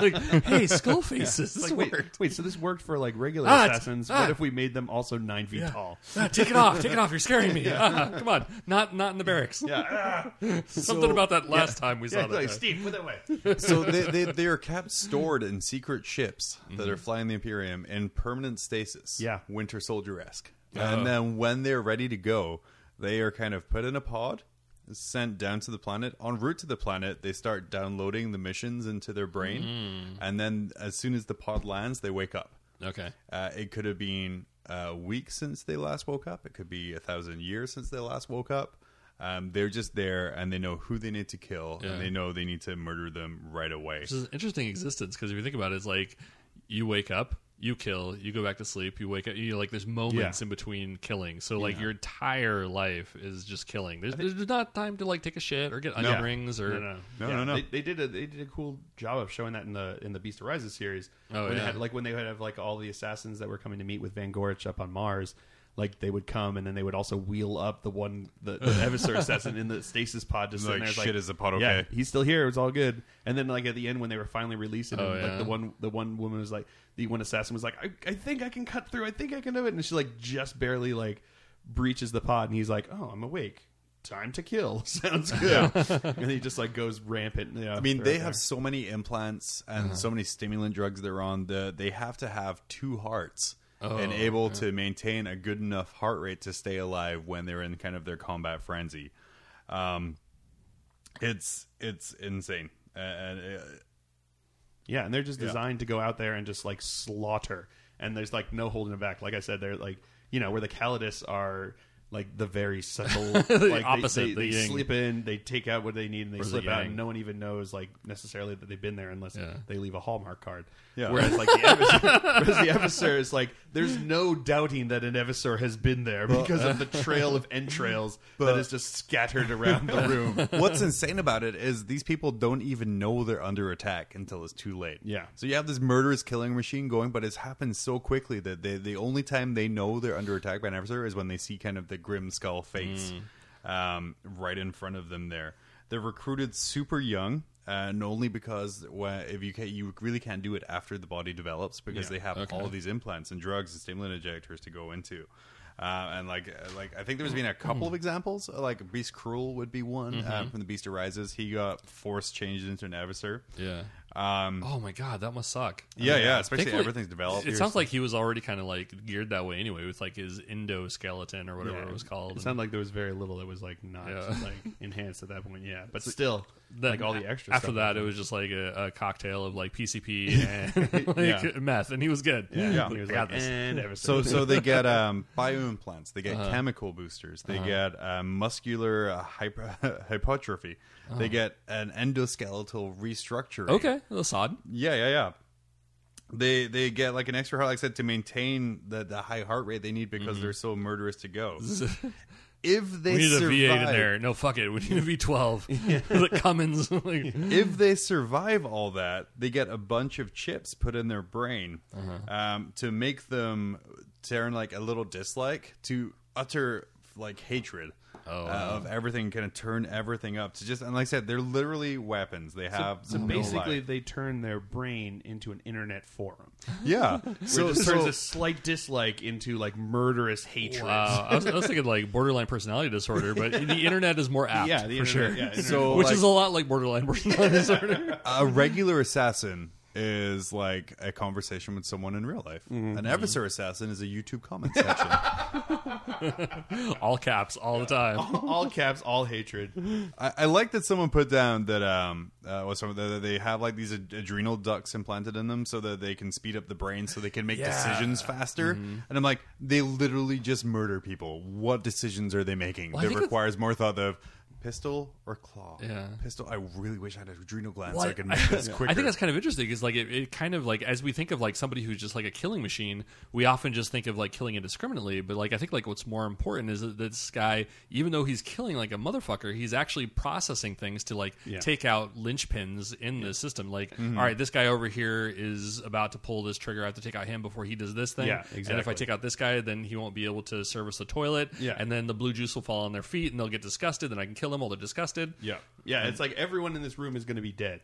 S4: like, hey, skull faces. This
S3: Wait,
S4: worked.
S3: wait, so this worked for like regular
S4: Ah, it's-
S3: assassins.
S4: ah.
S3: What if we made them also nine feet tall?
S4: Ah, take it off. Take it off. You're scaring me. Ah, come on. Not not in the barracks. Something
S3: So-
S4: about that last time we saw that. guy.
S3: Steve, put that uh, away.
S1: so they, they, they are kept stored in secret ships that are flying the Imperium in permanent stasis.
S3: Yeah.
S1: Winter Soldier esque. And then when they're ready to go, they are kind of put in a pod, sent down to the planet. En route to the planet, they start downloading the missions into their brain. And then as soon as the pod lands, they wake up.
S4: Okay.
S1: Uh, it could have been a week since they last woke up. It could be a thousand years since they last woke up. Um, they're just there and they know who they need to kill
S4: Yeah.
S1: and they know they need to murder them right away.
S4: Which is an interesting existence because if you think about it, it's like you wake up, you kill, you go back to sleep, you wake up. You know, like there's moments
S3: Yeah.
S4: in between killing. So like your entire life is just killing. There's, there's not time to like take a shit or get onion rings or
S3: No, no,
S1: No, no, no.
S3: They, they did a they did a cool job of showing that in the in the Beast Arises series.
S4: Oh,
S3: when they
S4: yeah.
S3: had like when they would have like all the assassins that were coming to meet with Van Gorich up on Mars. Like they would come and then they would also wheel up the one the, the Evisor assassin in the stasis pod just sitting
S1: Like,
S3: there
S1: "Shit, is the pod
S3: Yeah,
S1: okay?"
S3: he's still here. It's all good. And then like at the end when they were finally releasing, him,
S4: Oh, yeah.
S3: like the one the one woman was like the one assassin was like I, I think I can cut through. I think I can do it. And she like just barely like breaches the pod and he's like oh I'm awake. Time to kill sounds good and he just like goes rampant. Yeah,
S1: I mean, they have so many implants and so many stimulant drugs they're on. The, they have to have two hearts and able to maintain a good enough heart rate to stay alive when they're in kind of their combat frenzy. Um, it's it's insane. Uh, And uh,
S3: yeah, and they're just designed to go out there and just like slaughter. And there's like no holding it back. Like I said, they're like you know where the Calidus are like the very subtle like they-
S4: opposite,
S3: They,
S4: the
S3: they
S4: yin.
S3: slip in, they take out what they need, and they
S4: the
S3: slip out.
S4: yang.
S3: And no one even knows like necessarily that they've been there unless
S4: Yeah.
S3: they leave a hallmark card.
S1: Yeah.
S3: Whereas like the evisor, whereas the evisor is like there's no doubting that an evisor has been there because of the trail of entrails that is just scattered around the room.
S1: What's insane about it is these people don't even know they're under attack until it's too late.
S3: Yeah.
S1: So you have this murderous killing machine going, but it's happened so quickly that they, the only time they know they're under attack by an adversary is when they see kind of the grim skull face um, right in front of them there. They're recruited super young. uh, And only because wha- if you can, you really can't do it after the body develops because they have all these implants and drugs and stimulant injectors to go into. Uh, and like, uh, like I think there's been a couple of examples. uh, Like Beast Cruel would be one uh, from the Beast Arises. He got force changed into an adversary.
S4: yeah.
S1: Um,
S4: Oh my god, that must suck.
S1: Yeah, yeah, especially
S4: Thankfully-
S1: everything's developed.
S4: It sounds like he was already kind of like geared that way anyway, with like his endoskeleton or whatever it was called.
S3: It sounded like there was very little that was like not
S4: Yeah.
S3: like enhanced at that point. Yeah, but still,
S4: Then
S3: like all the extra.
S4: After
S3: stuff.
S4: that, it was just like a, a cocktail of like PCP and like
S3: Yeah.
S4: meth, and he was good.
S1: Yeah.
S3: He was
S4: I got
S3: like,
S4: this.
S3: and ever
S1: so.
S3: since.
S1: So they get um, bioimplants. They get chemical boosters. They get uh, muscular uh, hyper- hypertrophy. They get an endoskeletal restructuring.
S4: Okay, that's odd.
S1: Yeah, yeah, yeah. They they get like an extra heart, like I said, to maintain the, the high heart rate they need because they're so murderous to go. if they
S4: We need a
S1: survive,
S4: V8 in there. No, fuck it. We need a V12. the Cummins. like,
S1: if they survive all that, they get a bunch of chips put in their brain
S4: Uh-huh.
S1: um, to make them turn like a little dislike to utter like hatred.
S4: Oh,
S1: uh,
S4: wow.
S1: of everything, kind of turn everything up to just and like I said, they're literally weapons. They have
S3: so
S1: no
S3: basically,
S1: life.
S3: they turn their brain into an internet forum.
S1: yeah.
S3: So
S1: so
S3: it just
S1: so-
S3: turns a slight dislike into like murderous hatred.
S4: wow. I was, I was thinking like borderline personality disorder, but the internet is more apt
S3: Yeah, the
S4: for
S3: internet,
S4: sure.
S3: yeah, internet.
S1: So,
S4: Which
S1: like-
S4: is a lot like borderline personality disorder.
S1: a regular assassin is like a conversation with someone in real
S3: Mm-hmm.
S1: life.
S4: Mm-hmm.
S1: An adversary assassin is a YouTube comment section.
S4: all caps, all the time.
S3: all caps, all hatred.
S1: I, I like that someone put down that um uh, what's some that they have like these ad- adrenal ducts implanted in them so that they can speed up the brain so they can make decisions faster.
S4: Mm-hmm.
S1: And I'm like, they literally just murder people. What decisions are they making
S4: Well, I
S1: that
S4: think
S1: requires more thought of? Pistol or claw?
S4: Yeah.
S1: Pistol. I really wish I had an adrenal gland
S4: Well,
S1: so I could make this quicker.
S4: I think that's kind of interesting because, like, it, it kind of like as we think of like somebody who's just like a killing machine, we often just think of like killing indiscriminately. But like, I think like what's more important is that this guy, even though he's killing like a motherfucker, he's actually processing things to like take out linchpins in the system. Like,
S3: Mm-hmm.
S4: all right, this guy over here is about to pull this trigger. I have to take out him before he does this thing.
S3: Yeah,
S4: And if I
S3: exactly.
S4: take out this guy, then he won't be able to service the toilet.
S3: Yeah.
S4: and then the blue juice will fall on their feet, and they'll get disgusted. Then I can kill them while they're disgusted.
S3: Yeah, yeah. It's like everyone in this room is going to be dead,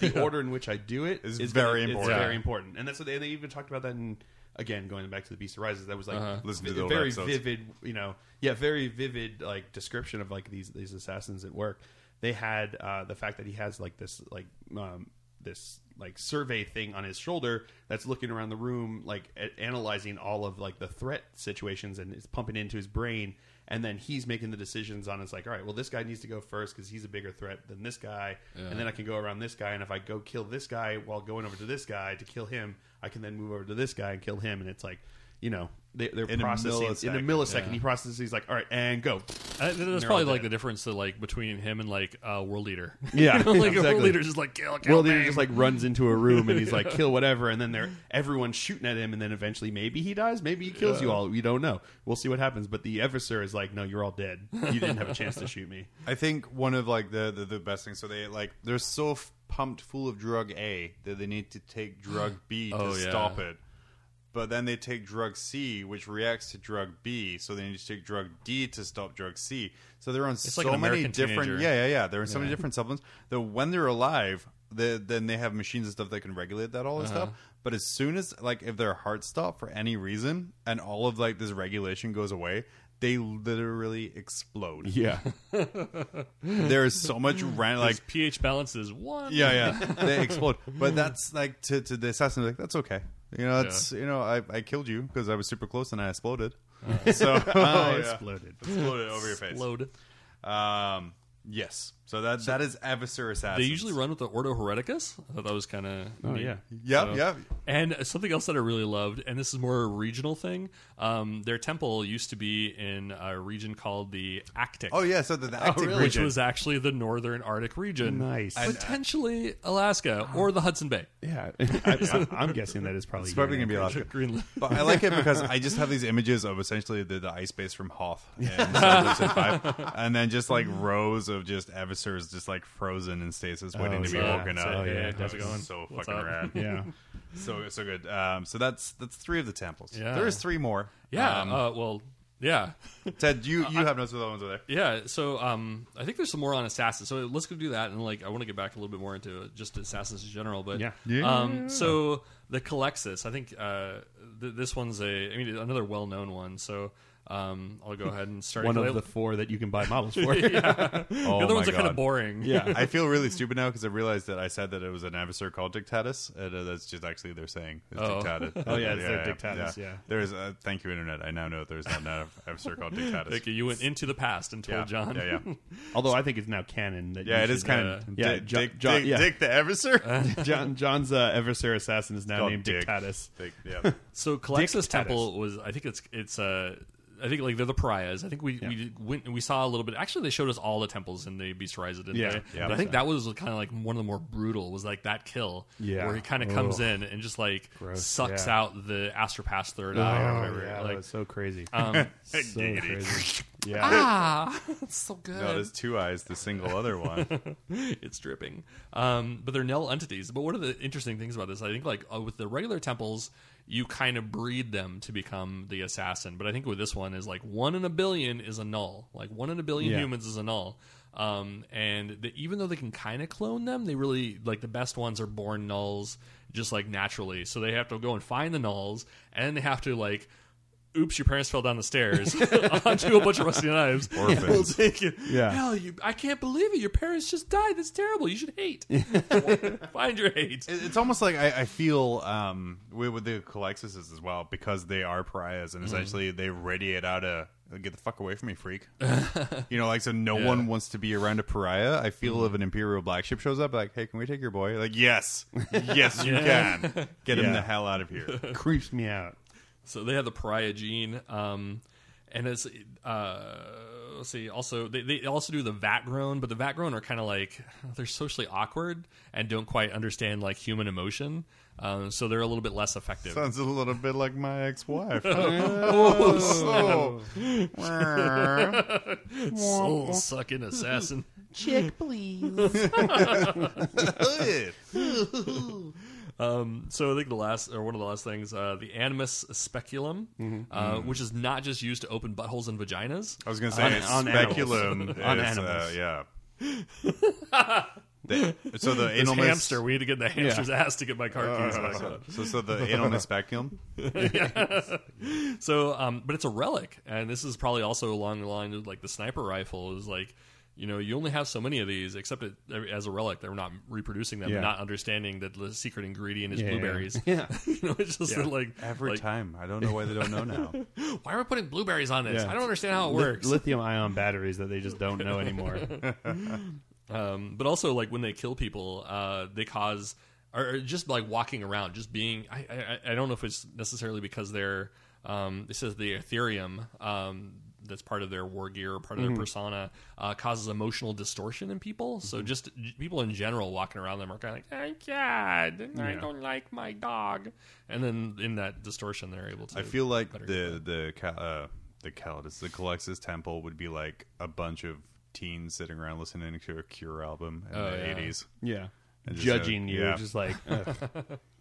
S3: the order in which I do it
S1: Is
S3: is,
S1: very
S3: gonna- it's
S1: important.
S3: very
S4: Yeah.
S3: important, and that's what they, they even talked about that. in again, going back to the Beast of Rises, that was like
S4: Uh-huh.
S1: Listen to
S3: v-
S1: the old
S3: very
S1: episodes.
S3: vivid, you know, yeah, very vivid like description of like these these assassins at work. They had uh, the fact that he has like this like um, this like survey thing on his shoulder that's looking around the room, like a- analyzing all of like the threat situations and it's pumping into his brain. And then he's making the decisions on it's like, all right, well, this guy needs to go first because he's a bigger threat than this guy. And then I can go around this guy. And if I go kill this guy while going over to this guy to kill him, I can then move over to this guy and kill him. And it's like, you know, they, they're
S1: In a
S3: processing in a
S1: millisecond.
S3: millisecond. He processes. He's like, all right, and go.
S4: I, th- that's
S3: They're
S4: probably
S3: all
S4: like the
S3: dead.
S4: difference that like between him and like uh, world leader.
S3: Yeah,
S4: You know, like a world
S3: exactly.
S4: leader's just like "Oh, kill, kill,
S3: Well, he
S4: bang.
S3: just like runs into a room and he's like, kill whatever. And then they're everyone's shooting at him. And then eventually, maybe he dies. Maybe he kills you all. We don't know. We'll see what happens. But the adversary is like, no, you're all dead. You didn't have a chance to shoot me.
S1: I think one of like the, the the best things. So they like they're so f- pumped full of drug A that they need to take drug B to
S4: Oh, yeah.
S1: stop it. But then they take drug C, which reacts to drug B, so they need to take drug D to stop drug C. So they're on so
S4: like an
S1: many
S4: American
S1: different,
S4: teenager.
S1: yeah, yeah, yeah. They're on so many different supplements that when they're alive, the then they have machines and stuff that can regulate that all this stuff.
S4: Uh-huh.
S1: But as soon as like if their heart stop for any reason and all of like this regulation goes away, they literally explode
S3: Yeah,
S1: there is so much ran like
S4: His pH balance is one.
S1: yeah yeah they explode but that's like to, to the assassin like that's okay you know that's you know I, I killed you because i was super close and i exploded so
S3: I
S1: Oh, yeah.
S3: exploded.
S1: exploded over your face
S4: Load.
S1: um yes so that that is adversary assassin
S4: They usually run with the Ordo Hereticus. I thought that was kind of.
S3: Oh yeah.
S1: yep yep
S4: And something else that I really loved, and this is more a regional thing. Um, their temple used to be in a region called the Actic.
S1: oh yeah so the, the active
S4: Which
S1: region
S4: was actually the northern Arctic region.
S3: Nice. And, uh,
S4: Potentially Alaska or the Hudson Bay.
S3: Yeah, I, am guessing that is probably
S1: it's probably gonna be a lot
S4: Greenland.
S1: but I like it because I just have these images of essentially the, the ice base from Hoth, and, Star Wars is five, and then just like rows of just adversaries just like frozen in stasis, waiting
S3: Oh,
S1: to be
S3: yeah.
S1: woken
S3: So,
S1: up.
S3: yeah,
S1: That
S3: how's it
S1: was
S4: going?
S1: So
S4: What's
S1: fucking
S4: up?
S1: rad.
S3: Yeah,
S1: So so good. Um, so that's that's three of the temples.
S4: Yeah.
S1: There is three more.
S4: Yeah.
S1: Um,
S4: uh, well, yeah.
S1: Ted, you you have notes of the ones over there.
S4: Yeah, so um, I think there's some more on assassins. So let's go do that, and like I want to get back a little bit more into just assassins in general. But
S3: Yeah.
S4: Um, so the Calexis, I think uh, th- this one's a, I mean, another well-known one. So Um, I'll go ahead and start.
S3: One of
S4: I'll-
S3: the four that you can buy models for.
S1: Oh,
S4: the other
S1: my
S4: ones are kind
S1: God.
S4: of boring.
S3: yeah.
S1: I feel really stupid now because I realized that I said that it was an adversary called dictatus, and uh, that's just actually they're saying it's
S4: Oh.
S1: dictatus.
S3: Oh, yeah, it's their dictatus, yeah.
S1: There is. Uh, thank you, internet. I now know there's not an adversary called dictatus.
S4: Like you went into the past and told
S1: yeah.
S4: John.
S1: Yeah, yeah,
S3: Although I think it's now canon that
S1: yeah.
S3: you
S1: It is
S3: should,
S1: kind
S4: uh,
S1: of
S3: yeah,
S1: dick,
S3: Jo-
S1: dick,
S3: Jo-
S1: dick,
S3: yeah.
S1: dick the adversary.
S3: uh, John, John's uh, adversary assassin is now
S1: Called
S3: named
S1: Dick.
S3: Dictatus.
S1: Dick, yeah.
S4: So Calexis Temple was, I think it's it's uh, I think like they're the pariahs. I think we we went and we saw a little bit. Actually, they showed us all the temples in the Beast Rise, didn't
S3: Yeah.
S4: they?
S1: Yeah.
S4: But I think that was kind of like one of the more brutal. Was like that kill,
S3: Yeah.
S4: where he kind of comes in and just like sucks
S3: yeah.
S4: out the Astropass third eye or whatever. like
S3: was so crazy. so
S1: Giggity.
S3: crazy. Yeah.
S4: ah, it's so good.
S1: No, there's two eyes. The single other one.
S4: it's dripping. Um, but they're null entities. But one of the interesting things about this, I think, like uh, with the regular temples, you kind of breed them to become the assassin. But I think with this one is like one in a billion is a null. Like one in a billion
S3: Yeah.
S4: humans is a null. Um, and the, even though they can kind of clone them, they really like the best ones are born nulls, just like naturally. So they have to go and find the nulls, and they have to like. Oops! Your parents fell down the stairs onto a bunch of rusty knives.
S1: Orphans.
S4: We'll take it.
S3: Yeah.
S4: Hell, you! I can't believe it. Your parents just died. That's terrible. You should hate. Find your hate.
S1: It- It's almost like I, I feel um, with, with the Calexises as well because they are pariahs and
S3: Mm-hmm.
S1: essentially they radiate out a get the fuck away from me, freak. you know, like so no one wants to be around a pariah. I feel
S3: Mm-hmm.
S1: if an Imperial black ship shows up, like, hey, can we take your boy? Like, yes, yes, you can get him
S3: Yeah.
S1: the hell out of here.
S3: Creeps me out.
S4: So they have the pariah gene, um, and it's uh, let's see. Also, they, they also do the vat grown, but the vat grown are kind of like they're socially awkward and don't quite understand like human emotion. Um, so they're a little bit less effective.
S1: Sounds a little bit like my ex-wife. Oh,
S3: Oh.
S4: Soul sucking assassin. Um, so I think the last or one of the last things, uh, the animus speculum,
S3: Mm-hmm.
S4: uh, which is not just used to open buttholes and vaginas.
S1: I was gonna say
S3: On-
S1: it's
S3: on animals.
S1: speculum
S3: On
S1: is, uh,
S3: animals.
S1: yeah. The- so the
S4: This
S1: analmus-
S4: hamster. We had to get in the hamster's ass to get my car keys back
S1: Uh,
S4: up.
S1: so, so the analmus speculum.
S4: So, um, but it's a relic, and this is probably also along the line of like the sniper rifle is like, you know, you only have so many of these, except it, as a relic, they're not reproducing them,
S3: Yeah.
S4: not understanding that the secret ingredient is
S3: Yeah, yeah, yeah.
S4: blueberries.
S3: Yeah.
S4: you know, it's just that, like
S1: Every
S4: like,
S1: time. I don't know why they don't know now.
S4: Why are we putting blueberries on this?
S3: Yeah.
S4: I don't understand how it
S3: Li-
S4: works.
S3: lithium ion batteries that they just don't know anymore.
S4: Um, but also, like when they kill people, uh, they cause or or just like walking around, just being. I, I I- I don't know if it's necessarily because they're. Um, it says the Ethereum. Um, that's part of their war gear, part of their
S1: Mm-hmm.
S4: persona, uh, causes emotional distortion in people.
S1: Mm-hmm.
S4: So just j- people in general walking around them are kind of like, "I'm God, I don't like my dog," and then in that distortion, they're able to.
S1: I feel like
S4: better
S1: the the Cal- uh, the Calidus, the Calexis Temple would be like a bunch of teens sitting around listening to a Cure album in
S4: Oh,
S1: the
S4: yeah.
S1: eighties.
S3: yeah.
S1: And just, uh,
S3: Judging you,
S1: yeah.
S3: just like, ugh,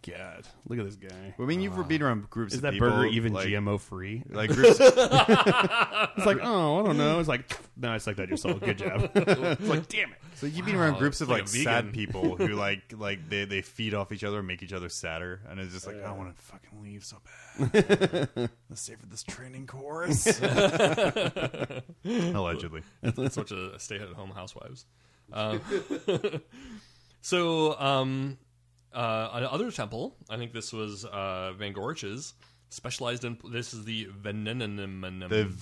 S3: God, look at this guy.
S1: I mean, you've been around groups.
S3: Is
S1: of
S3: that
S1: people,
S3: burger even
S1: like,
S3: GMO free?
S1: Like groups,
S3: It's like, oh, I don't know. It's like, no, I sucked out your soul. Good job. it's like, damn it.
S1: so you've been around groups
S4: it's
S1: of
S4: like
S1: like,
S4: a vegan.
S1: sad people who like like they, they feed off each other and make each other sadder, and it's just like I want to fucking leave so bad. Let's stay for this training course. Allegedly,
S4: That's what a stay-at-home housewives. Um, so, um, uh, another temple. I think this was uh, Van Gorch's. Specialized in this is the venenum
S1: the
S4: venenum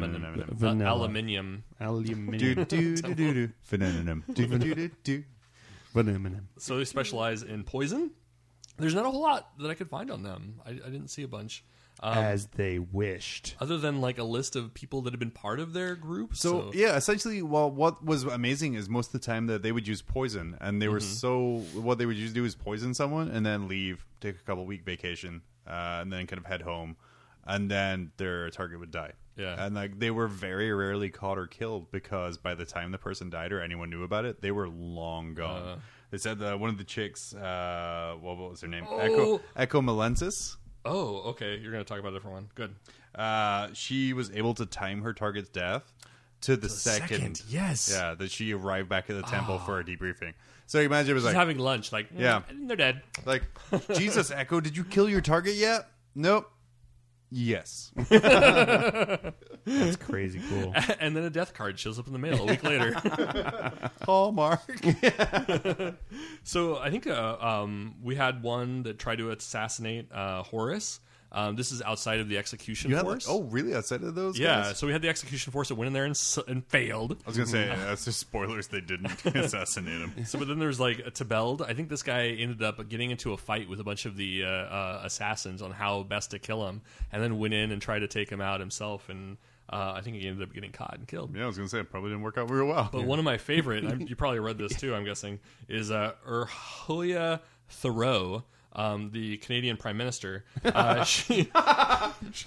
S1: venenum.
S3: Vanilla.
S4: aluminium.
S3: Aluminum.
S1: Do do do do do venenum. Do do do do.
S3: Aluminum.
S4: So they specialize in poison. There's not a whole lot that I could find on them. I, I didn't see a bunch, um,
S3: As they wished.
S4: other than like a list of people that have been part of their group. So,
S1: So, yeah, essentially, well, what was amazing is most of the time that they would use poison, and they were so
S4: Mm-hmm.
S1: what they would just do is poison someone and then leave, take a couple week vacation, uh, and then kind of head home, and then their target would die.
S4: Yeah.
S1: and like they were very rarely caught or killed because by the time the person died or anyone knew about it, they were long gone.
S4: Uh.
S1: they said that one of the chicks, uh, well, what was her name? Echo
S4: Oh.
S1: Echo Melensis.
S4: oh, okay, you're going to talk about a different one. Good.
S1: Uh, she was able to time her target's death to the, second, Ah.
S4: second, yes.
S1: yeah, that she arrived back at the temple for a debriefing. So you imagine it was like,
S4: Just having lunch, like mm,
S1: Yeah.
S4: they're dead.
S1: like Jesus, Echo, did you kill your target yet? Nope. Yes.
S3: That's crazy cool.
S4: and then a death card shows up in the mail a week later.
S1: Oh, Hallmark.
S4: So I think uh, um, we had one that tried to assassinate uh, Horus. Um, this is outside of the execution
S1: You had, like,
S4: force.
S1: oh, really? Outside of those?
S4: yeah.
S1: guys?
S4: So we had the execution force that went in there and, s- and failed.
S1: I was gonna say that's just spoilers. They didn't assassinate him.
S4: So, but then there's like a Tebeld. I think this guy ended up getting into a fight with a bunch of the uh, uh, assassins on how best to kill him, and then went in and tried to take him out himself. And uh, I think he ended up getting caught and killed.
S1: Yeah, I was gonna say it probably didn't work out real well.
S4: But one of my favorite, i you probably read this too, I'm guessing, is uh, Erhulia Thoreau, um, the Canadian Prime Minister. Uh, she,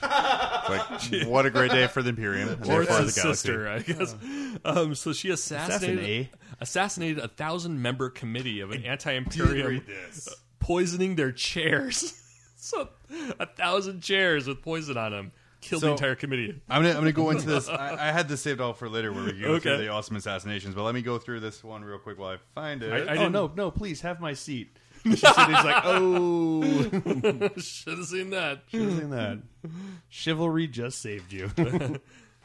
S1: Like, what a great day for the Oh. Imperium. and
S4: or
S1: therefore
S4: his sister, I guess. Um, so she assassinated
S3: Assassinate.
S1: eh?
S4: assassinated a thousand member committee of an
S1: galaxy.
S4: anti-imperium,
S1: Read this.
S4: poisoning their chairs. so a thousand chairs with poison on them killed the
S1: So-
S4: entire committee.
S1: I'm gonna I'm gonna go into this. I, I had this saved all for later where we go through
S4: Okay.
S1: the awesome assassinations, but let me go through this one real quick while I find it.
S4: I
S3: oh
S4: didn't-
S3: no, no, please have my seat. She said he's like, oh,
S4: Should have seen that.
S3: using that. Chivalry just saved you.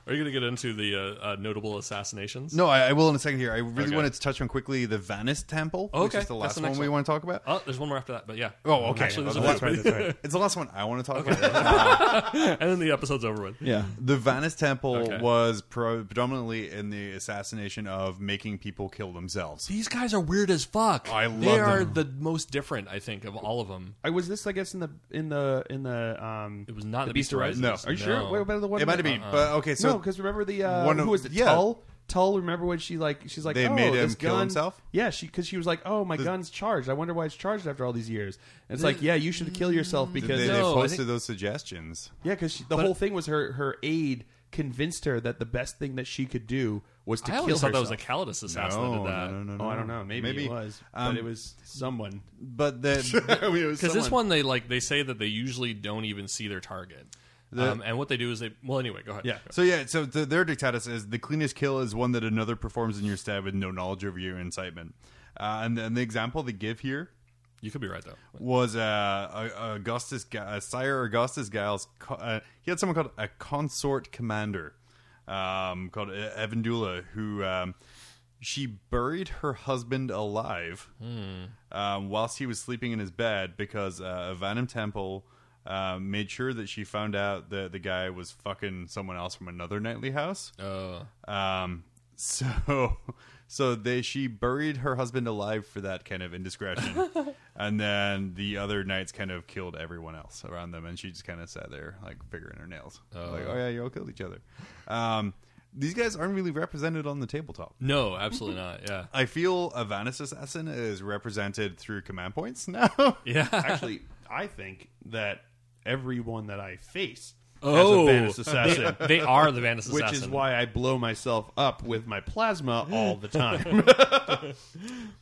S4: Are you going to get into the uh, uh, notable assassinations?
S1: no, I, I will in a second here. I really
S4: Okay.
S1: wanted to touch on quickly the Vanis Temple, which
S4: Okay,
S1: is the
S4: that's
S1: last
S4: the
S1: one
S4: next
S1: we
S4: one.
S1: want to talk about.
S4: Oh, there's one more after that, but yeah.
S1: Oh, okay.
S4: Actually, there's
S1: Oh,
S4: a
S1: that's
S4: few.
S1: right. That's right. It's the last one I want to talk about.
S4: and then the episode's over with.
S1: Yeah. The Vanis Temple
S4: Okay.
S1: was pro- predominantly in the assassination of making people kill themselves.
S4: These guys are weird as fuck.
S1: I
S4: They
S1: love
S4: are the most different, I think, of all of them.
S3: I was this, I guess, in the in the in the um.
S4: It was not the, Beast
S3: of
S4: Rises.
S1: No.
S3: Are you sure? What about the one?
S1: It might have been,
S4: Uh-huh.
S1: but okay, so.
S3: no, because remember the uh,
S1: One of-
S3: who was it?
S1: yeah.
S3: Tull. Tull. Remember when she like she's like
S1: They
S3: oh,
S1: made
S3: this
S1: him kill
S3: gun-
S1: himself?
S3: Yeah, she because she was like oh my gun's charged. I wonder why it's charged after all these years. And it's like yeah, you should kill yourself because
S1: they, they
S4: No, I
S1: posted
S4: think-
S1: those suggestions.
S3: yeah, because the whole thing was her her aide convinced her that the best thing that she could do was to
S4: I
S3: kill
S4: always thought that was
S3: herself.
S4: a Calidus assassin that
S1: no,
S4: did that.
S1: no, no, no, no.
S3: Oh, I don't know. Maybe, it was,
S1: Um,
S3: but it was someone.
S1: But the
S3: I mean, it was
S4: Because this
S3: someone.
S4: one, they like they say that they usually don't even see their target, um, and what they do is they. Well, anyway, go ahead.
S3: Yeah.
S1: so yeah, so the, their dictatus is the cleanest kill is one that another performs in your stead with no knowledge of your incitement. Uh, and, and the example they give here
S4: you could be right though.
S1: was uh, uh, Augustus, Ga- uh, Sire Augustus Giles. co- Uh, he had someone called a consort commander um, called E- Evandula, who um, she buried her husband alive um, whilst he was sleeping in his bed because uh, Vanham Temple. Uh, made sure that she found out that the guy was fucking someone else from another knightly house.
S4: Uh,
S1: Um, so, so they she buried her husband alive for that kind of indiscretion, and then the other knights kind of killed everyone else around them, and she just kind of sat there like figuring her nails, like, oh yeah, you all killed each other. Um, these guys aren't really represented on the tabletop.
S4: no, absolutely not. Yeah.
S1: I feel a Vanis assassin is represented through command points now.
S4: Yeah.
S3: actually, I think that everyone that I face
S4: Oh.
S3: as a Vanis assassin,
S4: they are the Vanus
S3: which
S4: assassin.
S3: is why I blow myself up with my plasma all the time.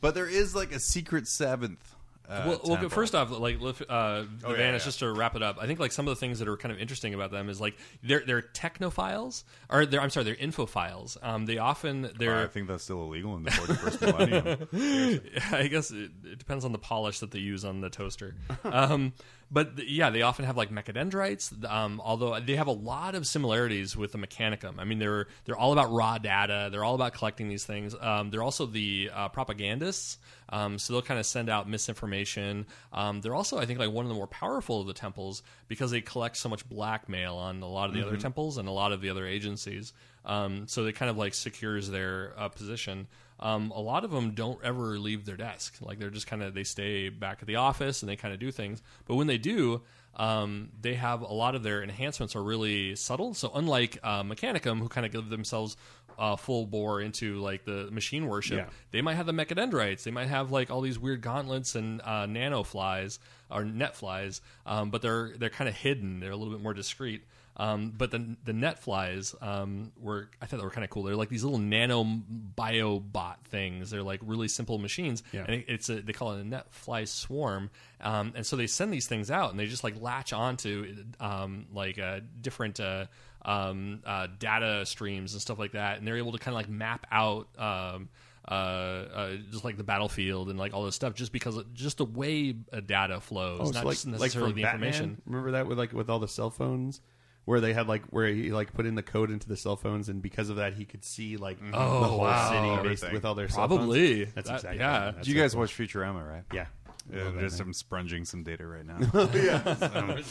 S1: but there is like a secret seventh. Uh,
S4: well, well,
S1: temple. Oh,
S4: first off, like lif- uh, the
S1: yeah,
S4: Vanish,
S1: yeah.
S4: just to wrap it up, I think like some of the things that are kind of interesting about them is like they're they're technophiles, or they're I'm sorry, they're infophiles. Um, they often they're
S1: I think that's still illegal in the 41st millennium.
S4: I guess it, it depends on the polish that they use on the toaster. Um, but th- yeah, they often have like mechadendrites. Um, although they have a lot of similarities with the mechanicum. I mean, they're they're all about raw data. They're all about collecting these things. Um, they're also the uh, propagandists. Um, so they'll kind of send out misinformation. Um, they're also, I think, like one of the more powerful of the temples because they collect so much blackmail on a lot of the other temples and a lot of the other agencies. Um, so they kind of like secures their uh, position um, a lot of them don't ever leave their desk. Like they're just kind of they stay back at the office and they kind of do things. But when they do, um, they have a lot of their enhancements are really subtle. So unlike uh, Mechanicum, who kind of give themselves uh, full bore into like the machine worship,
S3: Yeah.
S4: they might have the mechadendrites. They might have like all these weird gauntlets and uh, nano flies or net flies, um, but they're they're kind of hidden. They're a little bit more discreet. Um, but the the net flies um, were I thought they were kind of cool. They're like these little nano bio bot things. They're like really simple machines,
S3: Yeah.
S4: and it, it's a, they call it a net fly swarm. Um, and so they send these things out, and they just like latch onto um, like uh, different. Uh, um, uh, data streams and stuff like that, and they're able to kind of like map out um, uh, uh, just like the battlefield and like all this stuff, just because just the way uh, data flows,
S3: Oh, it's
S4: not
S3: like,
S4: just necessarily
S3: like from
S4: the
S3: Batman?
S4: information.
S3: Remember that with like with all the cell phones, where they had like where he like put in the code into the cell phones, and because of that, he could see like the whole
S4: Mm-hmm. Oh, wow.
S3: city based
S1: Everything.
S3: with all their
S4: Probably.
S3: Cell phones. That's
S4: That-
S3: exactly.
S4: yeah.
S3: right. That's
S4: Do
S1: Do
S3: it.
S1: you guys watch Futurama, right?
S3: Yeah.
S1: Yeah,
S3: Love that
S1: there's
S3: thing.
S1: some sprunging some data right now. yeah.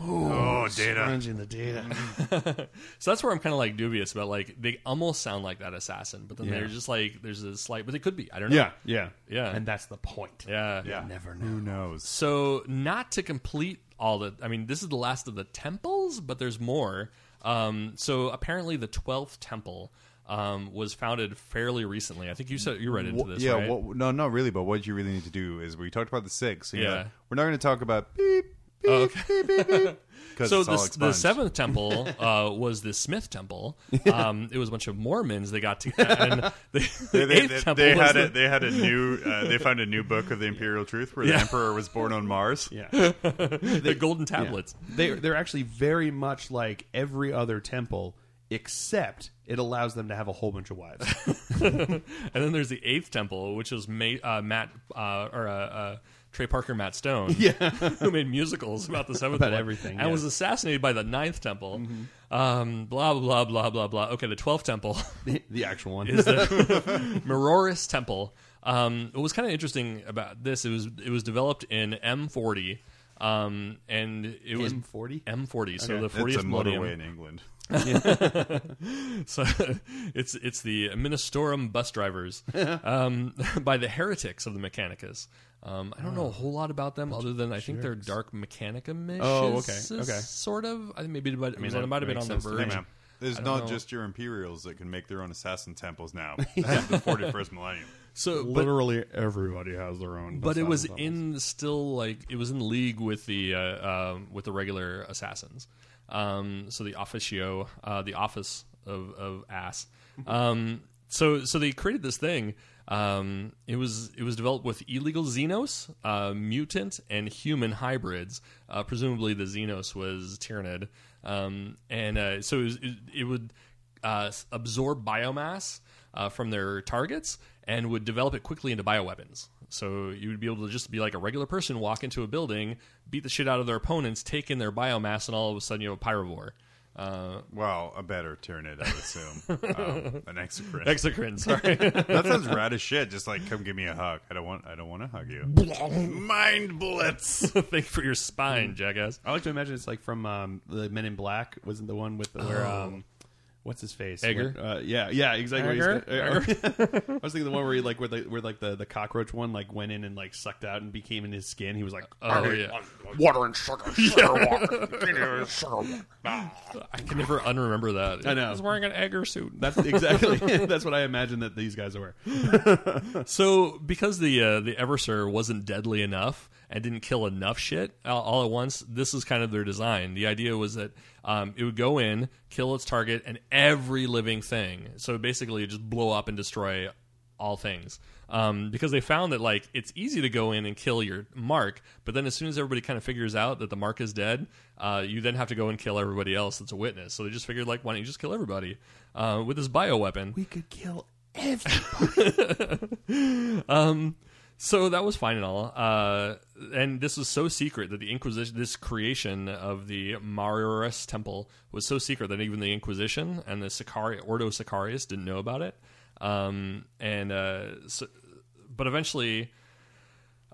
S1: oh, data.
S3: Crunching the data.
S4: Mm-hmm. So that's where I'm kind of like dubious about like they almost sound like that assassin, but then
S3: Yeah.
S4: they're just like there's a slight, but they could be. I don't know.
S3: Yeah, yeah,
S4: Yeah.
S3: and that's the point.
S4: yeah,
S1: Yeah.
S3: Never
S1: Who knows?
S4: So, not to complete all the, I mean, this is the last of the temples, but there's more. Um, so, apparently, the twelfth temple um, was founded fairly recently. I think you said you read into
S1: Wha-
S4: this,
S1: yeah,
S4: right?
S1: what, no, not really. But what you really need to do is we talked about the six. So yeah,
S4: Yeah.
S1: we're not going to talk about beep beep
S4: Oh, okay.
S1: beep beep beep because
S4: so
S1: it's all
S4: the, the
S1: expunged.
S4: seventh temple uh, was the Smith temple. Um, it was a bunch of Mormons. They got together. And the, the
S1: They, they,
S4: eighth
S1: they,
S4: temple
S1: they
S4: was
S1: had
S4: the-
S1: a, they had a new uh, they found a new book of the imperial truth where the
S4: Yeah.
S1: emperor was born on Mars.
S3: Yeah,
S4: the, golden tablets.
S3: they they're actually very much like every other temple, except it allows them to have a whole bunch of wives.
S4: And then there's the eighth temple, which was Ma- uh, Matt uh, or uh, uh, Trey Parker, Matt Stone, who made musicals about the seventh
S3: About
S4: one,
S3: everything,
S4: and
S3: yeah. Mm-hmm.
S4: was assassinated by the ninth temple. Um, blah blah blah blah blah. Okay, the twelfth temple
S3: the, the actual one.
S4: is the Meroris Temple. Um, what was kind of interesting about this? It was it was developed in M40, um, and it was
S3: M40?
S4: M40. So the
S1: It's a
S4: 40th millennium.
S1: motorway in England.
S4: So it's it's the Ministorum bus drivers um, by the heretics of the Mechanicus. Um, I don't
S3: Ah.
S4: know a whole lot about them other than I think they're dark mechanicum
S3: Oh, okay, okay.
S4: Sort of. I think maybe it might- it, was
S3: that
S4: on- it might have been
S3: makes
S4: on the
S3: sense to me.
S4: verge.
S3: Yeah.
S1: There's
S4: don't
S1: not
S4: know.
S1: just your imperials that can make their own assassin temples now. That's the 41st millennium.
S4: So, but,
S3: Literally everybody has their own.
S4: but it
S3: Poseidon
S4: was
S3: temples.
S4: in still like it was in league with the uh, um, with the regular assassins. Um, so the officio, uh, the office of of ass. Um, so so they created this thing. Um, it was it was developed with illegal xenos, uh, mutant, and human hybrids. Uh, presumably, the xenos was Tyranid, um, and uh, so it, was, it, it would uh, s- absorb biomass uh, from their targets and would develop it quickly into bioweapons. So you would be able to just be like a regular person, walk into a building, beat the shit out of their opponents, take in their biomass, and all of a sudden you have a pyrovore. Uh,
S1: Well, a better Tyranid, I would assume. um, an exocrine.
S4: exocrine, sorry.
S1: that sounds rad as shit. Just like, come give me a hug. I don't want. I don't want to hug you. Mind bullets.
S4: Thank you for your spine, jackass.
S3: I like to imagine it's like from um, the Men in Black wasn't the one with the, where
S4: Oh.
S3: um, what's his face?
S4: Edgar?
S3: Where- uh, yeah, yeah, exactly.
S4: Edgar?
S3: Where he's- I was thinking the one where he like where the where like the, the cockroach one like went in and like sucked out and became in his skin. He was like,
S4: Oh yeah,
S7: Water and sugar. Sugar water. Give me the sugar water.
S4: I can never unremember that.
S3: I know.
S4: I was wearing an Edgar suit.
S3: that's exactly that's what I imagine that these guys were.
S4: So because the uh, the Eversur wasn't deadly enough and didn't kill enough shit all, all at once, this is kind of their design. The idea was that um, it would go in, kill its target, and every living thing. So basically, it just blow up and destroy all things. Um, because they found that like it's easy to go in and kill your mark, but then as soon as everybody kind of figures out that the mark is dead, uh, you then have to go and kill everybody else that's a witness. So they just figured like, why don't you just kill everybody uh, with this bioweapon?
S3: We could kill every.
S4: So that was fine and all. Uh, and this was so secret that the Inquisition, this creation of the Mariorus Temple, was so secret that even the Inquisition and the Sicari- Ordo Sicarius didn't know about it. Um, and uh, so, but eventually,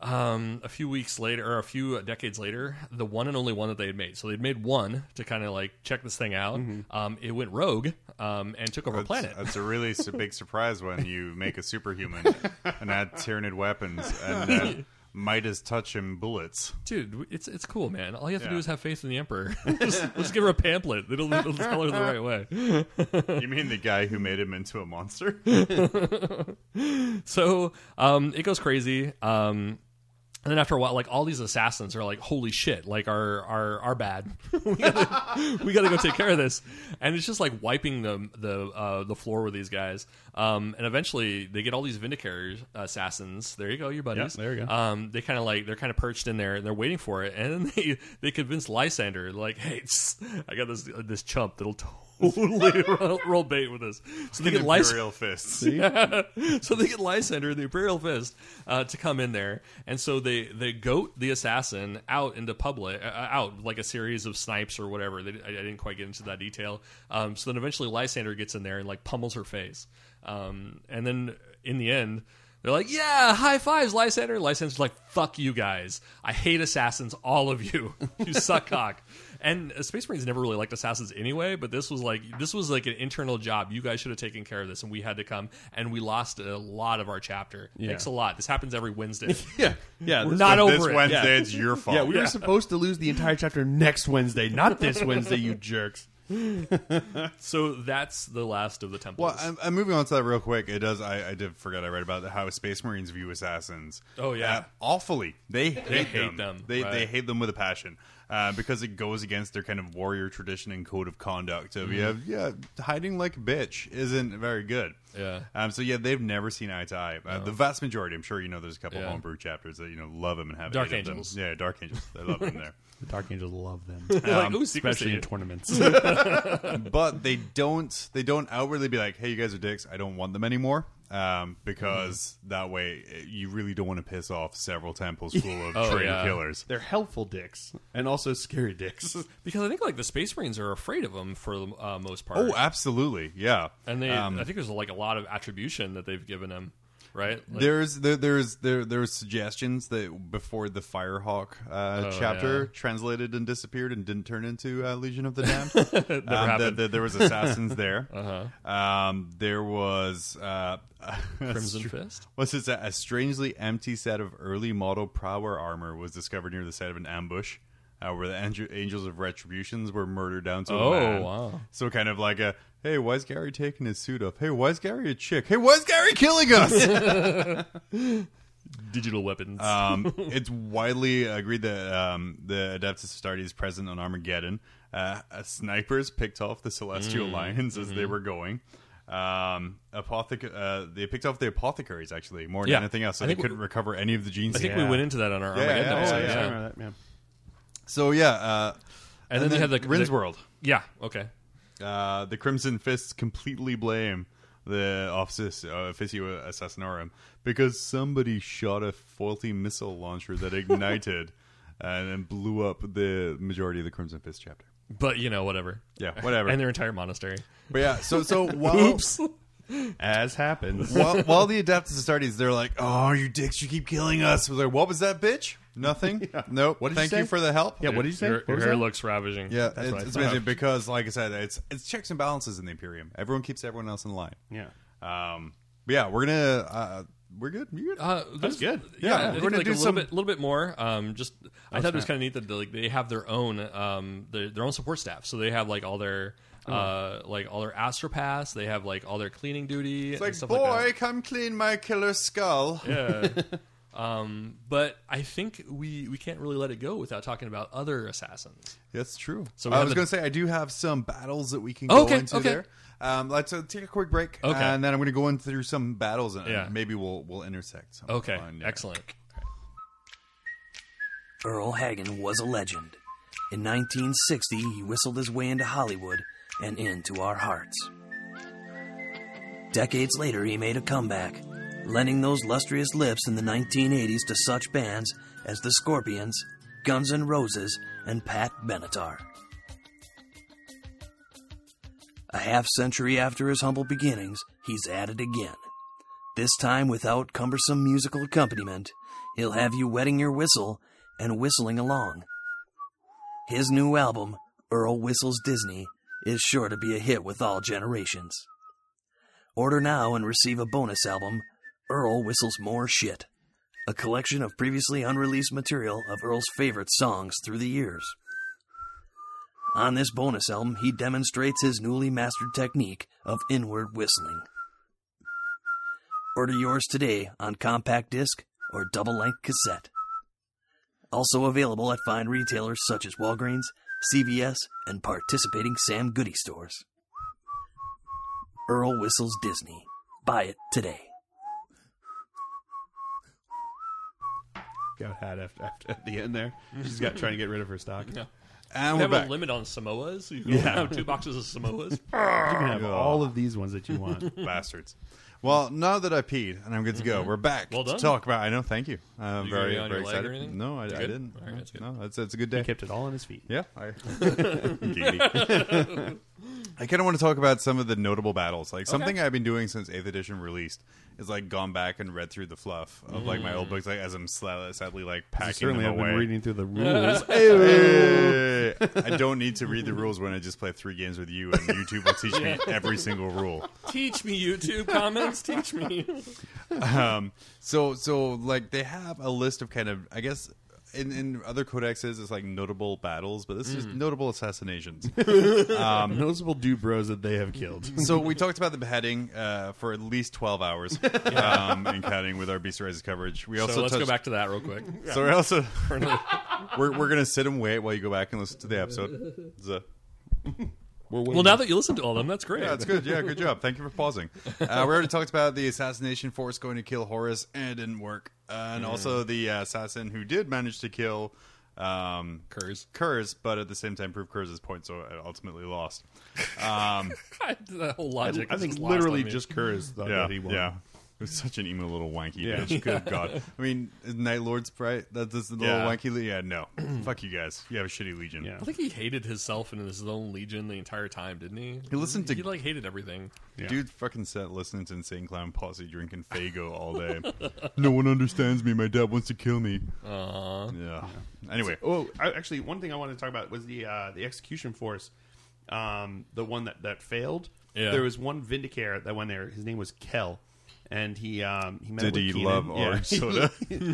S4: um, a few weeks later, or a few decades later, the one and only one that they had made. So they'd made one to kind of like check this thing out. Um, it went rogue um, and took over a planet.
S1: That's a really su- big surprise when you make a superhuman and add Tyranid weapons and uh, Midas touch him bullets.
S4: dude, it's it's cool, man. All you have to
S1: Yeah.
S4: do is have faith in the emperor. let's, let's give her a pamphlet. It'll, it'll tell her the right way.
S1: You mean the guy who made him into a monster?
S4: So um, it goes crazy. Um, and then after a while, like all these assassins are like, "Holy shit! Like our our our bad. we, gotta, we gotta go take care of this." And it's just like wiping the the uh, the floor with these guys. Um, and eventually, they get all these vindicator assassins. There you go, your buddies.
S3: there you go.
S4: Um, they kind of like they're kind of perched in there and they're waiting for it. And then they they convince Lysander like, "Hey, tss, I got this this chump that'll totally roll, roll bait with this. So they get license.
S1: Imperial fists.
S4: so they get Lysander, the Imperial Fist, uh, to come in there, and so they they goat the assassin out into public, uh, out like a series of snipes or whatever. They, I, I didn't quite get into that detail. Um, so then eventually Lysander gets in there and like pummels her face, um, and then in the end. They're like, yeah, high fives, Lysander. Lysander's like, fuck you guys. I hate assassins, all of you. You suck cock. And uh, Space Marines never really liked assassins anyway, but this was like this was like an internal job. You guys should have taken care of this, and we had to come, and we lost a lot of our chapter. Thanks a lot. This happens every Wednesday.
S3: Yeah, yeah.
S4: We're
S3: this-
S4: not
S1: This
S4: over it.
S1: Wednesday, it's your fault.
S3: yeah, we were supposed to lose the entire chapter next Wednesday, not this Wednesday, you jerks.
S4: So that's the last of the temples.
S1: Well, I'm, I'm moving on to that real quick. It does. I, I did forget. I read about how Space Marines view assassins.
S4: Oh, yeah.
S1: Uh, awfully. They hate,
S4: hate
S1: them.
S4: them,
S1: They
S4: right.
S1: they hate them with a passion uh, because it goes against their kind of warrior tradition and code of conduct of yeah
S4: Mm-hmm.
S1: yeah hiding like a bitch isn't very good.
S4: Yeah.
S1: Um. So yeah, they've never seen eye to eye. Uh, The vast majority, I'm sure you know. There's a couple
S4: Yeah.
S1: homebrew chapters that you know love them and have
S4: Dark
S1: hated them.
S4: Angels.
S1: Yeah, Dark Angels. They love them there.
S3: The Dark Angels love them,
S4: like, ooh,
S3: especially
S4: secrecy.
S3: in tournaments.
S1: but they don't they don't outwardly be like hey you guys are dicks i don't want them anymore um, because
S4: Mm-hmm.
S1: that way eh, you really don't want to piss off several temples full of
S4: Oh,
S1: trained
S4: yeah.
S1: killers
S3: They're helpful dicks and also scary dicks.
S4: because I think like the Space Marines are afraid of them for the uh, most part.
S1: oh absolutely yeah
S4: and they,
S1: Um,
S4: I think there's like a lot of attribution that they've given them, right? Like,
S1: there's there, there's there there's suggestions that before the Firehawk uh,
S4: Oh,
S1: chapter
S4: yeah.
S1: translated and disappeared and didn't turn into uh, Legion of the Damned, um, that-
S4: happened. Uh-huh.
S1: that there was assassins there. Um, there was uh,
S4: Crimson Fist?
S1: What's it? A strangely empty set of early model prower armor was discovered near the site of an ambush, uh, where the angel- angels of retributions were murdered down to
S4: Oh,
S1: a man.
S4: wow.
S1: So kind of like a hey, why is Gary taking his suit off? Hey, why is Gary a chick? Hey, why is Gary killing us?
S4: digital weapons.
S1: Um, it's widely agreed that um, the Adeptus Astartes is present on Armageddon. Uh, uh, snipers picked off the Celestial
S4: Mm,
S1: Lions as
S4: mm-hmm.
S1: they were going. Um, apothec- uh, they picked off the apothecaries actually more than
S4: Yeah.
S1: anything else, so
S4: I
S1: they
S4: think we-
S1: couldn't recover any of the genes.
S4: I think we
S3: yeah.
S4: went into that on our
S1: Yeah,
S4: Armageddon
S1: yeah,
S4: episode.
S1: yeah,
S4: Yeah,
S1: yeah.
S3: I remember that, man.
S1: so. Yeah, uh,
S4: And, then, they had the
S1: Rin's
S4: the-
S1: World.
S4: Yeah, okay.
S1: Uh, the Crimson Fists completely blame the Officis uh, Officio Assassinorum because somebody shot a faulty missile launcher that ignited and then blew up the majority of the Crimson Fist chapter.
S4: But you know, whatever.
S1: Yeah, whatever.
S4: And their entire monastery.
S1: but yeah, so so while,
S3: As happens.
S1: while while the Adeptus Astartes, they're like, "Oh, you dicks, you keep killing us." Was like, "What was that, bitch?" Nothing. Nope.
S3: What did you
S1: Thank
S3: say?
S1: for the help.
S3: Yeah, what did you say?
S4: Your,
S3: What
S4: your
S3: was
S4: hair
S3: that?
S4: looks ravaging.
S1: Yeah,
S4: That's what I
S1: it's, it's
S4: thought.
S1: amazing because, like I said, it's it's checks and balances in the Imperium. Everyone keeps everyone else in line.
S3: Yeah.
S1: Um, but yeah, we're gonna uh, we're good. You're good.
S4: Uh, that's
S3: good.
S1: Yeah,
S4: Yeah, I
S1: we're
S4: think
S1: gonna
S4: like
S1: do
S4: a little
S1: some-
S4: bit, little bit more. Um, just I thought it was kind of neat that they, like they have their own, um, their, their own support staff. So they have like all their, uh, like all their astropaths. They have like all their cleaning duty. and
S1: it's like,
S4: stuff
S1: boy,
S4: like that.
S1: come clean my killer skull.
S4: But I think we we can't really let it go without talking about other assassins.
S1: That's true.
S4: So
S1: So
S4: we
S1: I
S4: have
S1: was
S4: the-
S1: going to say I do have some battles that we can
S4: Oh,
S1: go
S4: okay,
S1: into
S4: okay.
S1: there. Um, let's uh, take a quick break,
S4: Okay.
S1: and then I'm going to go in through some battles, and
S4: Yeah.
S1: maybe we'll we'll intersect. Some
S4: Okay,
S1: on, uh,
S4: excellent.
S8: Earl Hagen was a legend. In 1960, he whistled his way into Hollywood and into our hearts. Decades later, he made a comeback, lending those lustrous lips in the 1980s to such bands as the Scorpions, Guns N' Roses, and Pat Benatar. A half century after his humble beginnings, he's at it again. This time without cumbersome musical accompaniment, he'll have you wetting your whistle and whistling along. His new album, Earl Whistles Disney, is sure to be a hit with all generations. Order now and receive a bonus album, Earl Whistles More Shit, a collection of previously unreleased material of Earl's favorite songs through the years. On this bonus album, he demonstrates his newly mastered technique of inward whistling. Order yours today on compact disc or double length cassette. Also available at fine retailers such as Walgreens, CVS, and participating Sam Goody stores. Earl Whistles Disney. Buy it today.
S3: Got hat after, after at the end there. She's got trying to get rid of her stock.
S4: We
S1: And we're
S4: have
S1: back.
S4: a limit on Samoas. You can only have two boxes of Samoas.
S3: You can have
S1: Yeah.
S3: all of these ones that you want.
S1: Bastards. Well, now that I peed and I'm good to go, we're back
S4: Mm-hmm. Well
S1: to
S4: done.
S1: talk about. I know, thank you. I'm
S4: You got
S1: very,
S4: it on
S1: very
S4: your leg or
S1: excited.
S4: anything?
S1: no, I, I
S4: Good?
S1: didn't.
S4: All right, that's good.
S1: No, that's it's a good
S3: He
S1: day.
S3: kept it all on his feet.
S1: Yeah, I, Gady. I kind of want to talk about some of the notable battles. Like something I've been doing since Eighth Edition released is like gone back and read through the fluff of like my old
S4: Mm.
S1: books, like as I'm sla- sadly like
S3: I
S1: packing
S3: certainly
S1: them
S3: have
S1: away.
S3: been reading through the rules.
S1: Hey. I don't need to read the rules when I just play three games with you, and YouTube will teach me every single rule.
S4: Teach me, YouTube comments. Teach me.
S1: um, so so like they have a list of kind of I guess in, in other codexes it's like notable battles, but this is notable assassinations.
S3: um, noticeable do bros that they have killed.
S1: so we talked about the beheading uh, for at least twelve hours um, and counting with our Beast Rises coverage. We also
S4: so let's
S1: touched,
S4: go back to that real quick.
S1: So we also we're we're gonna sit and wait while you go back and listen to the episode. It's a-
S4: Well, now that you listen to all of them, that's great.
S1: Yeah, that's good. Yeah, good job. Thank you for pausing. Uh, we already talked about the assassination force going to kill Horus, and it didn't work. Uh,
S3: Mm.
S1: and also the uh, assassin who did manage to kill um,
S4: Kurz.
S1: Kurz, but at the same time proved Kurz's point, so it ultimately lost. Um,
S4: that whole logic.
S3: I
S4: is
S3: think
S4: just lost on
S3: literally
S4: me.
S3: just Kurz thought
S1: yeah,
S3: that he won.
S1: yeah. It was such an emo little wanky
S3: Yeah.
S1: bitch. Good God. I mean, is Night Lord Sprite? That's this little
S3: Yeah.
S1: wanky. Le- yeah, no. Fuck you guys. You have a shitty legion.
S3: Yeah.
S4: I think he hated himself and his own legion the entire time, didn't he?
S1: He listened to-
S4: He like hated everything.
S1: Dude fucking sat listening to Insane Clown Posse drinking Fago all day. no one understands me. My dad wants to kill me.
S4: Aww.
S1: Yeah. Anyway,
S3: Oh, I, actually, one thing I wanted to talk about was the uh, the execution force, um, the one that that failed.
S4: Yeah.
S3: There was one vindicare that went there. His name was Kel, and he um, he met
S1: did
S3: with
S1: he
S3: Kenan.
S1: love
S3: Yeah.
S1: orange soda?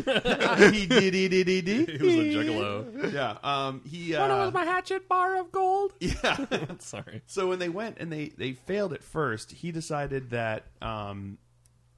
S3: he did. He did. He did.
S4: He was a juggalo.
S3: Yeah. Um, he. Uh,
S4: my hatchet bar of gold.
S3: yeah.
S4: Sorry.
S3: So when they went and they they failed at first, he decided that um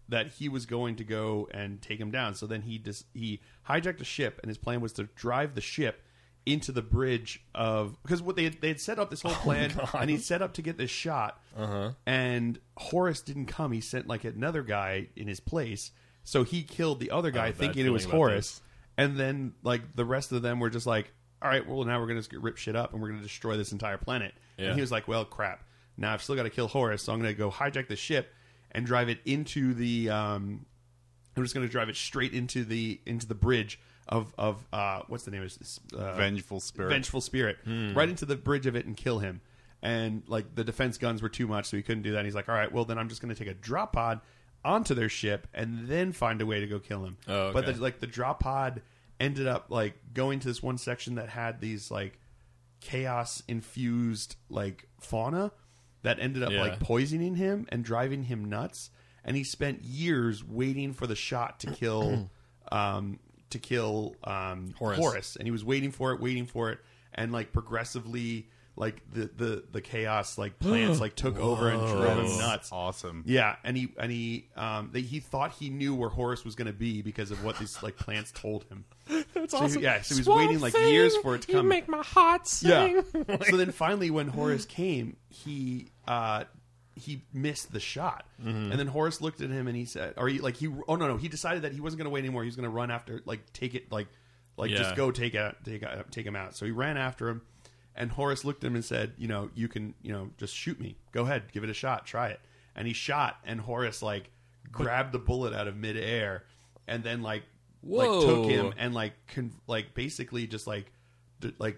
S3: that he was going to go and take him down. So then he dis- he hijacked a ship, and his plan was to drive the ship into the bridge of because what they had, they had set up this
S4: Oh,
S3: whole plan, and he set up to get this shot. Uh-huh. And Horace didn't come. He sent like another guy in his place. So he killed the other guy,
S4: have a bad
S3: thinking it was
S4: feeling about
S3: Horace. And then like the rest of them were just like, all right, well now we're gonna just rip shit up and we're gonna destroy this entire planet.
S4: Yeah.
S3: And he was like, well, crap. Now I've still got to kill Horus, so I'm gonna go hijack the ship and drive it into the. Um, I'm just gonna drive it straight into the into the bridge of of uh, what's the name of this uh,
S1: Vengeful spirit.
S3: vengeful spirit
S4: Hmm.
S3: right into the bridge of it and kill him. And like the defense guns were too much, so he couldn't do that. And he's like, all right, well then I'm just gonna take a drop pod onto their ship and then find a way to go kill him.
S4: Oh,
S3: But
S4: okay.
S3: the, like the drop pod ended up like going to this one section that had these like chaos infused like fauna that ended up
S4: Yeah.
S3: like poisoning him and driving him nuts and he spent years waiting for the shot to kill um to kill um
S4: Horus.
S3: Horus and he was waiting for it waiting for it and like progressively like the the the chaos like plants like took over and drove him nuts
S1: Awesome.
S3: yeah, and he and he um they, he thought he knew where Horace was going to be because of what these like plants told him. That's
S9: awesome.
S3: yeah, so he was
S9: Swamp
S3: waiting like
S9: Thing,
S3: years for it to
S9: You
S3: come.
S9: make my heart sing.
S3: yeah. so then finally, when Horace came, he uh he missed the shot, and then Horace looked at him and he said, or he like he oh no no he decided that he wasn't going to wait anymore. He was going to run after like take it like like
S4: Yeah.
S3: just go take out take out take him out. So he ran after him, and Horace looked at him and said, you know, you can you know just shoot me. Go ahead, give it a shot, try it. And he shot, and Horace like grabbed the bullet out of midair, and then like like
S4: Whoa.
S3: took him and like con- like basically just like d- like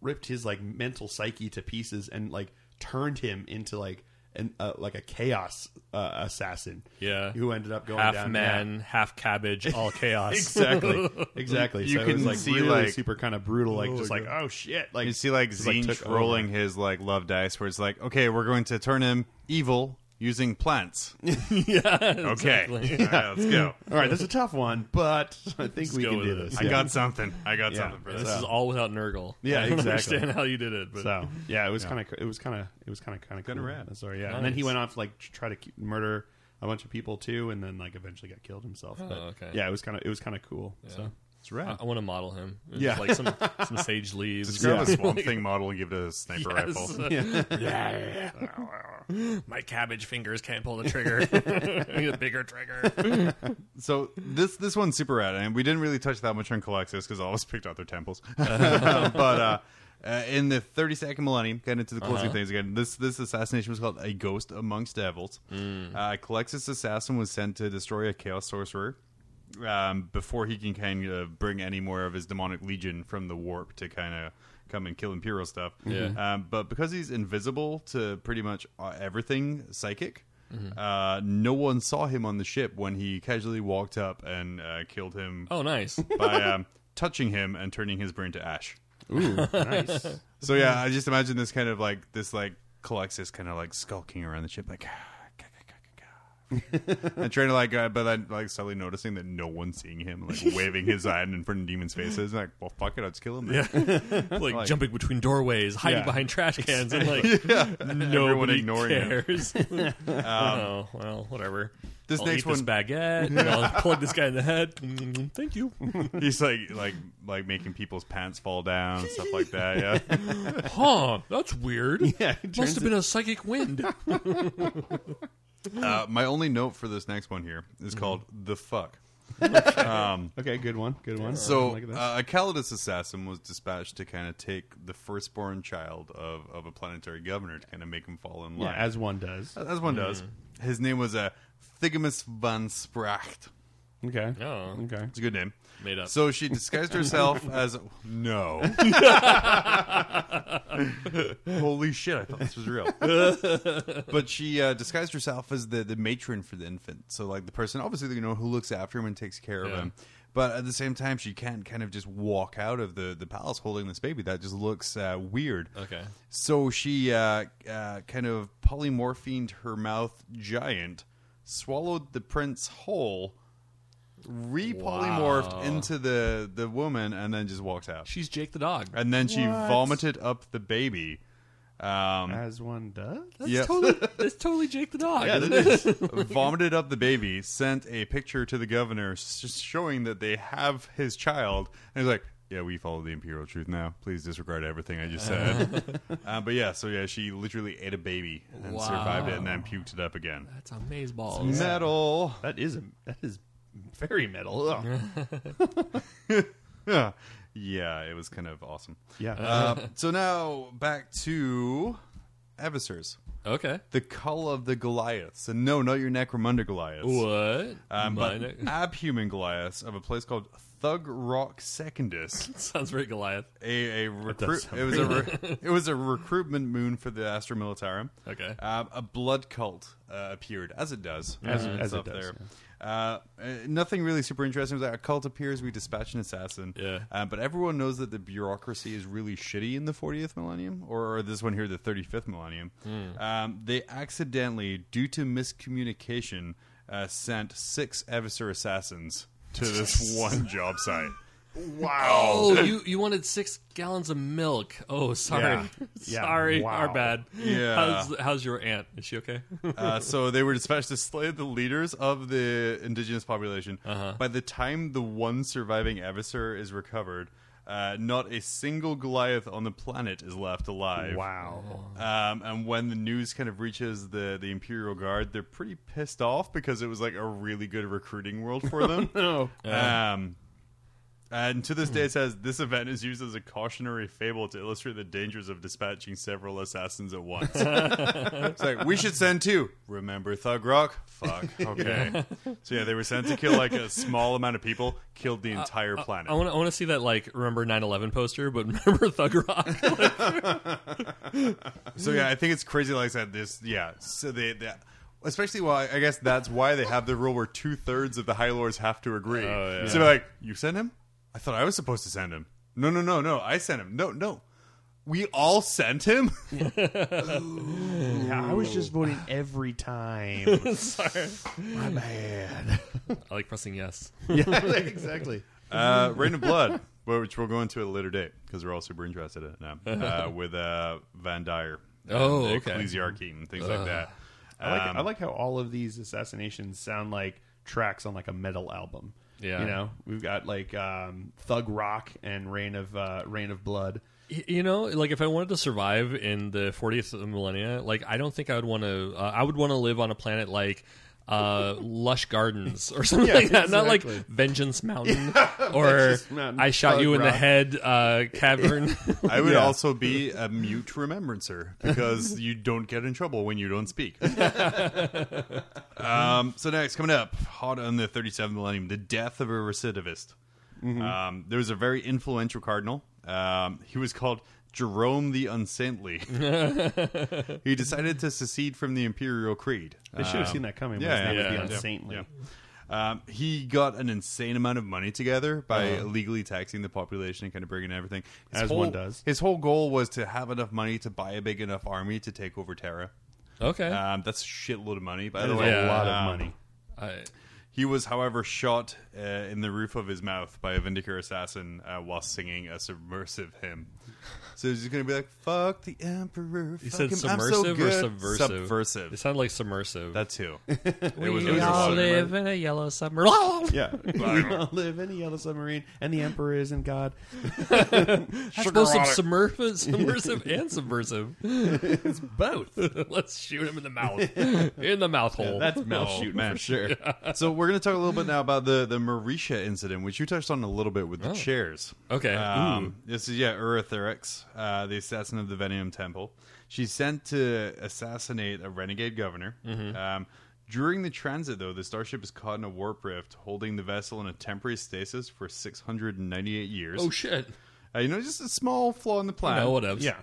S3: ripped his like mental psyche to pieces and like turned him into like an uh, like a chaos uh, assassin.
S4: Yeah.
S3: who ended up going
S4: half
S3: down.
S4: man, half cabbage, all
S3: Yeah.
S4: chaos.
S3: Exactly, exactly.
S1: You
S3: so it
S1: can
S3: was, like,
S1: see,
S3: really
S1: like-
S3: super kind of brutal, like just like oh shit, like
S1: You see, like
S3: just, like,
S1: Zinch
S3: took over.
S1: rolling his like love dice, where it's like, okay, we're going to turn him evil using plants.
S4: yeah.
S1: Okay, All right, let's go.
S3: All right, that's a tough one, but I think we
S4: go
S3: can
S4: with
S3: do
S4: it.
S3: this.
S1: I
S3: Yeah.
S1: got something. I got
S3: Yeah.
S1: something for
S4: This
S1: this.
S4: is all without Nurgle.
S3: Yeah,
S4: I don't
S3: exactly.
S4: understand how you did it, but
S3: So yeah, it was kind of it was kind of it was kind of kind of kind
S1: rad.
S3: Sorry, yeah. And then he
S4: Nice.
S3: went off to, like tr- try to ke- murder a bunch of people too, and then like eventually got killed himself. but,
S4: Oh, okay.
S3: Yeah, it was kind of it was kind of cool. So
S1: It's rad.
S4: I, want to model him. It's
S3: Yeah.
S4: like some, some sage leaves.
S1: Describe a Swamp Thing model and give it a sniper rifle.
S4: My cabbage fingers can't pull the trigger. I need a bigger trigger.
S1: So this this one's super rad, and we didn't really touch that much on Calaxis because I always picked out their temples. but uh, Uh, in the 32nd millennium, getting into the closing things again, this this assassination was called a ghost amongst devils. Uh, Calexis' assassin was sent to destroy a chaos sorcerer um, before he can kind of bring any more of his demonic legion from the warp to kind of come and kill imperial stuff.
S4: Yeah.
S1: Um, but because he's invisible to pretty much uh, everything psychic,
S4: Mm-hmm.
S1: uh, no one saw him on the ship when he casually walked up and uh, killed him
S4: Oh, nice.
S1: by um, touching him and turning his brain to ash.
S3: Ooh, nice.
S1: So yeah, I just imagine this kind of like this like Colexis kind of like skulking around the ship like. "Ah, and trying to like, uh, but then like suddenly noticing that no one's seeing him, like waving his hand in front of demons' faces, and like, well, fuck it, I'll just kill him. Yeah,
S4: like, jumping between doorways, hiding
S1: Yeah.
S4: behind trash cans, and like
S1: everyone
S4: nobody
S1: ignoring him.
S4: cares. oh well, whatever.
S1: This
S4: I'll
S1: next
S4: eat
S1: one,
S4: this baguette. and I'll plug this guy in the head. Mm, Thank you.
S1: he's like, like, like making people's pants fall down, stuff like that. Yeah.
S4: Huh? That's weird.
S3: Yeah, it
S4: must
S3: turns
S4: have been a psychic wind.
S1: Uh, my only note for this next one here is
S3: Mm-hmm.
S1: called the fuck.
S3: Okay, good one. Good one.
S1: So,
S3: Like this.
S1: uh, a Calidus assassin was dispatched to kind of take the firstborn child of, of a planetary governor to kind of make him fall in
S3: yeah,
S1: line.
S3: as one does.
S1: as, one does. His name was uh, Thigamus van Spracht.
S3: Okay.
S4: Oh.
S3: Okay.
S1: It's a good name.
S4: Made up.
S1: So she disguised herself as no. Holy shit! I thought this was real. but she uh, disguised herself as the the matron for the infant. So like the person, obviously you know who looks after him and takes care of
S4: Yeah.
S1: him. But at the same time, she can't kind of just walk out of the the palace holding this baby. That just looks uh, weird.
S4: Okay.
S1: So she uh, uh, kind of polymorphined her mouth giant, swallowed the prince whole, repolymorphed
S4: Wow.
S1: into the the woman, and then just walked out.
S4: She's Jake the dog.
S1: And then she
S3: What?
S1: vomited up the baby. Um,
S3: As one does.
S4: That's
S1: Yep.
S4: totally that's totally Jake the dog.
S1: yeah, this is- vomited up the baby, sent a picture to the governor s- just showing that they have his child, and he's like, "Yeah, we follow the imperial truth now. Please disregard everything I just said." uh, but yeah, so yeah, she literally ate a baby and
S4: Wow.
S1: survived it, and then puked it up again.
S4: That's amazeballs.
S1: Metal.
S3: That is a that is very metal. Oh, Ugh.
S1: Yeah, yeah, it was kind of awesome.
S3: Yeah.
S1: Uh, so now back to Evisers,
S4: Okay.
S1: the cull of the Goliaths, and no, not your Necromunda Goliaths.
S4: What?
S3: Uh,
S1: Um, but
S4: Mine-
S1: abhuman Goliath of a place called Thug Rock Secondus,
S4: sounds very Goliath.
S1: a, a recruit.
S3: sound
S1: It was a re- it was a recruitment moon for the Astra Militarum.
S4: Okay.
S1: um, a blood cult uh, appeared as it does
S3: As-
S1: uh,
S3: as it
S1: up
S3: does,
S1: there. Uh, uh, nothing really super interesting. It was like a cult appears, we dispatch an assassin.
S4: Yeah.
S1: Uh, but everyone knows that the bureaucracy is really shitty in the 40th millennium, or, or this one here, the 35th millennium.
S3: Hmm.
S1: Um, they accidentally, due to miscommunication, uh, sent six Evisor assassins to this one job site.
S4: Oh, you you wanted six gallons of milk. Oh, sorry,
S3: Yeah. Yeah.
S4: sorry,
S3: Wow.
S4: our bad.
S1: Yeah.
S4: How's how's your aunt? Is she okay?
S1: Uh, so they were dispatched to slay the leaders of the indigenous population. By the time the one surviving Evisor is recovered, uh, not a single Goliath on the planet is left alive.
S3: wow.
S1: Um, and when the news kind of reaches the, the Imperial Guard, they're pretty pissed off because it was like a really good recruiting world for them.
S3: No.
S1: Um, and to this day, it says this event is used as a cautionary fable to illustrate the dangers of dispatching several assassins at once. it's like we should send two. Remember Thug Rock? Fuck. Okay. So yeah, they were sent to kill like a small amount of people, killed the entire planet.
S4: I want to I want to see that like remember 9/11 poster, but remember Thug Rock.
S1: so yeah, I think it's crazy. Like I said, this yeah. So they, they especially why I guess that's why they have the rule where two thirds of the High Lords have to agree. So they're like, you send him? I thought I was supposed to send him. No, no, no, no. I sent him. No, no. We all sent him.
S3: I was just voting every time.
S4: sorry,
S3: My bad.
S4: I like pressing yes.
S3: yeah, exactly.
S1: uh, Rain of Blood, which we'll go into at a later date because we're all super interested in it now. Uh, with uh, Van Dyer, and
S4: Oh,
S1: the
S4: okay.
S1: Ecclesiarchy and things like that.
S3: I like
S1: Um,
S3: I like how all of these assassinations sound like tracks on like a metal album.
S4: Yeah.
S3: You know, we've got like um, Thug Rock and Rain of uh, Rain of Blood.
S4: Y- You know, like if I wanted to survive in the 40th millennia, like I don't think I would want to. Uh, I would want to live on a planet like uh, lush gardens or something
S3: Yeah,
S4: like that. Not like
S3: exactly.
S4: Vengeance Mountain or
S3: Vengeance Mountain.
S4: I shot
S3: Thug
S4: you in the
S3: Rock.
S4: head uh, cavern.
S1: I would
S3: Yeah.
S1: also be a mute remembrancer because you don't get in trouble when you don't speak. um, so next, coming up, hot on the 37th millennium, the death of a recidivist.
S3: Mm-hmm.
S1: Um, there was a very influential cardinal. Um, he was called Jerome the Unsaintly. he decided to secede from the imperial creed.
S3: They should have seen that coming.
S1: Um,
S3: Yeah,
S1: yeah,
S4: yeah,
S3: yeah,
S4: yeah.
S3: the unsaintly.
S1: Yeah. Um, he got an insane amount of money together by illegally taxing the population and kind of bringing everything. His
S3: As
S1: whole,
S3: one does.
S1: His whole goal was to have enough money to buy a big enough army to take over Terra.
S4: okay.
S1: Um, that's a shitload of money, by
S3: That
S1: the
S3: is
S1: way.
S4: Yeah.
S3: a lot of
S1: Um,
S3: money.
S4: I-
S1: He was, however, shot uh, in the roof of his mouth by a Vindicator assassin uh, while singing a submersive hymn. So he's going to be like, fuck the Emperor.
S4: he
S1: fuck
S4: said
S1: him, I'm
S4: submersive
S1: so
S4: or
S1: good."
S4: subversive? It
S1: Subversive.
S4: sounded like submersive.
S1: That too. it was
S4: we
S1: it was
S4: all
S1: a lot of-
S4: live in a yellow summer.
S3: Yeah, we all live in a yellow submarine, and the emperor isn't God.
S4: That's both submersive, submersive and subversive. It's both. Let's shoot him in the mouth. In the mouth hole.
S3: That's mouth shooting
S1: man.
S3: for sure.
S1: so we're going to talk a little bit now about the the Mauritia incident, which you touched on a little bit with
S3: Oh.
S1: the chairs.
S4: Okay.
S3: uh,
S1: Um, this is yeah, Uretherix, uh, the assassin of the Venium Temple. She's sent to assassinate a renegade governor.
S3: Mm-hmm.
S1: Um, during the transit, though, the starship is caught in a warp rift, holding the vessel in a temporary stasis for 698 years.
S4: Oh, shit.
S1: uh, you know, just a small flaw in the plan.
S4: No, whatevs.
S3: Yeah,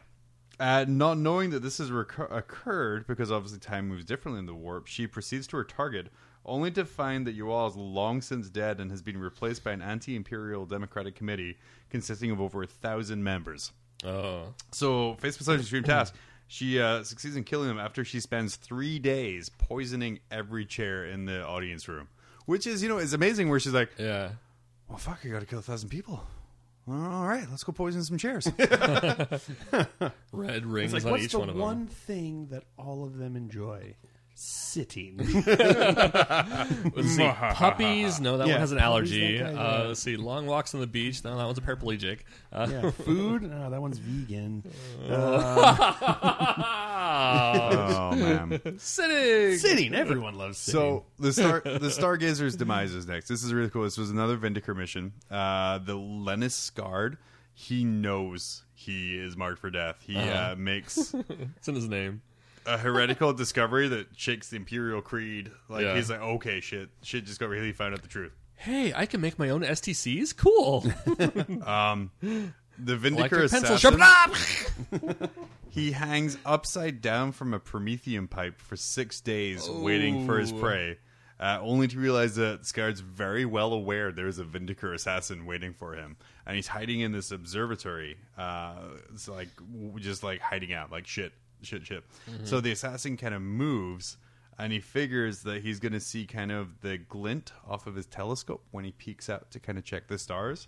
S1: Uh, not knowing that this has recur- occurred, because obviously time moves differently in the warp, she proceeds to her target, only to find that Yuval is long since dead and has been replaced by an anti imperial democratic committee consisting of over a thousand members.
S4: Oh.
S1: So, face beside her extreme task, she uh, succeeds in killing them after she spends three days poisoning every chair in the audience room. Which is, you know, is amazing where she's like,
S4: Yeah.
S1: well, fuck, I gotta kill a thousand people. All right, let's go poison some chairs.
S4: Red rings
S3: it's
S4: on
S3: like what's
S4: each
S3: the
S4: one of
S3: one,
S4: them.
S3: thing that all of them enjoy? Sitting.
S4: Let's see. Puppies. No, that
S3: Yeah.
S4: one has an
S3: Puppies,
S4: allergy.
S3: that guy,
S4: uh,
S3: yeah.
S4: let's see. Long walks on the beach. No, that one's a paraplegic. Uh,
S3: yeah, food. No, that one's vegan.
S1: oh, man.
S4: Sitting.
S3: Sitting. Everyone loves sitting.
S1: So the star the Stargazer's demise is next. This is really cool. This was another Vindicator mission. Uh, the Lennis scarred. He knows he is marked for death. He
S4: Uh-huh.
S1: uh makes
S4: It's in his name.
S1: a heretical discovery that shakes the Imperial Creed. Like
S4: Yeah.
S1: he's like, okay, shit, shit just got really found out the truth.
S4: Hey, I can make my own STCs? Cool.
S1: The Vindicator
S4: Electric pencil. Ah!
S1: assassin.
S4: Sharpen up!
S1: He hangs upside down from a Promethean pipe for six days, waiting for his prey, uh, only to realize that Scar's very well aware there is a Vindicator assassin waiting for him, and he's hiding in this observatory. Uh, it's like w- just like hiding out, like shit, shit, shit. So the assassin kind of moves, and he figures that he's going to see kind of the glint off of his telescope when he peeks out to kind of check the stars.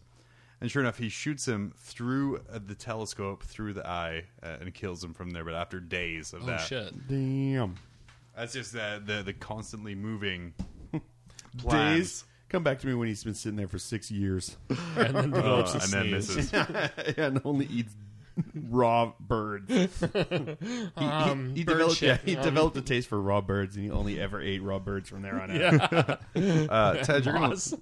S1: And sure enough, he shoots him through uh, the telescope, through the eye, uh, and kills him from there. But after days of
S4: Oh,
S1: that,
S4: shit.
S3: damn
S1: that's just the the, the constantly moving plans.
S3: days. Come back to me when he's been sitting there for six years,
S4: And
S1: Oh,
S4: then develops a
S1: uh, and then
S4: sneeze.
S1: misses.
S3: and only eats raw birds. he, he- he
S4: bird
S3: developed, yeah,
S4: shit.
S3: he developed a taste for raw birds, and he only ever ate raw birds from there on out.
S1: Uh, Ted, you're gonna,
S4: Moss.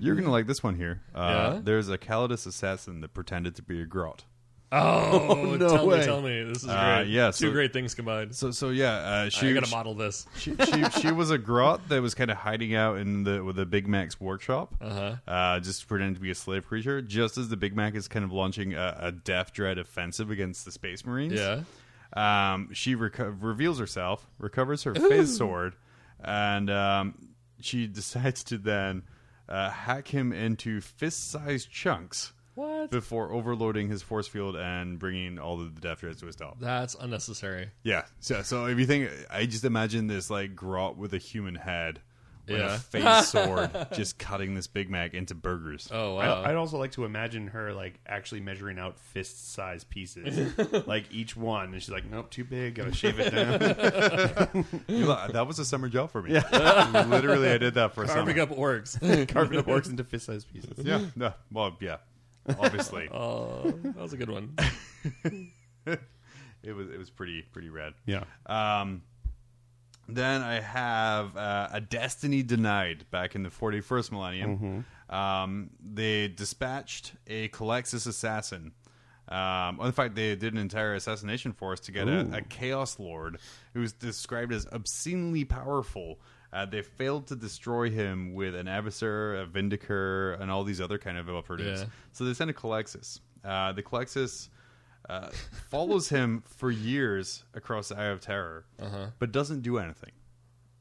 S1: you're gonna like this one here. Uh,
S4: Yeah?
S1: There's a Calidus assassin that pretended to be a grot.
S4: Oh,
S3: no
S4: tell me,
S3: way.
S4: tell me. This is
S1: Uh,
S4: great.
S1: yeah,
S4: Two
S1: so-
S4: great things combined.
S1: So so yeah, uh, she
S4: I gotta model this.
S1: she, she, she was a grot that was kind of hiding out in the with the Big Mac's workshop, uh-huh. just pretending to be a slave creature. Just as the Big Mac is kind of launching a, a death dread offensive against the Space Marines,
S4: Yeah.
S1: um, she reco- reveals herself, recovers her face sword, and um, she decides to then uh, hack him into fist-sized chunks.
S4: What?
S1: Before overloading his force field and bringing all of the death threats to a stop.
S4: That's unnecessary.
S1: Yeah. So, so if you think, I just imagine this like grot with a human head with
S4: Yeah.
S1: a face sword just cutting this Big Mac into burgers.
S4: Oh wow.
S3: I, I'd also like to imagine her like actually measuring out fist size pieces, like each one, and she's like, "Nope, too big. Gotta shave it down."
S1: You know, that was a summer job for me. Literally, I did that for a summer.
S4: Carving up orcs.
S3: Carving up works into fist size pieces.
S1: Yeah. No, well, yeah. Obviously,
S4: Oh. that was a good one.
S1: it was it was pretty pretty rad.
S3: Yeah,
S1: Um, Then I have uh, a Destiny Denied back in the 41st millennium. Um, they dispatched a Calaxis assassin. Um, well, in fact, they did an entire assassination force to get a, a Chaos Lord who was described as obscenely powerful. Uh, they failed to destroy him with an Avisor, a Vindicator, and all these other kind of operatives.
S4: Yeah.
S1: So they sent a Calaxis. Uh, the Calaxis uh, follows him for years across the Eye of Terror, but doesn't do anything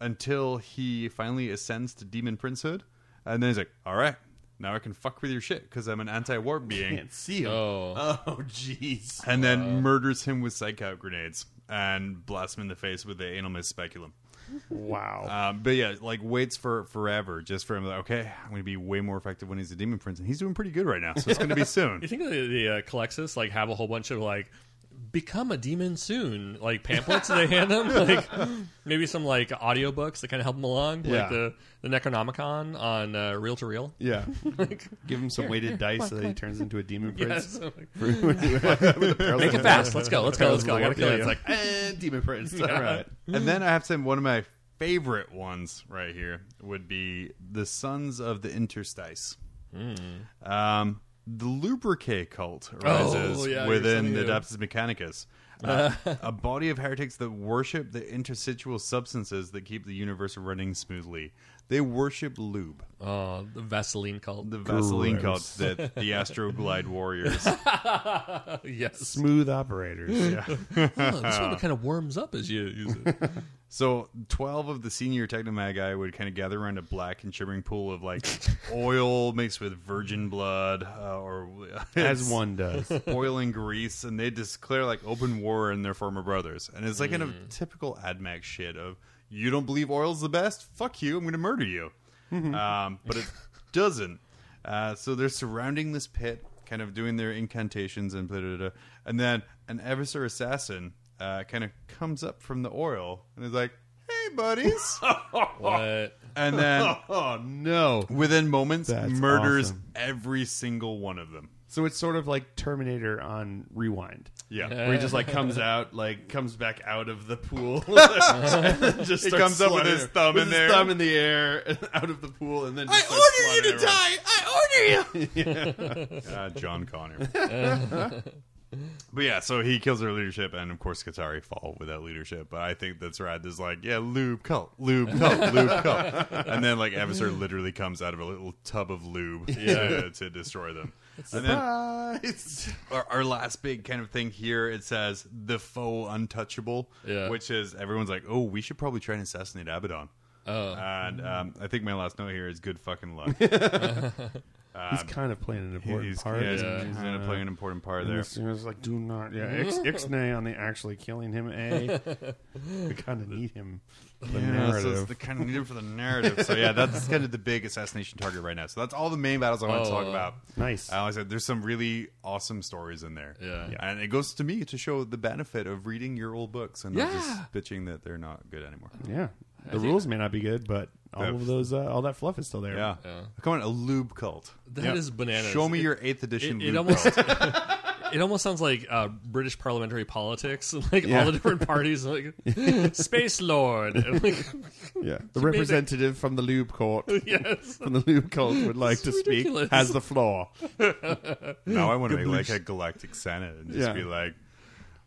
S1: until he finally ascends to Demon Princehood, and then he's like, "All right, now I can fuck with your shit because I'm an anti-warp being."
S3: Can't see him.
S4: Oh,
S3: Oh, jeez.
S1: and then murders him with psych out grenades and blasts him in the face with the anal mist speculum.
S3: Wow.
S1: Um, but yeah, like waits for forever just for him. Like, okay, I'm going to be way more effective when he's a demon prince, and he's doing pretty good right now, so it's going to be soon.
S4: you think the, the uh, Calexis like have a whole bunch of like become a demon soon like pamphlets they hand them like maybe some like audiobooks that kind of help them along
S3: Yeah.
S4: like the the Necronomicon on uh, reel to reel
S3: Yeah.
S4: like
S3: Give him some weighted dice so that he turns into a demon prince.
S4: yes.
S3: Make
S4: make it fast let's go let's go let's go I gotta kill
S3: Yeah,
S4: you
S3: It's like, eh, demon prince. All right.
S1: and then I have to say one of my favorite ones right here would be the Sons of the Interstice.
S4: Hmm.
S1: Um, the Lubricate cult arises
S4: Oh, yeah, you were
S1: within
S4: telling
S1: the
S4: me.
S1: Adeptus Mechanicus, uh, a body of heretics that worship the interstitial substances that keep the universe running smoothly. They worship lube,
S4: oh the Vaseline cult
S1: the Vaseline cults that the Astroglide warriors.
S4: yes
S3: Smooth operators.
S4: Oh, this one kind of warms up as you use it
S1: So twelve of the senior technomagi would kind of gather around a black and shimmering pool of like oil mixed with virgin blood uh, or
S3: As one does.
S1: boiling grease, and they declare like open war on their former brothers. And it's like kind
S3: Mm.
S1: of typical AdMac shit of you don't believe oil's the best, fuck you, I'm going to murder you.
S3: Mm-hmm.
S1: um, but it doesn't. Uh, so they're surrounding this pit, kind of doing their incantations and blah, blah, blah. and then an Evisor assassin uh, kind of comes up from the oil and is like, "Hey, buddies!"
S4: what
S1: and then
S3: Oh, no.
S1: within moments,
S3: That's
S1: murders
S3: awesome.
S1: every single one of them.
S3: So it's sort of like Terminator on Rewind.
S1: Yeah.
S3: Where he just like comes out, like comes back out of the pool. just
S1: He
S3: starts
S1: comes up with
S3: slugging
S1: his
S3: around.
S1: thumb
S3: With
S1: in
S3: his
S1: there.
S3: thumb in the air, and out of the pool, and then just starts slugging around.
S1: I order you. uh, John Connor. but yeah, so he kills their leadership, and of course, Qatari fall with that leadership. But I think that's rad. There's like, yeah, lube cult, lube cult, lube cult, and then like Evisor literally comes out of a little tub of lube to, to destroy them. And then
S3: Surprise!
S1: our, our last big kind of thing here it says the foe untouchable,
S4: Yeah.
S1: which is everyone's like, oh, we should probably try and assassinate Abaddon.
S4: oh
S1: And um, I think my last note here is good fucking luck.
S3: He's kind of playing an important
S1: he's,
S3: part.
S1: yeah, he's,
S4: Yeah.
S1: he's gonna play an important part
S3: And
S1: there.
S3: As soon as like, do not, yeah, Ix, Ixnay on the actually killing him. A, we kind of need him. The
S1: Yeah, so it's
S3: narrative.
S1: the kind of needed for the narrative. So yeah, that's kind of the big assassination target right now. So that's all the main battles I want to
S4: Oh.
S1: talk about.
S3: nice.
S1: Uh, like I said there's some really awesome stories in there.
S4: Yeah. Yeah.
S1: and it goes to me to show the benefit of reading your old books and not
S4: Yeah.
S1: just bitching that they're not good anymore.
S3: yeah, the rules may not be good, but all
S1: Yeah.
S3: of those, uh, all that fluff is still there.
S1: Yeah, come on, a lube cult.
S4: That is bananas
S1: Show me
S4: It-
S1: your eighth edition.
S4: it,
S1: lube
S4: it almost
S1: cult.
S4: it almost sounds like uh, British parliamentary politics, like
S3: Yeah.
S4: all the different parties, like space lord. And, like,
S3: yeah. The representative from the lube court,
S4: yes,
S3: from the lube cult, would like to speak.
S4: ridiculous.
S3: Has the floor.
S1: now I want to make like a galactic senate and just
S3: Yeah.
S1: be like.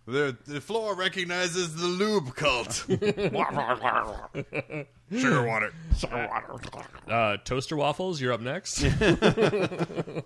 S1: The, the floor recognizes the lube cult. Sugar water.
S4: uh, toaster waffles. You're up next.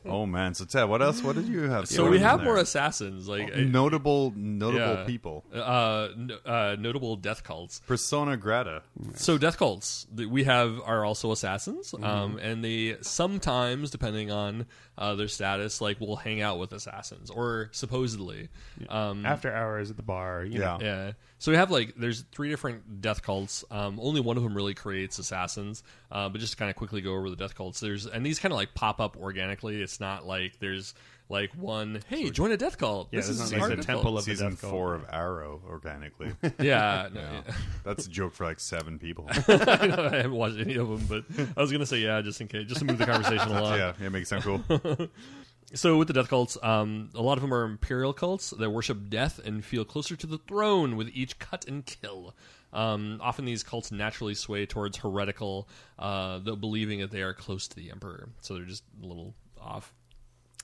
S1: Oh man, so Ted, what else? What did you have?
S4: So
S1: thrown
S4: we
S1: in
S4: have
S1: there?
S4: more assassins, like
S1: Oh.
S4: uh,
S1: notable, notable
S4: Yeah.
S1: people.
S4: uh, n- uh, notable death cults.
S1: Persona Grata.
S4: So death cults that we have are also assassins, um, and they sometimes, depending on uh, their status, like will hang out with assassins or supposedly. Um,
S3: After hours at the bar. You
S1: Yeah.
S3: Know.
S4: Yeah. So we have like there's three different death cults. Um, only one of them really creates assassins. Uh, but just to kind of quickly go over the death cults, there's and these kind of like pop up organically. It's not like there's like one. Hey, join a death cult.
S3: Yeah,
S4: this
S3: it's
S4: is
S3: not like
S4: our
S3: the
S4: death
S3: temple
S4: cult.
S3: of the
S1: Season
S3: death cult.
S1: four of Arrow, organically.
S4: Yeah, no,
S1: Yeah. That's a joke for like seven people.
S4: I know, I haven't watched any of them, but I was gonna say yeah, just in case, just to move the conversation along.
S1: yeah, it makes sound cool.
S4: So with the death cults, um, a lot of them are imperial cults that worship death and feel closer to the throne with each cut and kill. Um, often these cults naturally sway towards heretical, uh, though believing that they are close to the emperor. So they're just a little off.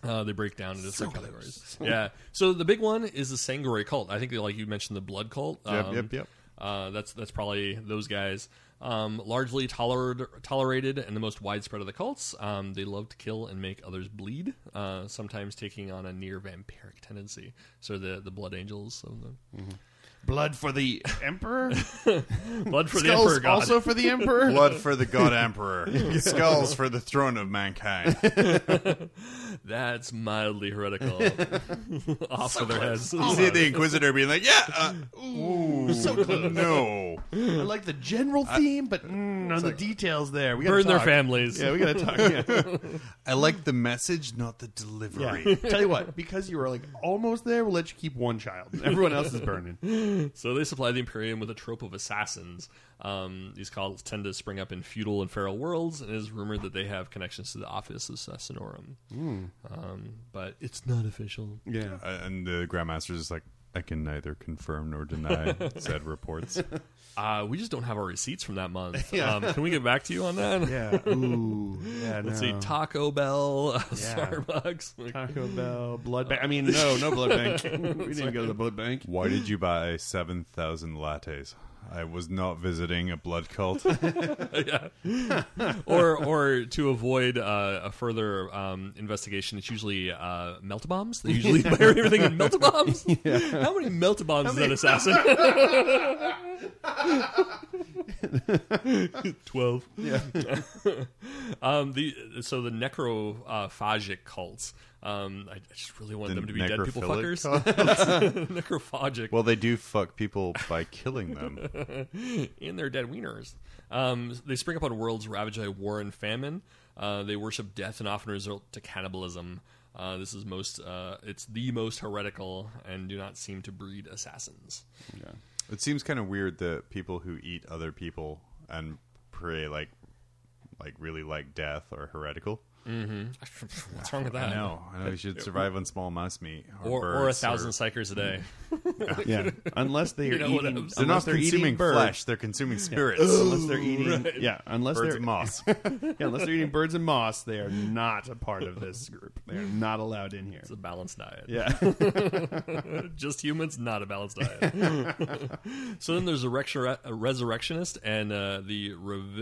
S4: Uh, they break down into different categories. Yeah. So the big one is the Sangori cult. I think, like you mentioned, the blood cult.
S1: Yep,
S4: Um,
S1: yep, yep.
S4: Uh, that's that's probably those guys. Um, largely toler- tolerated and the most widespread of the cults. Um, they love to kill and make others bleed, uh, sometimes taking on a near vampiric tendency. So the the blood angels, of the
S3: Blood for the emperor.
S4: blood for the
S3: Skulls
S4: emperor god.
S3: also for the emperor.
S1: Blood for the god emperor. Skulls for the throne of mankind.
S4: That's mildly heretical. Off with their heads.
S1: You see the Inquisitor being like, "Yeah, uh, ooh, no."
S3: I like the general theme, but mm, on the details there, we gotta
S4: Burn their
S3: talk.
S4: families.
S3: Yeah, we gotta talk. Yeah.
S1: I like the message, not the delivery.
S3: Yeah. Tell you what, because you were like almost there, we'll let you keep one child. Everyone else is burning.
S4: So they supply the Imperium with a trope of assassins. Um, these cults tend to spring up in feudal and feral worlds, and it is rumored that they have connections to the Office of Assassinorum. Um, but it's not official.
S3: Yeah.
S1: Uh, and the Grandmaster's is like, "I can neither confirm nor deny said reports."
S4: Uh, we just don't have our receipts from that month. Um, can we get back to you on that?
S3: Yeah. Ooh. Yeah.
S4: Let's see, Taco Bell, Starbucks. Like,
S3: Taco Bell, blood bank. I mean, no, no blood bank. we didn't go to the blood bank.
S1: Why did you buy seven thousand lattes? I was not visiting a blood cult.
S4: or or to avoid uh, a further um, investigation, it's usually uh, melt bombs. They usually bury everything in melt bombs. How many melt bombs is that assassin? Twelve. Yeah. um, the so the necrophagic cults. Um, I, I just really want
S1: The
S4: them to be dead people
S1: necrophilic
S4: fuckers. necrophagic
S1: well, they do fuck people by killing them.
S4: in their dead wieners. Um, they spring up on worlds ravaged by war and famine. Uh, they worship death and often resort to cannibalism. Uh, this is most uh, it's the most heretical and do not seem to breed assassins.
S1: It seems kind of weird that people who eat other people and pray like, like really like death are heretical.
S4: What's wrong with that?
S1: No, I know you should survive on small mouse meat or,
S4: Or, or a
S1: birds
S4: thousand psychers a day.
S3: Yeah. Unless they are
S4: You know what
S3: eating.
S4: I'm saying.
S1: They're
S3: unless
S1: not
S3: they're
S1: consuming
S3: eating birds.
S1: flesh; they're consuming spirits.
S3: Unless they're eating. Yeah. Unless
S1: Birds
S3: they're
S1: and moss.
S3: yeah, unless they're eating birds and moss, they are not a part of this group. They are not allowed in here.
S4: It's a balanced diet.
S3: Yeah.
S4: Just humans, not a balanced diet. so then there's a, rexura- a resurrectionist and uh, the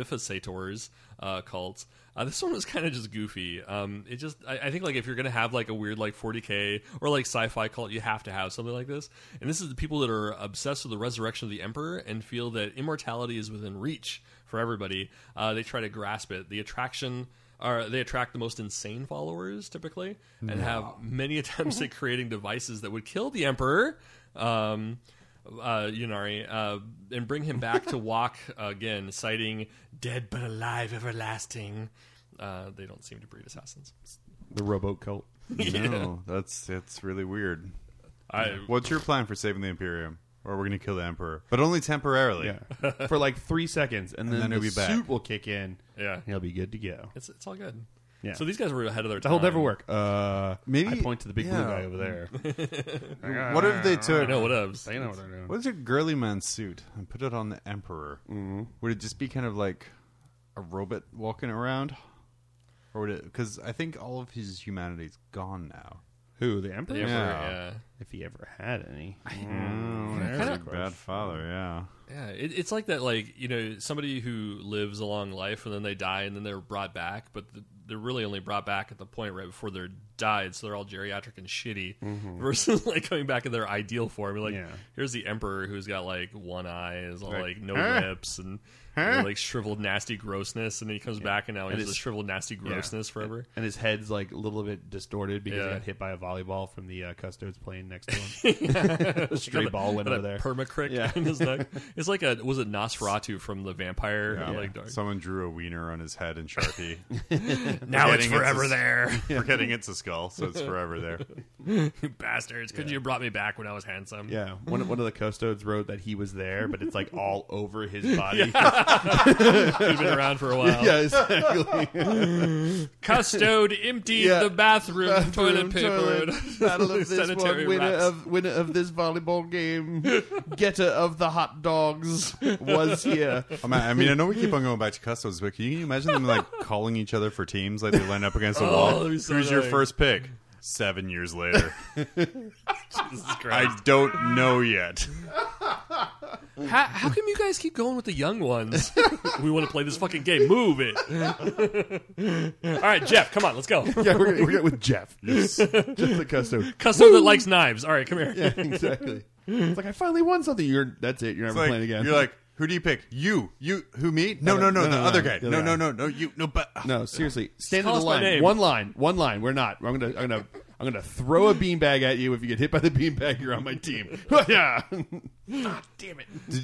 S4: revivisators uh, cult. Uh, this one was kind of just goofy. Um, it just I, I think like if you're gonna have like a weird like 40k or like sci-fi cult, you have to have something like this. And this is the people that are obsessed with the resurrection of the emperor and feel that immortality is within reach for everybody. Uh, they try to grasp it. The attraction are they attract the most insane followers typically and have many attempts at creating devices that would kill the emperor um uh, Yunari, uh, and bring him back to walk again, citing dead but alive, everlasting. Uh, they don't seem to breed assassins.
S3: the Robo cult.
S1: No, that's that's really weird.
S4: I,
S1: What's your plan for saving the Imperium? Or we're going to kill the Emperor, but only temporarily.
S3: Yeah. For like three seconds, and, then,
S1: then he'll
S3: the
S1: be back.
S3: suit will kick in.
S4: yeah,
S3: and He'll be good to go.
S4: it's it's all good.
S3: Yeah.
S4: So these guys were ahead of their time.
S3: That'll never work. Uh,
S1: Maybe-
S3: I point to the big
S1: yeah.
S3: blue guy over there.
S1: What if they
S4: I
S1: took
S4: know what else.
S3: they know what they're doing.
S1: what is a girly man suit and put it on the Emperor? Mm-hmm. Would it just be kind of like a robot walking around, or would it? Because I think all of his humanity's gone now.
S3: Who the emperor?
S4: The emperor, yeah.
S1: Yeah.
S3: If he ever had any. Mm,
S1: Bad father, yeah.
S4: Yeah, it, it's like that, like you know, somebody who lives a long life and then they die and then they're brought back, but th they're really only brought back at the point right before they're died, so they're all geriatric and shitty. Versus like coming back in their ideal form, You're like
S3: Mm-hmm. Yeah.
S4: here's the emperor who's got like one eye, is all like no
S1: "Huh?
S4: lips and you know, like shriveled nasty grossness, and then he comes back and now
S3: And
S4: he's a
S3: it's-
S4: shriveled nasty grossness forever.
S3: And his head's like a little bit distorted because
S4: Yeah.
S3: he got hit by a volleyball from the uh, custodes playing next to him. Stray ball went
S4: Got
S3: over
S4: that
S3: there.
S4: permacrick
S3: Yeah.
S4: in his neck. It's like a was it Nosferatu from the vampire? Like dark.
S1: Someone drew a wiener on his head in Sharpie,
S4: now it's
S1: Forgetting it's
S4: forever
S1: a-
S4: there.
S1: forgetting it's a skull, so it's forever there.
S4: You bastards! Couldn't you have brought me back when I was handsome?
S3: yeah, one of, one of the custodes wrote that he was there, but it's like all over his body.
S4: You've been around for a while.
S1: yeah, exactly.
S4: Custode emptied
S1: Yeah.
S4: the bathroom, of toilet
S1: Bathroom,
S4: paper.
S1: Uh, toilet, Battle of this
S4: sanitary
S1: one, winner
S4: wraps.
S1: of winner of this volleyball game, getter of the hot dogs was here. Oh, I mean, I know we keep on going back to customs, but can you imagine them like calling each other for teams? Like they line up against a wall.
S4: Oh, that'd be
S1: Who's
S4: so
S1: your
S4: annoying.
S1: first pick? Seven years later, I don't know yet.
S4: How, how come you guys keep going with the young ones? we want to play this fucking game. Move it. All right, Jeff, come on, let's go.
S1: Yeah, we're gonna, we're gonna with Jeff. Yes, Jeff the custode.
S4: Custom that likes knives. All right, come here.
S1: Exactly.
S10: It's like I finally won something. You're that's it. You're never
S1: It's like,
S10: playing again.
S1: You're like, who do you pick? You, you, who me? No, no, no,
S10: no,
S1: the
S10: no,
S1: other
S10: no,
S1: guy.
S10: the other
S1: No, no,
S10: guy.
S1: no, no, you, no, but
S10: no, seriously, stand in
S4: call
S10: the
S4: us by
S10: line.
S4: name.
S10: One line, one line. We're not. I'm gonna, I'm gonna, I'm gonna throw a beanbag at you. If you get hit by the beanbag, you're on my team. yeah.
S1: Did,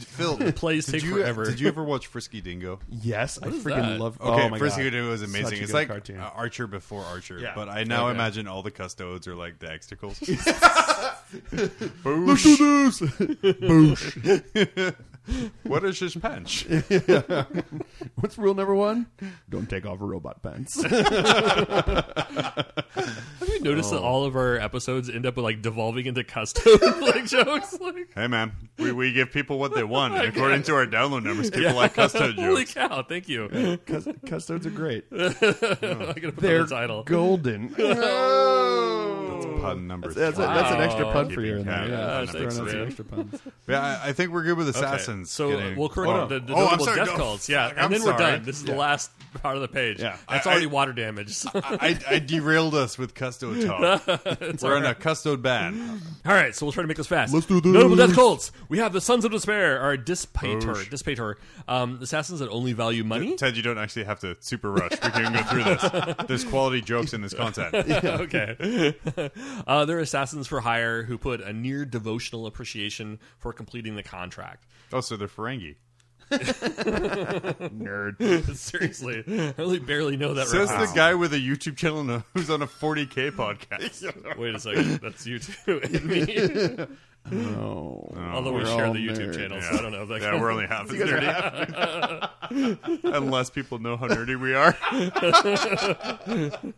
S1: Phil, the
S4: plays take
S1: you,
S4: forever.
S1: Did you ever watch Frisky Dingo?
S10: Yes, I
S4: is
S10: freaking
S4: that?
S10: love.
S1: Okay,
S10: oh my
S1: Frisky
S10: God.
S1: Dingo is
S10: Such a
S1: amazing. It's
S10: good
S1: like
S10: cartoon.
S1: uh, Archer before Archer,
S10: Yeah.
S1: but I now
S4: Okay.
S1: imagine all the custodes are like the extricles. what is his punch?
S10: What's rule number one? Don't take off robot pants.
S4: Have you noticed
S1: Oh.
S4: that all of our episodes end up with like devolving into custom like jokes? Like,
S1: hey, man, we, we give people what they want. and according to our download numbers, people like custode
S4: holy
S1: jokes.
S4: cow! Thank you. I
S10: Cus- custodes are great.
S4: gotta put that
S10: They're
S4: in the title.
S10: golden.
S1: That's a pun number.
S10: That's, a,
S1: three.
S10: that's an extra pun for
S1: Keeping
S10: you. in there.
S1: count.
S10: Yeah,
S1: Yeah,
S10: just throwing
S4: thanks,
S10: out some
S4: man.
S10: extra puns.
S1: Yeah, I, I think we're good with
S4: Okay,
S1: assassins.
S4: So
S1: Getting-
S4: we'll correct
S1: Hold on.
S4: the, the
S1: oh, I'm
S4: notable
S1: sorry.
S4: death
S1: no,
S4: cults. Yeah,
S1: fuck,
S4: and
S1: I'm
S4: then we're
S1: sorry.
S4: done. This is the last part of the page.
S10: Yeah.
S4: that's
S1: I-
S4: already
S1: I-
S4: water damage.
S1: I, I derailed us with custode talk. We're on a custode ban.
S4: All right, so we'll try to make this fast.
S10: Let's do this.
S4: Notable death cults. We have the Sons of Despair, our Dispator, Dispator, um, assassins that only value money.
S1: Ted, you don't actually have to super rush. We can go through this. There's quality jokes in this content.
S4: okay, uh, they're assassins for hire who put a near devotional appreciation for completing the contract.
S1: Oh, so they're Ferengi.
S4: Seriously, I really barely know that.
S1: Says
S4: reference.
S1: the guy with a YouTube channel and a- who's on a 40k podcast.
S4: Wait a second, that's you too and me.
S10: Oh.
S4: Although we
S10: We're
S4: share
S10: all
S4: the YouTube
S10: nerds.
S4: channel, so
S1: Yeah.
S4: I don't know if that.
S1: Yeah, we're only half as nerdy. Unless people know how nerdy we are.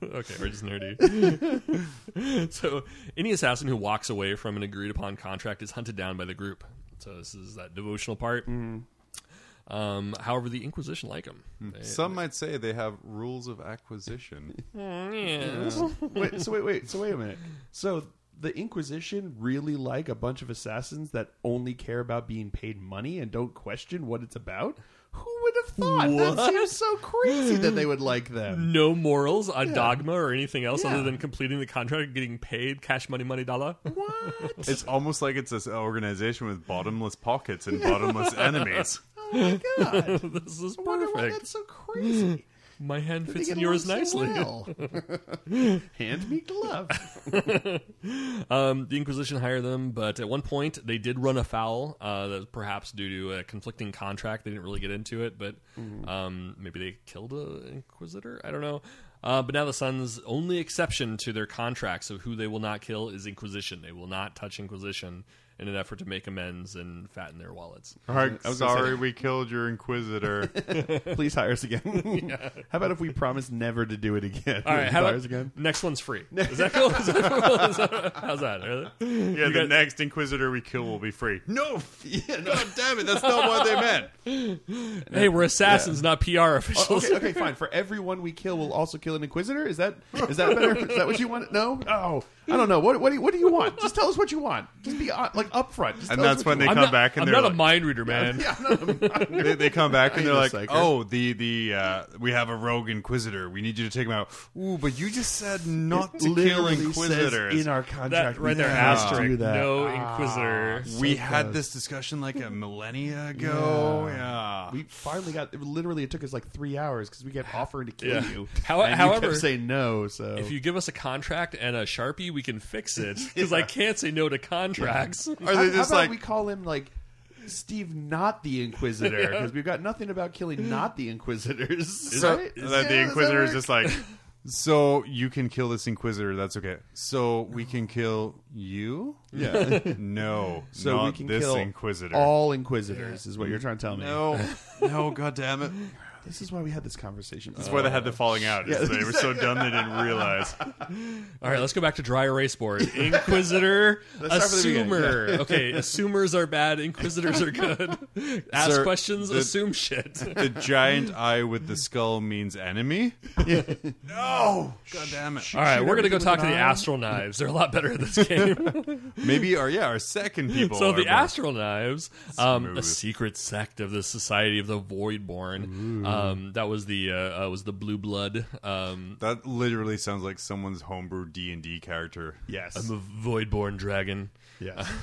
S4: Okay, we're just nerdy. so, any assassin who walks away from an agreed upon contract is hunted down by the group. So, this is that devotional part.
S10: Mm-hmm.
S4: Um, however, the Inquisition like them.
S10: Hmm.
S1: Some might say they have rules of acquisition.
S10: wait, so wait, wait, so wait a minute. So the Inquisition really like a bunch of assassins that only care about being paid money and don't question what it's about. Who would have thought? That seems so crazy that they would like them.
S4: No morals, a dogma, or anything else
S10: Yeah.
S4: other than completing the contract and getting paid cash money, money, dollar.
S10: What?
S1: It's almost like it's this organization with bottomless pockets and bottomless enemies.
S10: Oh my god!
S4: this is
S10: I wonder why
S4: perfect.
S10: that's so crazy.
S4: My hand
S10: They
S4: fits
S10: get
S4: in yours
S10: along so
S4: nicely.
S10: well. Hand me glove.
S4: Um, the Inquisition hired them, but at one point they did run afoul, uh, that was perhaps due to a conflicting contract. They didn't really get into it, but
S1: Mm-hmm.
S4: um, maybe they killed an Inquisitor. I don't know. Uh, but now the Sun's only exception to their contracts of who they will not kill is Inquisition. They will not touch Inquisition in an effort to make amends and fatten their wallets.
S1: Sorry, we killed your inquisitor.
S10: Please hire us again. How about if we promise never to do it again?
S4: All right, how
S10: hire
S4: about
S10: us again.
S4: next one's free? Is that cool? Is that cool? Is that- how's that? Really?
S1: Yeah, the next inquisitor we kill will be free. No, god damn it, that's not what they meant.
S4: Hey, we're assassins, not PR
S1: Oh,
S4: officials.
S10: Okay, okay, fine. For everyone we kill, we'll also kill an inquisitor. Is that is that better? Is that what you want? No. Oh, I don't know. What what do you, what do you want? Just tell us what you want. Just be uh, like upfront. Just
S1: And
S10: tell
S1: that's
S10: us what
S1: when they
S4: I'm
S1: come
S4: not,
S1: back and
S4: I'm
S1: they're
S4: not
S1: like,
S4: a mind reader, man.
S10: you want. Yeah, no, no,
S1: they, they come back and they're
S10: a
S1: like,
S10: psyker.
S1: "Oh, the the uh, we have a rogue inquisitor. We need you to take him out." Ooh, but you just said not to kill
S10: literally says
S1: inquisitors.
S10: in our contract.
S4: That right
S10: we
S4: there,
S10: can't do
S4: asterisk.
S10: that.
S4: No Inquisitor.
S1: we had this discussion like a millennia ago. Yeah.
S10: We finally got. It literally, it took us like three hours because we kept offering to kill
S4: Yeah.
S10: you.
S4: How-
S10: and you
S4: however,
S10: kept saying no. So
S4: If you give us a contract and a sharpie, we can fix it because I can't say no to contracts.
S1: Are
S10: How-
S1: they
S10: how
S1: just
S10: about
S1: like
S10: we call him like Steve, not the Inquisitor, because we've got nothing about killing not the Inquisitors.
S1: so-
S10: right?
S1: that the inquisitor is just like So you can kill this inquisitor. That's okay. So we can kill you. Yeah. no.
S3: So
S1: not
S3: we can
S1: this
S3: kill
S1: inquisitor.
S3: all inquisitors is what you're trying to tell me.
S1: no. No. God damn it.
S3: This is why we had this conversation.
S1: That's why they had the falling out. is they were so dumb they didn't realize.
S4: All right, let's go back to dry erase board. Inquisitor,
S1: start from the beginning.
S4: assumer. okay, assumers are bad. Inquisitors are good. Ask
S1: Sir,
S4: questions,
S1: the-
S4: assume shit.
S1: The giant eye with the skull means enemy. no. God damn it.
S4: All right, we're gonna go talk to the astral knives. They're a lot better at this game.
S1: Maybe our yeah our second people.
S4: so
S1: are
S4: the
S1: both-
S4: astral knives, um, a
S1: Smooth.
S4: secret sect of the Society of the Voidborn. Um, that was the uh, uh, was the blue blood. Um,
S1: That literally sounds like someone's homebrew D and D character.
S3: Yes.
S4: the Voidborn dragon.
S3: yes.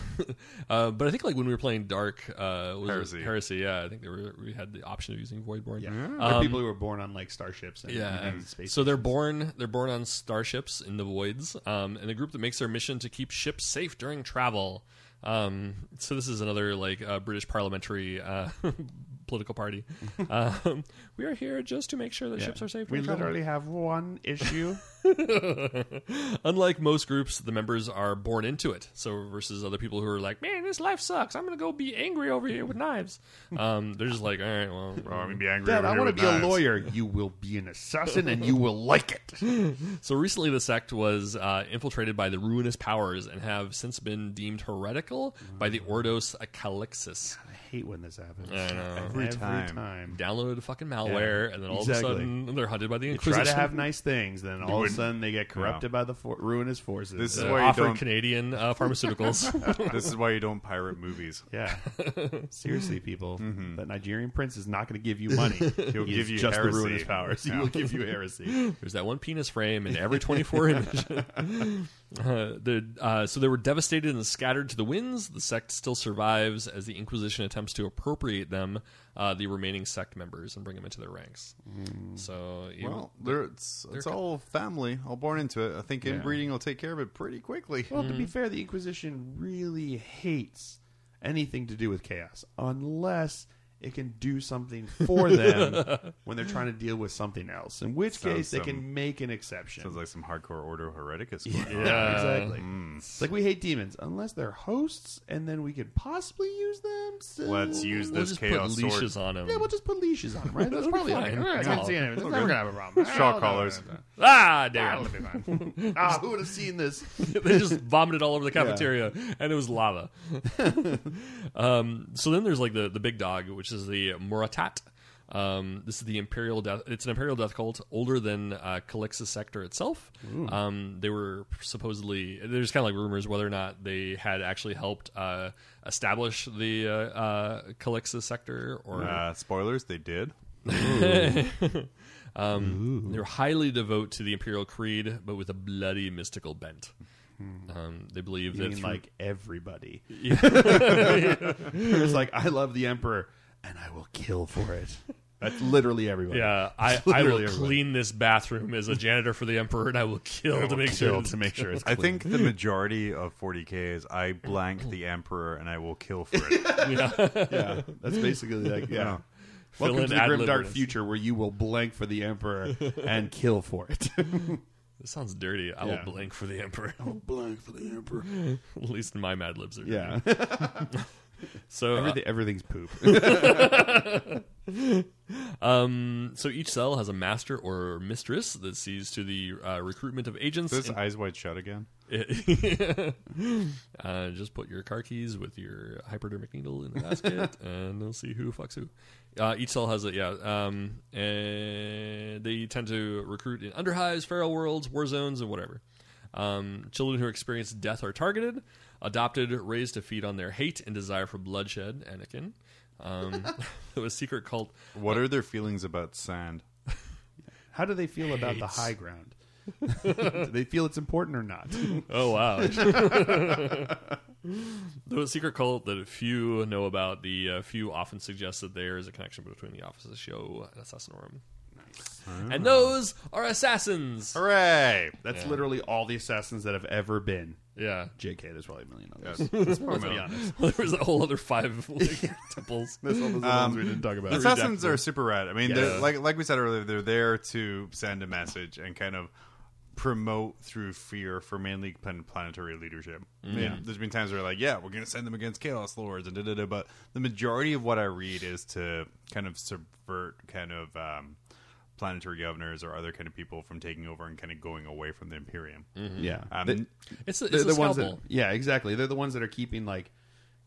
S4: Uh, but I think like when we were playing Dark, uh, was it
S1: Heresy.
S4: Heresy, yeah, I think they were, we had the option of using Voidborn. Uh,
S3: Yeah.
S1: Um,
S3: They're people who were born on like starships and,
S4: Yeah.
S3: and space.
S4: So they're born they're born on starships in the voids, um, and the group that makes their mission to keep ships safe during travel. Um, so this is another like uh, British parliamentary uh, political party. um, we are here just to make sure that ships are safe.
S3: we
S4: during travel.
S3: literally have one issue.
S4: Unlike most groups, the members are born into it. So versus other people who are like, "Man, this life sucks. I'm gonna go be angry over here with knives." Um, they're just like, "All right, well, um."
S1: Oh, I'm gonna be angry.
S3: Dad,
S1: over
S3: I
S1: here
S3: want to
S1: with
S3: be
S1: knives.
S3: a lawyer. You will be an assassin, and you will like it.
S4: So recently, the sect was uh, infiltrated by the ruinous powers and have since been deemed heretical by
S3: Mm.
S4: the Ordos Acalixis.
S3: I hate when this happens.
S1: Oh. Every time.
S4: Downloaded fucking malware,
S3: Yeah,
S4: and then all
S3: exactly.
S4: of a sudden they're hunted by the
S3: They try
S4: Inquisition.
S3: to have nice things, then all of a
S1: wouldn't-
S3: sudden they get corrupted by the for- ruinous forces.
S1: This is
S4: They're
S1: why you
S4: offered
S1: don't-
S4: Canadian uh, pharmaceuticals.
S1: This is why you don't pirate movies.
S3: yeah, seriously, people, that Nigerian prince is not going to give you money. He'll
S1: Mm-hmm. give you
S3: just
S1: heresy.
S3: the ruinous powers. He
S1: Yeah.
S3: will give you heresy.
S4: There's that one penis frame in every 24 image. Uh, the, uh, so they were devastated and scattered to the winds. The sect still survives as the Inquisition attempts to appropriate them, uh, the remaining sect members, and bring them into their ranks. So, even-
S1: Hmm. Well, they're, it's it's all family, all born into it. I think inbreeding will take care of it pretty quickly.
S3: Well, to be fair, the Inquisition really hates anything to do with chaos, unless it can do something for them when they're trying to deal with something else. In which
S1: Sounds
S3: case, they
S1: some-
S3: can make an exception.
S1: Sounds like some hardcore Order Hereticus. going on.
S4: uh,
S3: Yeah, exactly. It's like we hate demons unless they're hosts, and then we could possibly use them. So
S1: Let's use
S4: we'll
S1: this
S4: just put
S1: chaos
S4: leashes
S1: sword.
S4: on them.
S3: Yeah, we'll just put leashes on them, right? That's
S4: It'll be
S3: probably
S4: fine.
S3: okay. All right,
S4: It's
S3: I
S4: all-
S3: can see anything. It's never gonna have a problem.
S1: Straw collars.
S4: Ah, damn it.
S3: Ah, who would have seen this?
S4: they just vomited all over the cafeteria and it was lava. um, so then there's like the, the big dog, which is the Muratat. Um, this is the imperial death. It's an imperial death cult older than uh, Calixus sector itself. Um, they were supposedly there's kind of like rumors whether or not they had actually helped uh, establish the uh, uh, Calixus sector or
S1: Uh, spoilers, they did.
S4: Um, they're highly devout to the imperial creed, but with a bloody mystical bent. Um, they believe
S3: Hmm. You
S4: that
S3: mean
S4: through-
S3: like everybody? it's like I love the emperor, and I will kill for it. That's literally everybody.
S4: Yeah, I,
S3: It's
S4: I will
S3: literally everybody.
S4: clean this bathroom as a janitor for the emperor, and I will kill to make sure.
S3: Kill to make sure it's.
S1: I think the majority of 40k is I blank the emperor and I will kill for it.
S3: yeah, that's basically like yeah.
S1: Yeah.
S3: Welcome
S4: in
S3: to the
S4: ad
S3: grim dark
S4: libitum.
S3: future where you will blank for the emperor and kill for it.
S4: This sounds dirty. I will
S3: Yeah.
S4: blank for the emperor.
S3: blank for the emperor.
S4: At least in my Mad Libs. Are
S3: Yeah,
S4: So, uh,
S3: Everything, everything's poop.
S4: um, so each cell has a master or mistress that sees to the uh, recruitment of agents.
S1: Is this
S4: and-
S1: eyes wide shut again?
S4: uh, just put your car keys with your hypodermic needle in the basket, and they'll see who fucks who. Uh, each cell has it, yeah. Um, and they tend to recruit in underhives, feral worlds, war zones, and whatever. Um, children who experience death are targeted, adopted, raised to feed on their hate and desire for bloodshed. Anakin, um, a secret cult.
S1: What are their feelings about sand?
S3: How do they feel about the high ground? do they feel it's important or not?
S4: Oh wow! the secret cult that few know about. The uh, few often suggest that there is a connection between the Office of the Show and Assassinorum.
S10: Ah.
S4: And those are assassins.
S1: Hooray!
S10: That's literally all the assassins that have ever been.
S4: Yeah.
S10: JK, there's probably a million others.
S1: Yes. That's probably
S10: be honest.
S4: Well, there was a whole other five like, temples.
S10: That's all those are the ones we didn't talk about.
S1: Assassins are super rad. I mean,
S10: Yeah.
S1: they're like like we said earlier, they're there to send a message and kind of promote through fear for mainly plan- planetary leadership. Yeah, there's been times where like, yeah, we're gonna send them against Chaos Lords and da da da. But the majority of what I read is to kind of subvert kind of um, planetary governors or other kind of people from taking over and kind of going away from the Imperium.
S10: Yeah.
S1: Um,
S10: Mm-hmm. They-
S4: It's the,
S10: they're
S4: it's the,
S10: the ones that,
S4: scalpel.
S10: yeah, exactly. They're the ones that are keeping like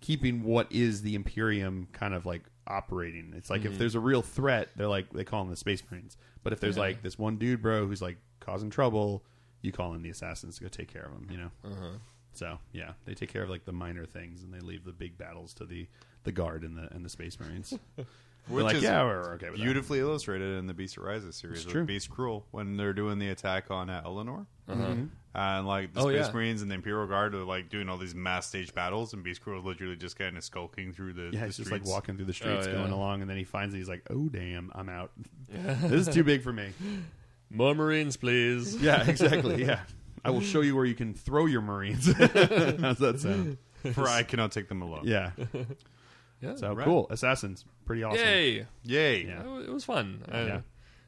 S10: keeping what is the Imperium kind of like operating. It's like if there's a real threat, they're like they call them the Space Marines. But if there's like this one dude, bro, who's like causing trouble, you call in the assassins to go take care of him. You know. So yeah, they take care of like the minor things, and they leave the big battles to the the guard and the and the Space Marines. We're
S1: Which
S10: like,
S1: is
S10: yeah, we're we're okay with that.
S1: Beautifully illustrated in the Beast Rises series with
S10: true.
S1: Beast Cruel when they're doing the attack on uh, Eleanor.
S10: Mm-hmm.
S1: And like the
S4: Mm-hmm. Oh,
S1: Space
S4: yeah.
S1: Marines and the Imperial Guard are like doing all these mass stage battles, and Beast Cruel is literally just kind of skulking through the.
S10: Yeah,
S1: the
S10: he's just like
S1: streets.
S10: walking through the streets, Oh,
S4: yeah.
S10: going along, and then he finds it. He's like, "Oh damn, I'm out. this is too big for me."
S4: More Marines, please.
S10: Yeah, exactly. Yeah, I will show you where you can throw your Marines. How's that sound?
S1: For I cannot take them alone.
S10: Yeah.
S4: Yeah,
S10: So
S1: right.
S10: cool, assassins, pretty awesome.
S4: Yay!
S1: Yay.
S10: Yeah.
S4: It wa- It was fun. I-
S10: Yeah.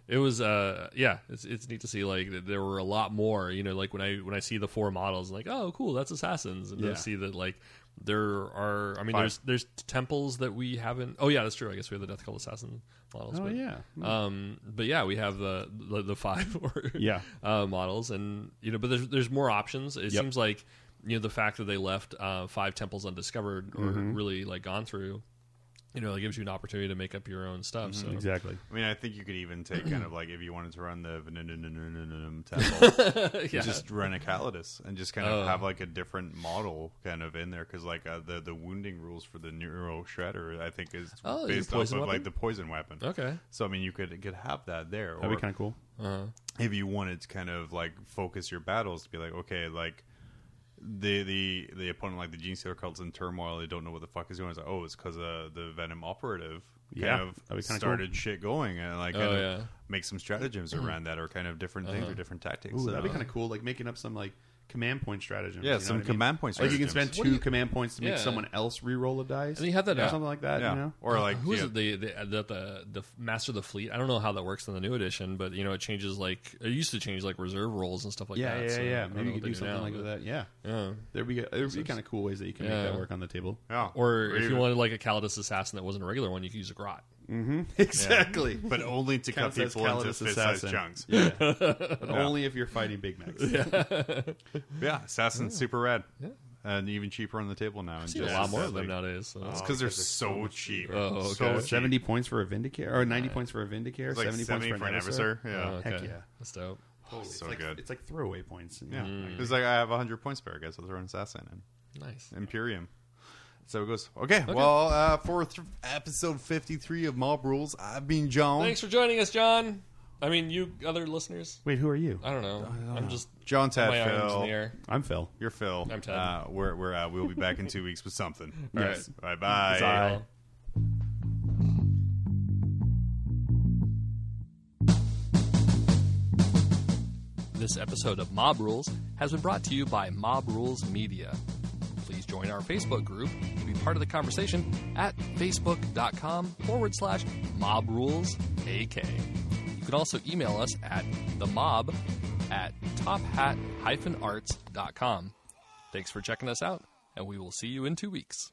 S4: It was, uh, yeah. It's it's neat to see like that there were a lot more. You know, like when I when I see the four models, like oh cool, that's assassins, and
S10: Yeah.
S4: I see that like there are. I mean,
S10: Five.
S4: there's there's temples that we haven't. Oh yeah, that's true. I guess we have the Death Cult assassin models.
S10: Oh
S4: but,
S10: yeah,
S4: Um, but yeah, we have the the, the five or,
S10: Yeah.
S4: uh, models, and you know, but there's there's more options. It
S10: Yep.
S4: seems like you know the fact that they left uh, five temples undiscovered or
S10: Mm-hmm.
S4: really like gone through. You know, it gives you an opportunity to make up your own stuff.
S10: Mm-hmm.
S4: So
S10: exactly.
S1: I mean, I think you could even take kind of like if you wanted to run the Venenum temple,
S4: yeah. Oh.
S1: just run a Calidus and just kind of have like a different model kind of in there because like uh, the the wounding rules for the Neuro Shredder, I think, is
S4: Oh, the
S1: based off
S4: poison
S1: of
S4: weapon?
S1: like the poison weapon.
S4: okay.
S1: So I mean, you could could have that there,
S10: That'd
S1: or
S10: be kind of cool.
S1: if you wanted to kind of like focus your battles to be like, okay, like the the the opponent, like the Gene Stealer cult's in turmoil, they don't know what the fuck is going. on. It's like, oh, it's because uh, the Venom operative kind
S10: Yeah,
S1: of
S10: that'd be kinda
S1: started shit going and like kind
S4: Oh,
S1: of
S4: yeah. Uh-huh.
S1: make some stratagems around that, or kind of different things or different tactics.
S10: Ooh,
S1: So-
S10: that'd be kind of cool. Like making up some like command point stratagems. you
S1: Yeah,
S10: know
S1: some
S10: what I mean?
S1: command point
S10: Like you can
S1: stratagems.
S10: spend
S4: What do
S10: two
S4: you-
S10: command points to make
S4: Yeah.
S10: someone else re-roll a dice.
S4: And you have that
S10: or
S4: app.
S10: something like that. uh,
S1: yeah,
S10: You know?
S1: or like
S4: Who is
S1: yeah,
S4: it? The, the, the, the, the master of the fleet. I don't know how that works in the new edition, but you know it changes like it used to change like reserve rolls and stuff like
S10: yeah,
S4: that.
S10: yeah,
S4: so I
S10: yeah.
S4: don't know
S10: Maybe you
S4: what
S10: could
S4: they
S10: do something
S4: now,
S10: like
S4: but-
S10: that. Yeah,
S4: Yeah.
S10: there'd be there'd be kind of cool ways that you can
S4: Yeah.
S10: make that work on the table.
S1: yeah.
S4: Or if you
S1: even-
S4: wanted like a Calidus assassin that wasn't a regular one, you could use a grot.
S10: Exactly.
S1: but only to cut
S10: Counts as
S1: people into
S10: Calidus
S1: fist-sized
S10: assassin.
S1: chunks. Yeah,
S10: Yeah. but only if you're fighting Big Macs.
S1: assassin's super rad, and even cheaper on the table now.
S4: Seen a lot more of them nowadays. So.
S1: It's because they're so cheap.
S4: Oh,
S1: So
S4: okay.
S1: cheap.
S10: Seventy points for a Vindicare, or ninety points for a Vindicare,
S1: It's like
S10: 70,
S1: 70,
S10: points for an Evisor.
S1: adversary. Yeah.
S4: Oh, okay.
S10: Heck yeah.
S4: That's dope.
S1: it's so
S10: like,
S1: good. Mm-hmm.
S10: It's like throwaway points.
S1: yeah. It's like I have 100 points spare. I guess I'll throw an assassin in.
S4: Nice.
S1: Imperium. So it goes. Okay. Well, uh, for th- episode 53 of Mob Rules, I've been John.
S4: Thanks for joining us, John. I mean, you other listeners.
S10: Wait, who are you?
S4: I don't know. I'm just
S1: John Tad
S4: my arms in the
S1: Phil.
S4: air.
S10: I'm Phil.
S1: You're Phil.
S4: I'm Ted.
S1: Uh, we're, we're, uh, we'll be back in two weeks with something. All
S10: Yes.
S1: right. Bye-bye.
S10: Bye.
S4: This episode of Mob Rules has been brought to you by Mob Rules Media. Please join our Facebook group to be part of the conversation at facebook.com forward slash mob rules AK. You can also email us at the mob at tophat arts.com. Thanks for checking us out, and we will see you in two weeks.